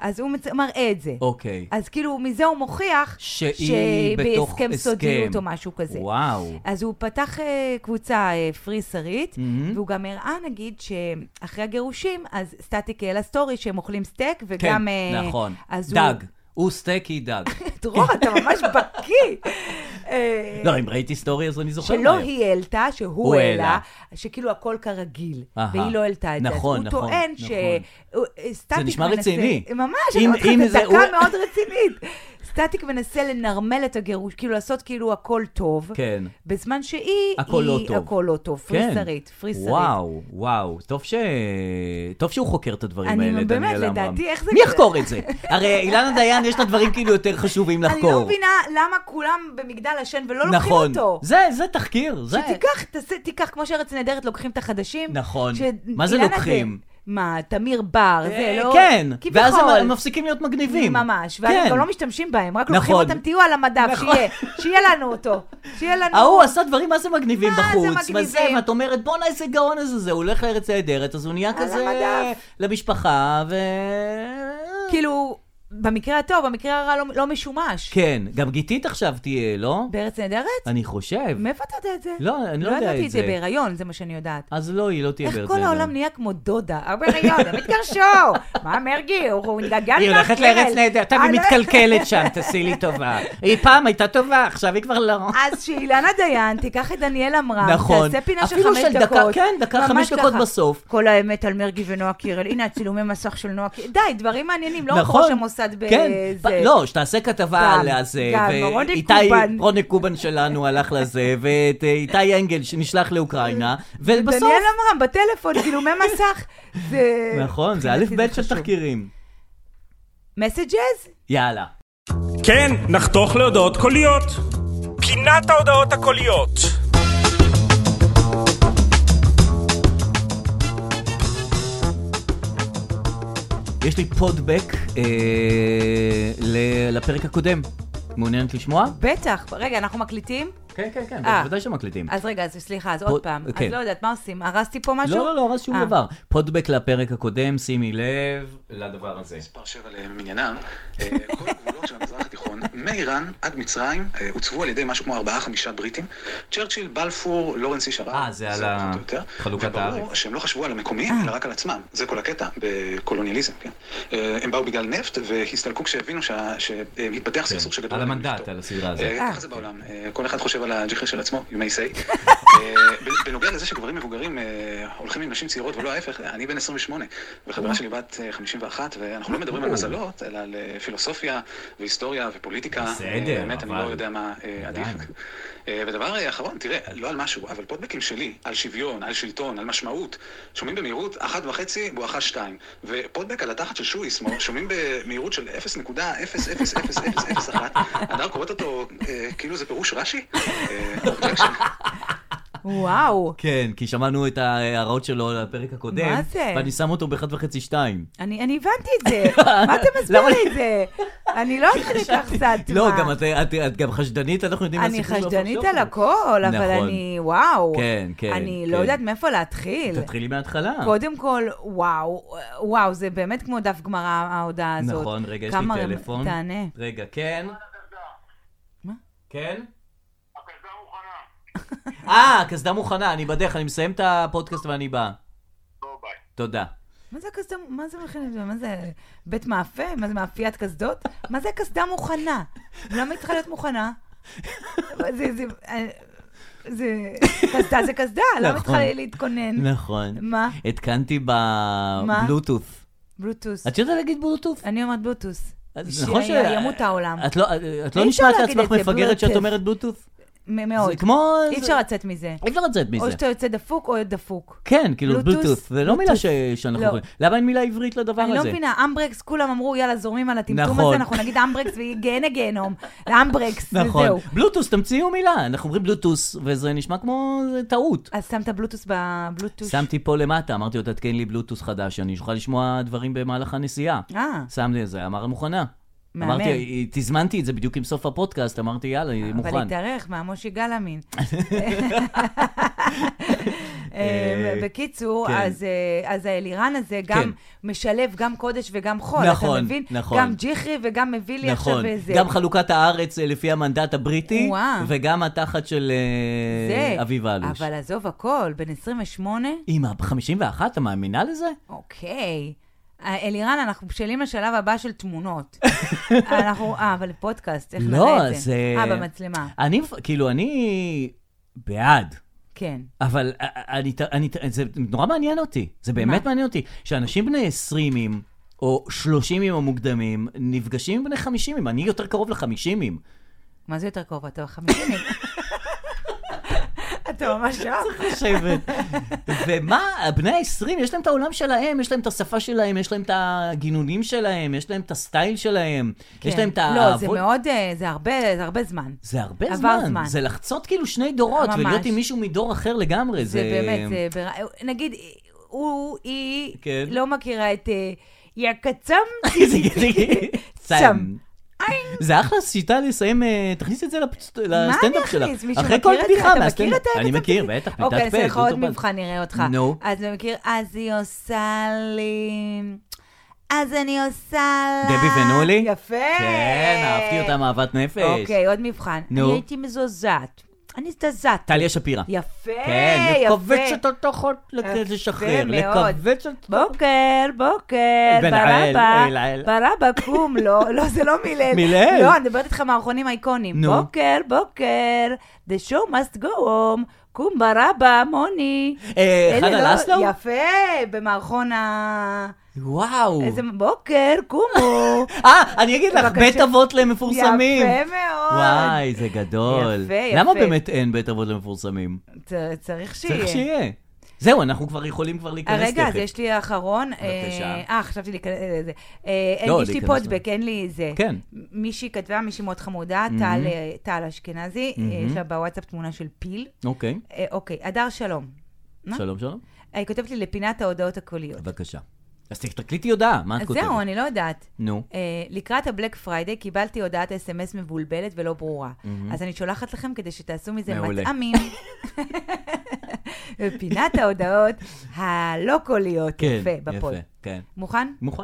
Speaker 3: אז הוא מצ... מראה את זה.
Speaker 2: אוקיי.
Speaker 3: אז כאילו, מזה הוא מוכיח
Speaker 2: שהיא בתוך
Speaker 3: בהסכם סודיות או משהו כזה.
Speaker 2: וואו.
Speaker 3: אז הוא פתח אה, קבוצה אה, פרי שרית,
Speaker 2: מהמם.
Speaker 3: והוא גם הראה, נגיד, שאחרי הגירושים, אז סטטיק העלה סטורי שהם אוכלים סטייק, וגם...
Speaker 2: כן,
Speaker 3: אה,
Speaker 2: נכון.
Speaker 3: אז הוא- אה,
Speaker 2: דג. הוא סטייק, היא דג.
Speaker 3: דרור, אתה ממש בקיא. אה,
Speaker 2: לא, אם ראיתי סטורי אז אני זוכר.
Speaker 3: שלא
Speaker 2: מהר.
Speaker 3: היא העלתה, שהוא
Speaker 2: הוא
Speaker 3: העלה,
Speaker 2: העלה.
Speaker 3: שכאל הכל כרגיל,
Speaker 2: אהה.
Speaker 3: והיא לא העלתה את זה. אז
Speaker 2: נכון, נכון,
Speaker 3: הוא טוען
Speaker 2: נכון.
Speaker 3: שסטטיק
Speaker 2: זה נשמע רציני.
Speaker 3: ממש,
Speaker 2: אם-
Speaker 3: אני אומרת
Speaker 2: אם
Speaker 3: לך, זו
Speaker 2: זה-
Speaker 3: דקה
Speaker 2: הוא-
Speaker 3: מאוד רצינית. סטטיק מנסה לנרמל את הגירוש, כאילו לעשות כאילו הכל טוב.
Speaker 2: כן.
Speaker 3: בזמן שהיא,
Speaker 2: הכל לא
Speaker 3: היא-
Speaker 2: טוב.
Speaker 3: הכל לא טוב, פרי
Speaker 2: כן.
Speaker 3: שרית, פרי שרית.
Speaker 2: וואו, וואו, טוב ש... טוב שהוא חוקר את הדברים
Speaker 3: אני
Speaker 2: האלה,
Speaker 3: באמת,
Speaker 2: דניאל עמרם.
Speaker 3: לדעתי, איך זה
Speaker 2: מי
Speaker 3: קורה?
Speaker 2: יחקור את זה? הרי אילנה דיין, יש לה דברים כאילו יותר חשובים
Speaker 3: אני לא
Speaker 2: לחקור.
Speaker 3: מבינה למה כולם במגדל השן ולא לוקחים
Speaker 2: נכון.
Speaker 3: אותו.
Speaker 2: זה, זה תחקיר, זה...
Speaker 3: שתיקח, תעשה, תיקח, כמו שארץ נהדרת לוקחים את החדשים.
Speaker 2: נכון.
Speaker 3: ש-
Speaker 2: מה זה
Speaker 3: אילנה
Speaker 2: לוקחים?
Speaker 3: זה- מה, תמיר בר, זה
Speaker 2: אה,
Speaker 3: לא...
Speaker 2: כן,
Speaker 3: כביכול.
Speaker 2: ואז הם- הם מפסיקים להיות מגניבים.
Speaker 3: ממש, ואז
Speaker 2: כן.
Speaker 3: כבר לא משתמשים בהם, רק לוקחים
Speaker 2: נכון.
Speaker 3: אותם, תהיו על המדף,
Speaker 2: נכון.
Speaker 3: שיהיה, שיהיה לנו אותו. שיהיה לנו...
Speaker 2: ההוא עשה דברים מה זה מגניבים
Speaker 3: מה זה
Speaker 2: בחוץ, מה זה,
Speaker 3: מגניבים?
Speaker 2: ואת אומרת בואנה איזה גאון הזה זה, הוא הולך לארץ נהדרת, אז הוא נהיה כזה
Speaker 3: המדף.
Speaker 2: למשפחה, ו...
Speaker 3: כאילו, במקרה הטוב, במקרה הרע לא- לא משומש.
Speaker 2: כן, גם גיתית עכשיו תהיה, לא?
Speaker 3: בארץ נהדרת?
Speaker 2: אני חושב.
Speaker 3: מאיפה אתה יודע את זה?
Speaker 2: לא, אני לא
Speaker 3: לא
Speaker 2: יודע
Speaker 3: ידעתי
Speaker 2: את
Speaker 3: את זה
Speaker 2: זה.
Speaker 3: בהיריון, זה מה שאני יודעת.
Speaker 2: אז לא, היא לא תהיה
Speaker 3: איך
Speaker 2: בארץ
Speaker 3: כל
Speaker 2: נהדרת.
Speaker 3: העולם נהיה כמו דודה? אה, בהיריון, הם התגרשו! מה מרגי, הוא הוא התגעגע
Speaker 2: היא הולכת לארץ נהדרת,
Speaker 3: אה,
Speaker 2: אבל היא
Speaker 3: לא-
Speaker 2: מתקלקלת שם, תעשי לי טובה. היא פעם הייתה טובה, עכשיו היא כבר לא.
Speaker 3: אז שאילנה דיין תיקח את דניאל עמרם,
Speaker 2: נכון.
Speaker 3: תעשה פינה של
Speaker 2: אפילו
Speaker 3: חמש
Speaker 2: של דקה,
Speaker 3: דקות.
Speaker 2: כן, דקה,
Speaker 3: ממש
Speaker 2: חמש דקות
Speaker 3: ככה.
Speaker 2: בסוף.
Speaker 3: כל האמת על מרגי ונועה קירל. הנה הצילומי מסך של נועה קירל. די, דברים מעניינים, לא רק
Speaker 2: נכון.
Speaker 3: ראש המוסד בזה.
Speaker 2: כן, פ- לא, שתעשה כתבה
Speaker 3: גם,
Speaker 2: על הזה,
Speaker 3: גם, רוני קובן.
Speaker 2: רוני קובן שלנו הלך לזה, ואת אה, איתי אנגל שנשלח לאוקראינה, ובסוף...
Speaker 3: דניאל עמרם בטלפון, צילומי מסך. זה...
Speaker 2: נכון, זה א'
Speaker 3: מבחינתי
Speaker 2: ב' של
Speaker 3: חשוב.
Speaker 2: תחקירים.
Speaker 3: מסג'ז?
Speaker 2: יאללה.
Speaker 5: כן, נחתוך להודעות קוליות. פינת ההודעות הקוליות.
Speaker 2: יש לי פודבק אה, ל- לפרק הקודם. מעוניינת לשמוע?
Speaker 3: בטח. רגע, אנחנו מקליטים?
Speaker 2: כן, כן, כן,
Speaker 3: אה.
Speaker 2: בוודאי שמקליטים.
Speaker 3: אז רגע, אז סליחה, אז
Speaker 2: פה-
Speaker 3: עוד פעם. אז
Speaker 2: כן.
Speaker 3: לא יודעת, מה עושים? הרסתי פה משהו?
Speaker 2: לא, לא, לא, אז שום
Speaker 3: אה.
Speaker 2: דבר. פודבק לפרק הקודם, שימי לב לדבר הזה.
Speaker 6: מספר 7 למניינם, אה, כל הגבולות של המזרח התיכון, מאיראן עד מצרים, אה, הוצבו על ידי משהו כמו 4-5 בריטים. צ'רצ'יל, בלפור, לורנס איש הרע.
Speaker 2: אה, זה על ה-
Speaker 6: פחות או יותר.
Speaker 2: חלוקת
Speaker 6: וברור
Speaker 2: הארץ. אה.
Speaker 6: שהם לא חשבו על המקומיים, אלא רק על עצמם. זה כל הקטע בקולוניאליזם, כן? אה, הם באו בגלל נפט והסתלקו כשהבינו שה- שהתפתח סכסוך שגדול.
Speaker 2: כן, על
Speaker 6: עליהם
Speaker 2: המנדט,
Speaker 6: לפתור.
Speaker 2: על הסדרה הזאת.
Speaker 6: אה, ככה זה בעולם, אה, כל אחד חושב על הג'חר של עצמו, you may say. אה, בנוגע לזה שגברים מבוגרים אה, הולכים עם נשים צעירות ולא ההפך, אני בן 28, וחברה שלי בת אה, 51, ואנחנו לא מדברים על מזלות, אלא על אה, פילוסופיה והיסטוריה ופוליטיקה. אה,
Speaker 1: בסדר,
Speaker 6: באמת, אני
Speaker 1: אבל-
Speaker 6: לא יודע מה אה, עדיף. אה, ודבר אה, אחרון, תראה, לא על משהו, אבל פודבקים שלי, על שוויון, על שלטון, על משמעות, שומעים במהירות אחת וחצי, בואכה שתיים. ופודבק על התחת של שויס, מו- שומעים במהירות של 0.00001, הדר קוראת אותו אה, כאילו זה פירוש רש"י? אה, objection.
Speaker 3: וואו.
Speaker 2: כן, כי שמענו את ההערות שלו על הפרק הקודם.
Speaker 3: מה זה?
Speaker 2: ואני שם אותו באחד וחצי שתיים.
Speaker 3: אני אני הבנתי את זה. מה אתה מסביר
Speaker 2: למה
Speaker 3: לי
Speaker 2: אני-
Speaker 3: את זה? אני לא אתחיל לקחת סאטמה.
Speaker 2: לא, גם את- את את גם חשדנית, אנחנו יודעים
Speaker 3: אני
Speaker 2: מהסיפור של עופר
Speaker 3: חשדנית
Speaker 2: שוקר.
Speaker 3: על הכל, אבל
Speaker 2: נכון.
Speaker 3: אני, וואו.
Speaker 2: כן, כן,
Speaker 3: אני
Speaker 2: כן. אה.
Speaker 3: לא יודעת מאיפה להתחיל.
Speaker 2: תתחילי מההתחלה.
Speaker 3: קודם כל, וואו, וואו, זה באמת כמו דף גמרא, ההודעה הזאת.
Speaker 2: נכון, רגע, יש
Speaker 3: כמה
Speaker 2: לי
Speaker 3: רמ-
Speaker 2: טלפון.
Speaker 3: תענה.
Speaker 2: רגע, כן?
Speaker 3: מה?
Speaker 2: כן? אה, הקסדה מוכנה, אני בדרך, אני מסיים את הפודקאסט ואני בא. תודה.
Speaker 3: מה זה הקסדה, מה זה מכינת, מה זה בית מאפה? מה זה מאפיית קסדות? מה זה קסדה מוכנה? למה היא צריכה להיות מוכנה? זה, זה, אה, זה, קסדה זה קסדה, למה היא צריכה
Speaker 2: נכון.
Speaker 3: להתכונן?
Speaker 2: נכון.
Speaker 3: מה?
Speaker 2: התקנתי בבלוטוף.
Speaker 3: בלוטוס.
Speaker 2: את יודעת להגיד בלוטוף?
Speaker 3: אני אומרת בלוטוס.
Speaker 2: אז נכון ש-
Speaker 3: שימות העולם.
Speaker 2: את לא- את לא
Speaker 3: אי אפשר
Speaker 2: נשמעת
Speaker 3: להגיד
Speaker 2: לעצמך
Speaker 3: את זה,
Speaker 2: מפגרת שאת
Speaker 3: בלוטוף.
Speaker 2: אומרת בלוטוף?
Speaker 3: מ- מאוד.
Speaker 2: זה כמו...
Speaker 3: אי
Speaker 2: זה-
Speaker 3: אפשר לצאת מזה.
Speaker 2: אי אפשר לצאת מזה.
Speaker 3: או שאתה יוצא דפוק או דפוק.
Speaker 2: כן, כאילו
Speaker 3: בלוטוס,
Speaker 2: בלוטוף, זה לא מילה ש- שאנחנו
Speaker 3: לא.
Speaker 2: יכולים. למה אין מילה עברית לדבר
Speaker 3: אני
Speaker 2: הזה?
Speaker 3: לא מבינה, אמברקס, כולם אמרו, יאללה, זורמים על הטמטום
Speaker 2: נכון.
Speaker 3: הזה, אנחנו נגיד אמברקס והיא גהנה גהנום. אמברקס,
Speaker 2: נכון.
Speaker 3: וזהו.
Speaker 2: בלוטוס, תמציאו מילה. אנחנו אומרים בלוטוס, וזה נשמע כמו זה טעות.
Speaker 3: אז שמת בלוטוס בבלוטוס.
Speaker 2: שמתי פה למטה, אמרתי לו, תתקן לי בלוטוס חדש, שאני אוכל לשמוע דברים במהלך הנסיעה.
Speaker 3: אה,
Speaker 2: שמתי את זה, אמר מוכנה.
Speaker 3: מהמם.
Speaker 2: אמרתי, תזמנתי את זה בדיוק עם סוף הפודקאסט, אמרתי, יאללה, היא
Speaker 3: אבל
Speaker 2: מוכן.
Speaker 3: התארך מהמושי גלאמין.
Speaker 2: אה,
Speaker 3: בקיצור,
Speaker 2: כן.
Speaker 3: אז, אה, אז האלירן הזה גם משלב גם קודש וגם חול,
Speaker 2: נכון,
Speaker 3: אתה מבין?
Speaker 2: נכון.
Speaker 3: גם ג'יחרי וגם מביא לי עכשיו
Speaker 2: נכון,
Speaker 3: איזה...
Speaker 2: גם חלוקת הארץ אה, לפי המנדט הבריטי,
Speaker 3: וואו.
Speaker 2: וגם התחת של אה,
Speaker 3: זה.
Speaker 2: אביב אלוש.
Speaker 3: אבל עזוב הכל, בן 28?
Speaker 2: אמא, ב-51, אתה מאמינה לזה?
Speaker 3: אוקיי. אה, אלירן, אנחנו בשלים לשלב הבא של תמונות. אנחנו, אה, אבל פודקאסט, איך
Speaker 2: לא,
Speaker 3: נראה את זה?
Speaker 2: זה-
Speaker 3: אה, במצלמה,
Speaker 2: אני, כאילו, אני בעד.
Speaker 3: כן.
Speaker 2: אבל אה, אה, אני, ת- אני, ת- זה נורא מעניין אותי, זה באמת
Speaker 3: מה?
Speaker 2: מעניין אותי, שאנשים בני 20 או 30 המוקדמים נפגשים עם בני 50, אני יותר קרוב ל-50.
Speaker 3: מה זה יותר קרוב? אתה בחמישים? אתה ממש שם.
Speaker 2: חושבת. ומה, בני ה-20, יש להם את העולם שלהם, יש להם את השפה שלהם, יש להם את הגינונים שלהם, יש להם את הסטייל שלהם, יש להם את
Speaker 3: לא, זה
Speaker 2: האהבות-
Speaker 3: מאוד, אה, זה הרבה, זה הרבה זמן.
Speaker 2: זה הרבה
Speaker 3: עבר
Speaker 2: זמן.
Speaker 3: זמן.
Speaker 2: זה לחצות כאילו שני דורות,
Speaker 3: ממש.
Speaker 2: ולהיות עם מישהו מדור אחר לגמרי.
Speaker 3: זה באמת, זה... בר- נגיד, הוא, היא,
Speaker 2: כן.
Speaker 3: לא מכירה את... אה, יא קצם,
Speaker 2: זה- סם.
Speaker 3: סם.
Speaker 2: זה אחלה שיטה לסיים, אה, תכניס את זה לפצ-
Speaker 3: אני
Speaker 2: לסטנדאפ אה, שלך.
Speaker 3: אכניס? מישהו
Speaker 2: אחרי
Speaker 3: מכיר
Speaker 2: כל
Speaker 3: את זה?
Speaker 2: בדיחה
Speaker 3: אתה מכיר
Speaker 2: מהסטנדאפ.
Speaker 3: את האמת
Speaker 2: אני מכיר,
Speaker 3: הזאת?
Speaker 2: בטח,
Speaker 3: אוקיי,
Speaker 2: פליטת
Speaker 3: אז
Speaker 2: פה.
Speaker 3: אני לך עוד
Speaker 2: דודו בר.
Speaker 3: מבחן נראה אותך. אה,
Speaker 2: נו.
Speaker 3: אז אני מכיר, אז היא עושה לי... אז אני עושה לה...
Speaker 2: דבי ונולי?
Speaker 3: יפה.
Speaker 2: כן, אהבתי אותם אהבת נפש.
Speaker 3: אוקיי, עוד מבחן.
Speaker 2: נו.
Speaker 3: נו. אני הייתי מזועזעת. אני הזדעזעתי.
Speaker 2: טליה שפירא.
Speaker 3: יפה,
Speaker 2: כן,
Speaker 3: יפה.
Speaker 2: לכווץ את התוכות, לשחרר,
Speaker 3: מאוד.
Speaker 2: לכווץ את...
Speaker 3: בוקר, בוקר,
Speaker 2: בן עיל,
Speaker 3: ברבא,
Speaker 2: עיל, עיל.
Speaker 3: ברבא קום, לא, לא, זה לא מילל.
Speaker 2: מילל.
Speaker 3: לא, אני מדברת איתך מערכונים אייקונים.
Speaker 2: נו.
Speaker 3: בוקר, בוקר, the show must go home, קום ברבא, מוני.
Speaker 2: אה,
Speaker 3: אלה
Speaker 2: חנה
Speaker 3: לא-
Speaker 2: לסלו?
Speaker 3: יפה, במערכון ה...
Speaker 2: וואו.
Speaker 3: איזה בוקר, קומו.
Speaker 2: אה, אני אגיד לך,
Speaker 3: בבקשה.
Speaker 2: בית אבות למפורסמים.
Speaker 3: יפה מאוד.
Speaker 2: וואי, זה גדול.
Speaker 3: יפה, יפה.
Speaker 2: למה באמת אין בית אבות למפורסמים?
Speaker 3: צ- צריך שיהיה.
Speaker 2: צריך שיהיה. זהו, אנחנו כבר יכולים כבר להיכנס תכף.
Speaker 3: רגע, אז יש לי האחרון.
Speaker 2: בבקשה.
Speaker 3: אה, אה, חשבתי להיכנס לזה. אה, אין-
Speaker 2: לא,
Speaker 3: יש לי
Speaker 2: להיכנס
Speaker 3: פודבק, אין לי זה.
Speaker 2: כן. Mm-hmm.
Speaker 3: מישהי כתבה, מישהי מאוד חמודה, טל, אה, טל אשכנזי, אה, יש לה בוואטסאפ תמונה של פיל.
Speaker 2: אוקיי,
Speaker 3: אה, אוקיי, הדר שלום. מה?
Speaker 2: שלום, שלום.
Speaker 3: אה, היא כותבת לי לפינת ההודעות הקוליות.
Speaker 2: בבקשה. אז תקליטי הודעה, מה את
Speaker 3: אז
Speaker 2: כותבת?
Speaker 3: זהו, אני לא יודעת.
Speaker 2: נו.
Speaker 3: אה, לקראת הבלק פריידיי קיבלתי הודעת אס.אם.אס מבולבלת ולא ברורה. אז אני שולחת לכם כדי שתעשו מזה
Speaker 2: Mm-hmm. מעולה.
Speaker 3: מטעמים. פינת ההודעות הלא קוליות.
Speaker 2: כן,
Speaker 3: יפה, בפוד.
Speaker 2: כן.
Speaker 3: מוכן?
Speaker 2: מוכן?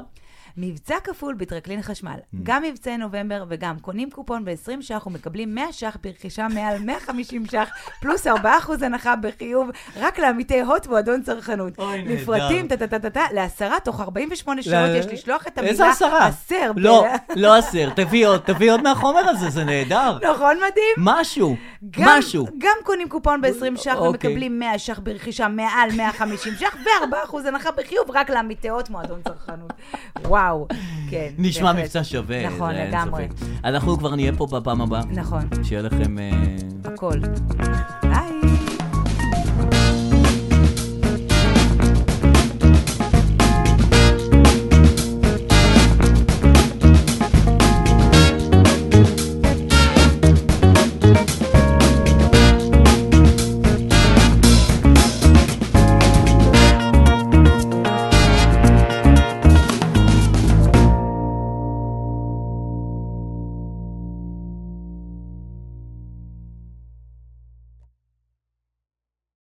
Speaker 3: מבצע כפול בטרקלין חשמל.
Speaker 2: Mm.
Speaker 3: גם מבצעי נובמבר וגם קונים קופון ב-20 ש"ח ומקבלים 100 ש"ח ברכישה מעל 150 ש"ח, פלוס 4% הנחה בחיוב רק לעמיתי הוט מועדון צרכנות.
Speaker 2: אוי, נהדר.
Speaker 3: מפרטים טה-טה-טה-טה להסרה תוך 48 שעות, יש לשלוח את המילה...
Speaker 2: איזה עשרה?
Speaker 3: הסר. ב-
Speaker 2: לא, לא הסר, תביא עוד, תביא עוד מהחומר הזה, זה נהדר.
Speaker 3: נכון, מדהים?
Speaker 2: משהו,
Speaker 3: גם,
Speaker 2: משהו.
Speaker 3: גם קונים קופון ב-20 ש"ח
Speaker 2: אוקיי.
Speaker 3: ומקבלים 100 ש"ח ברכישה מעל 150 ש"ח ו-4% הנחה בחיוב רק לעמיתאות מועדון צרכנות. וואו, כן.
Speaker 2: נשמע
Speaker 3: בהחלט.
Speaker 2: מבצע שווה,
Speaker 3: נכון,
Speaker 2: זה אין
Speaker 3: לגמרי.
Speaker 2: ספק. אנחנו כבר נהיה פה בפעם הבאה.
Speaker 3: נכון,
Speaker 2: שיהיה לכם... אה,
Speaker 3: הכל. ביי.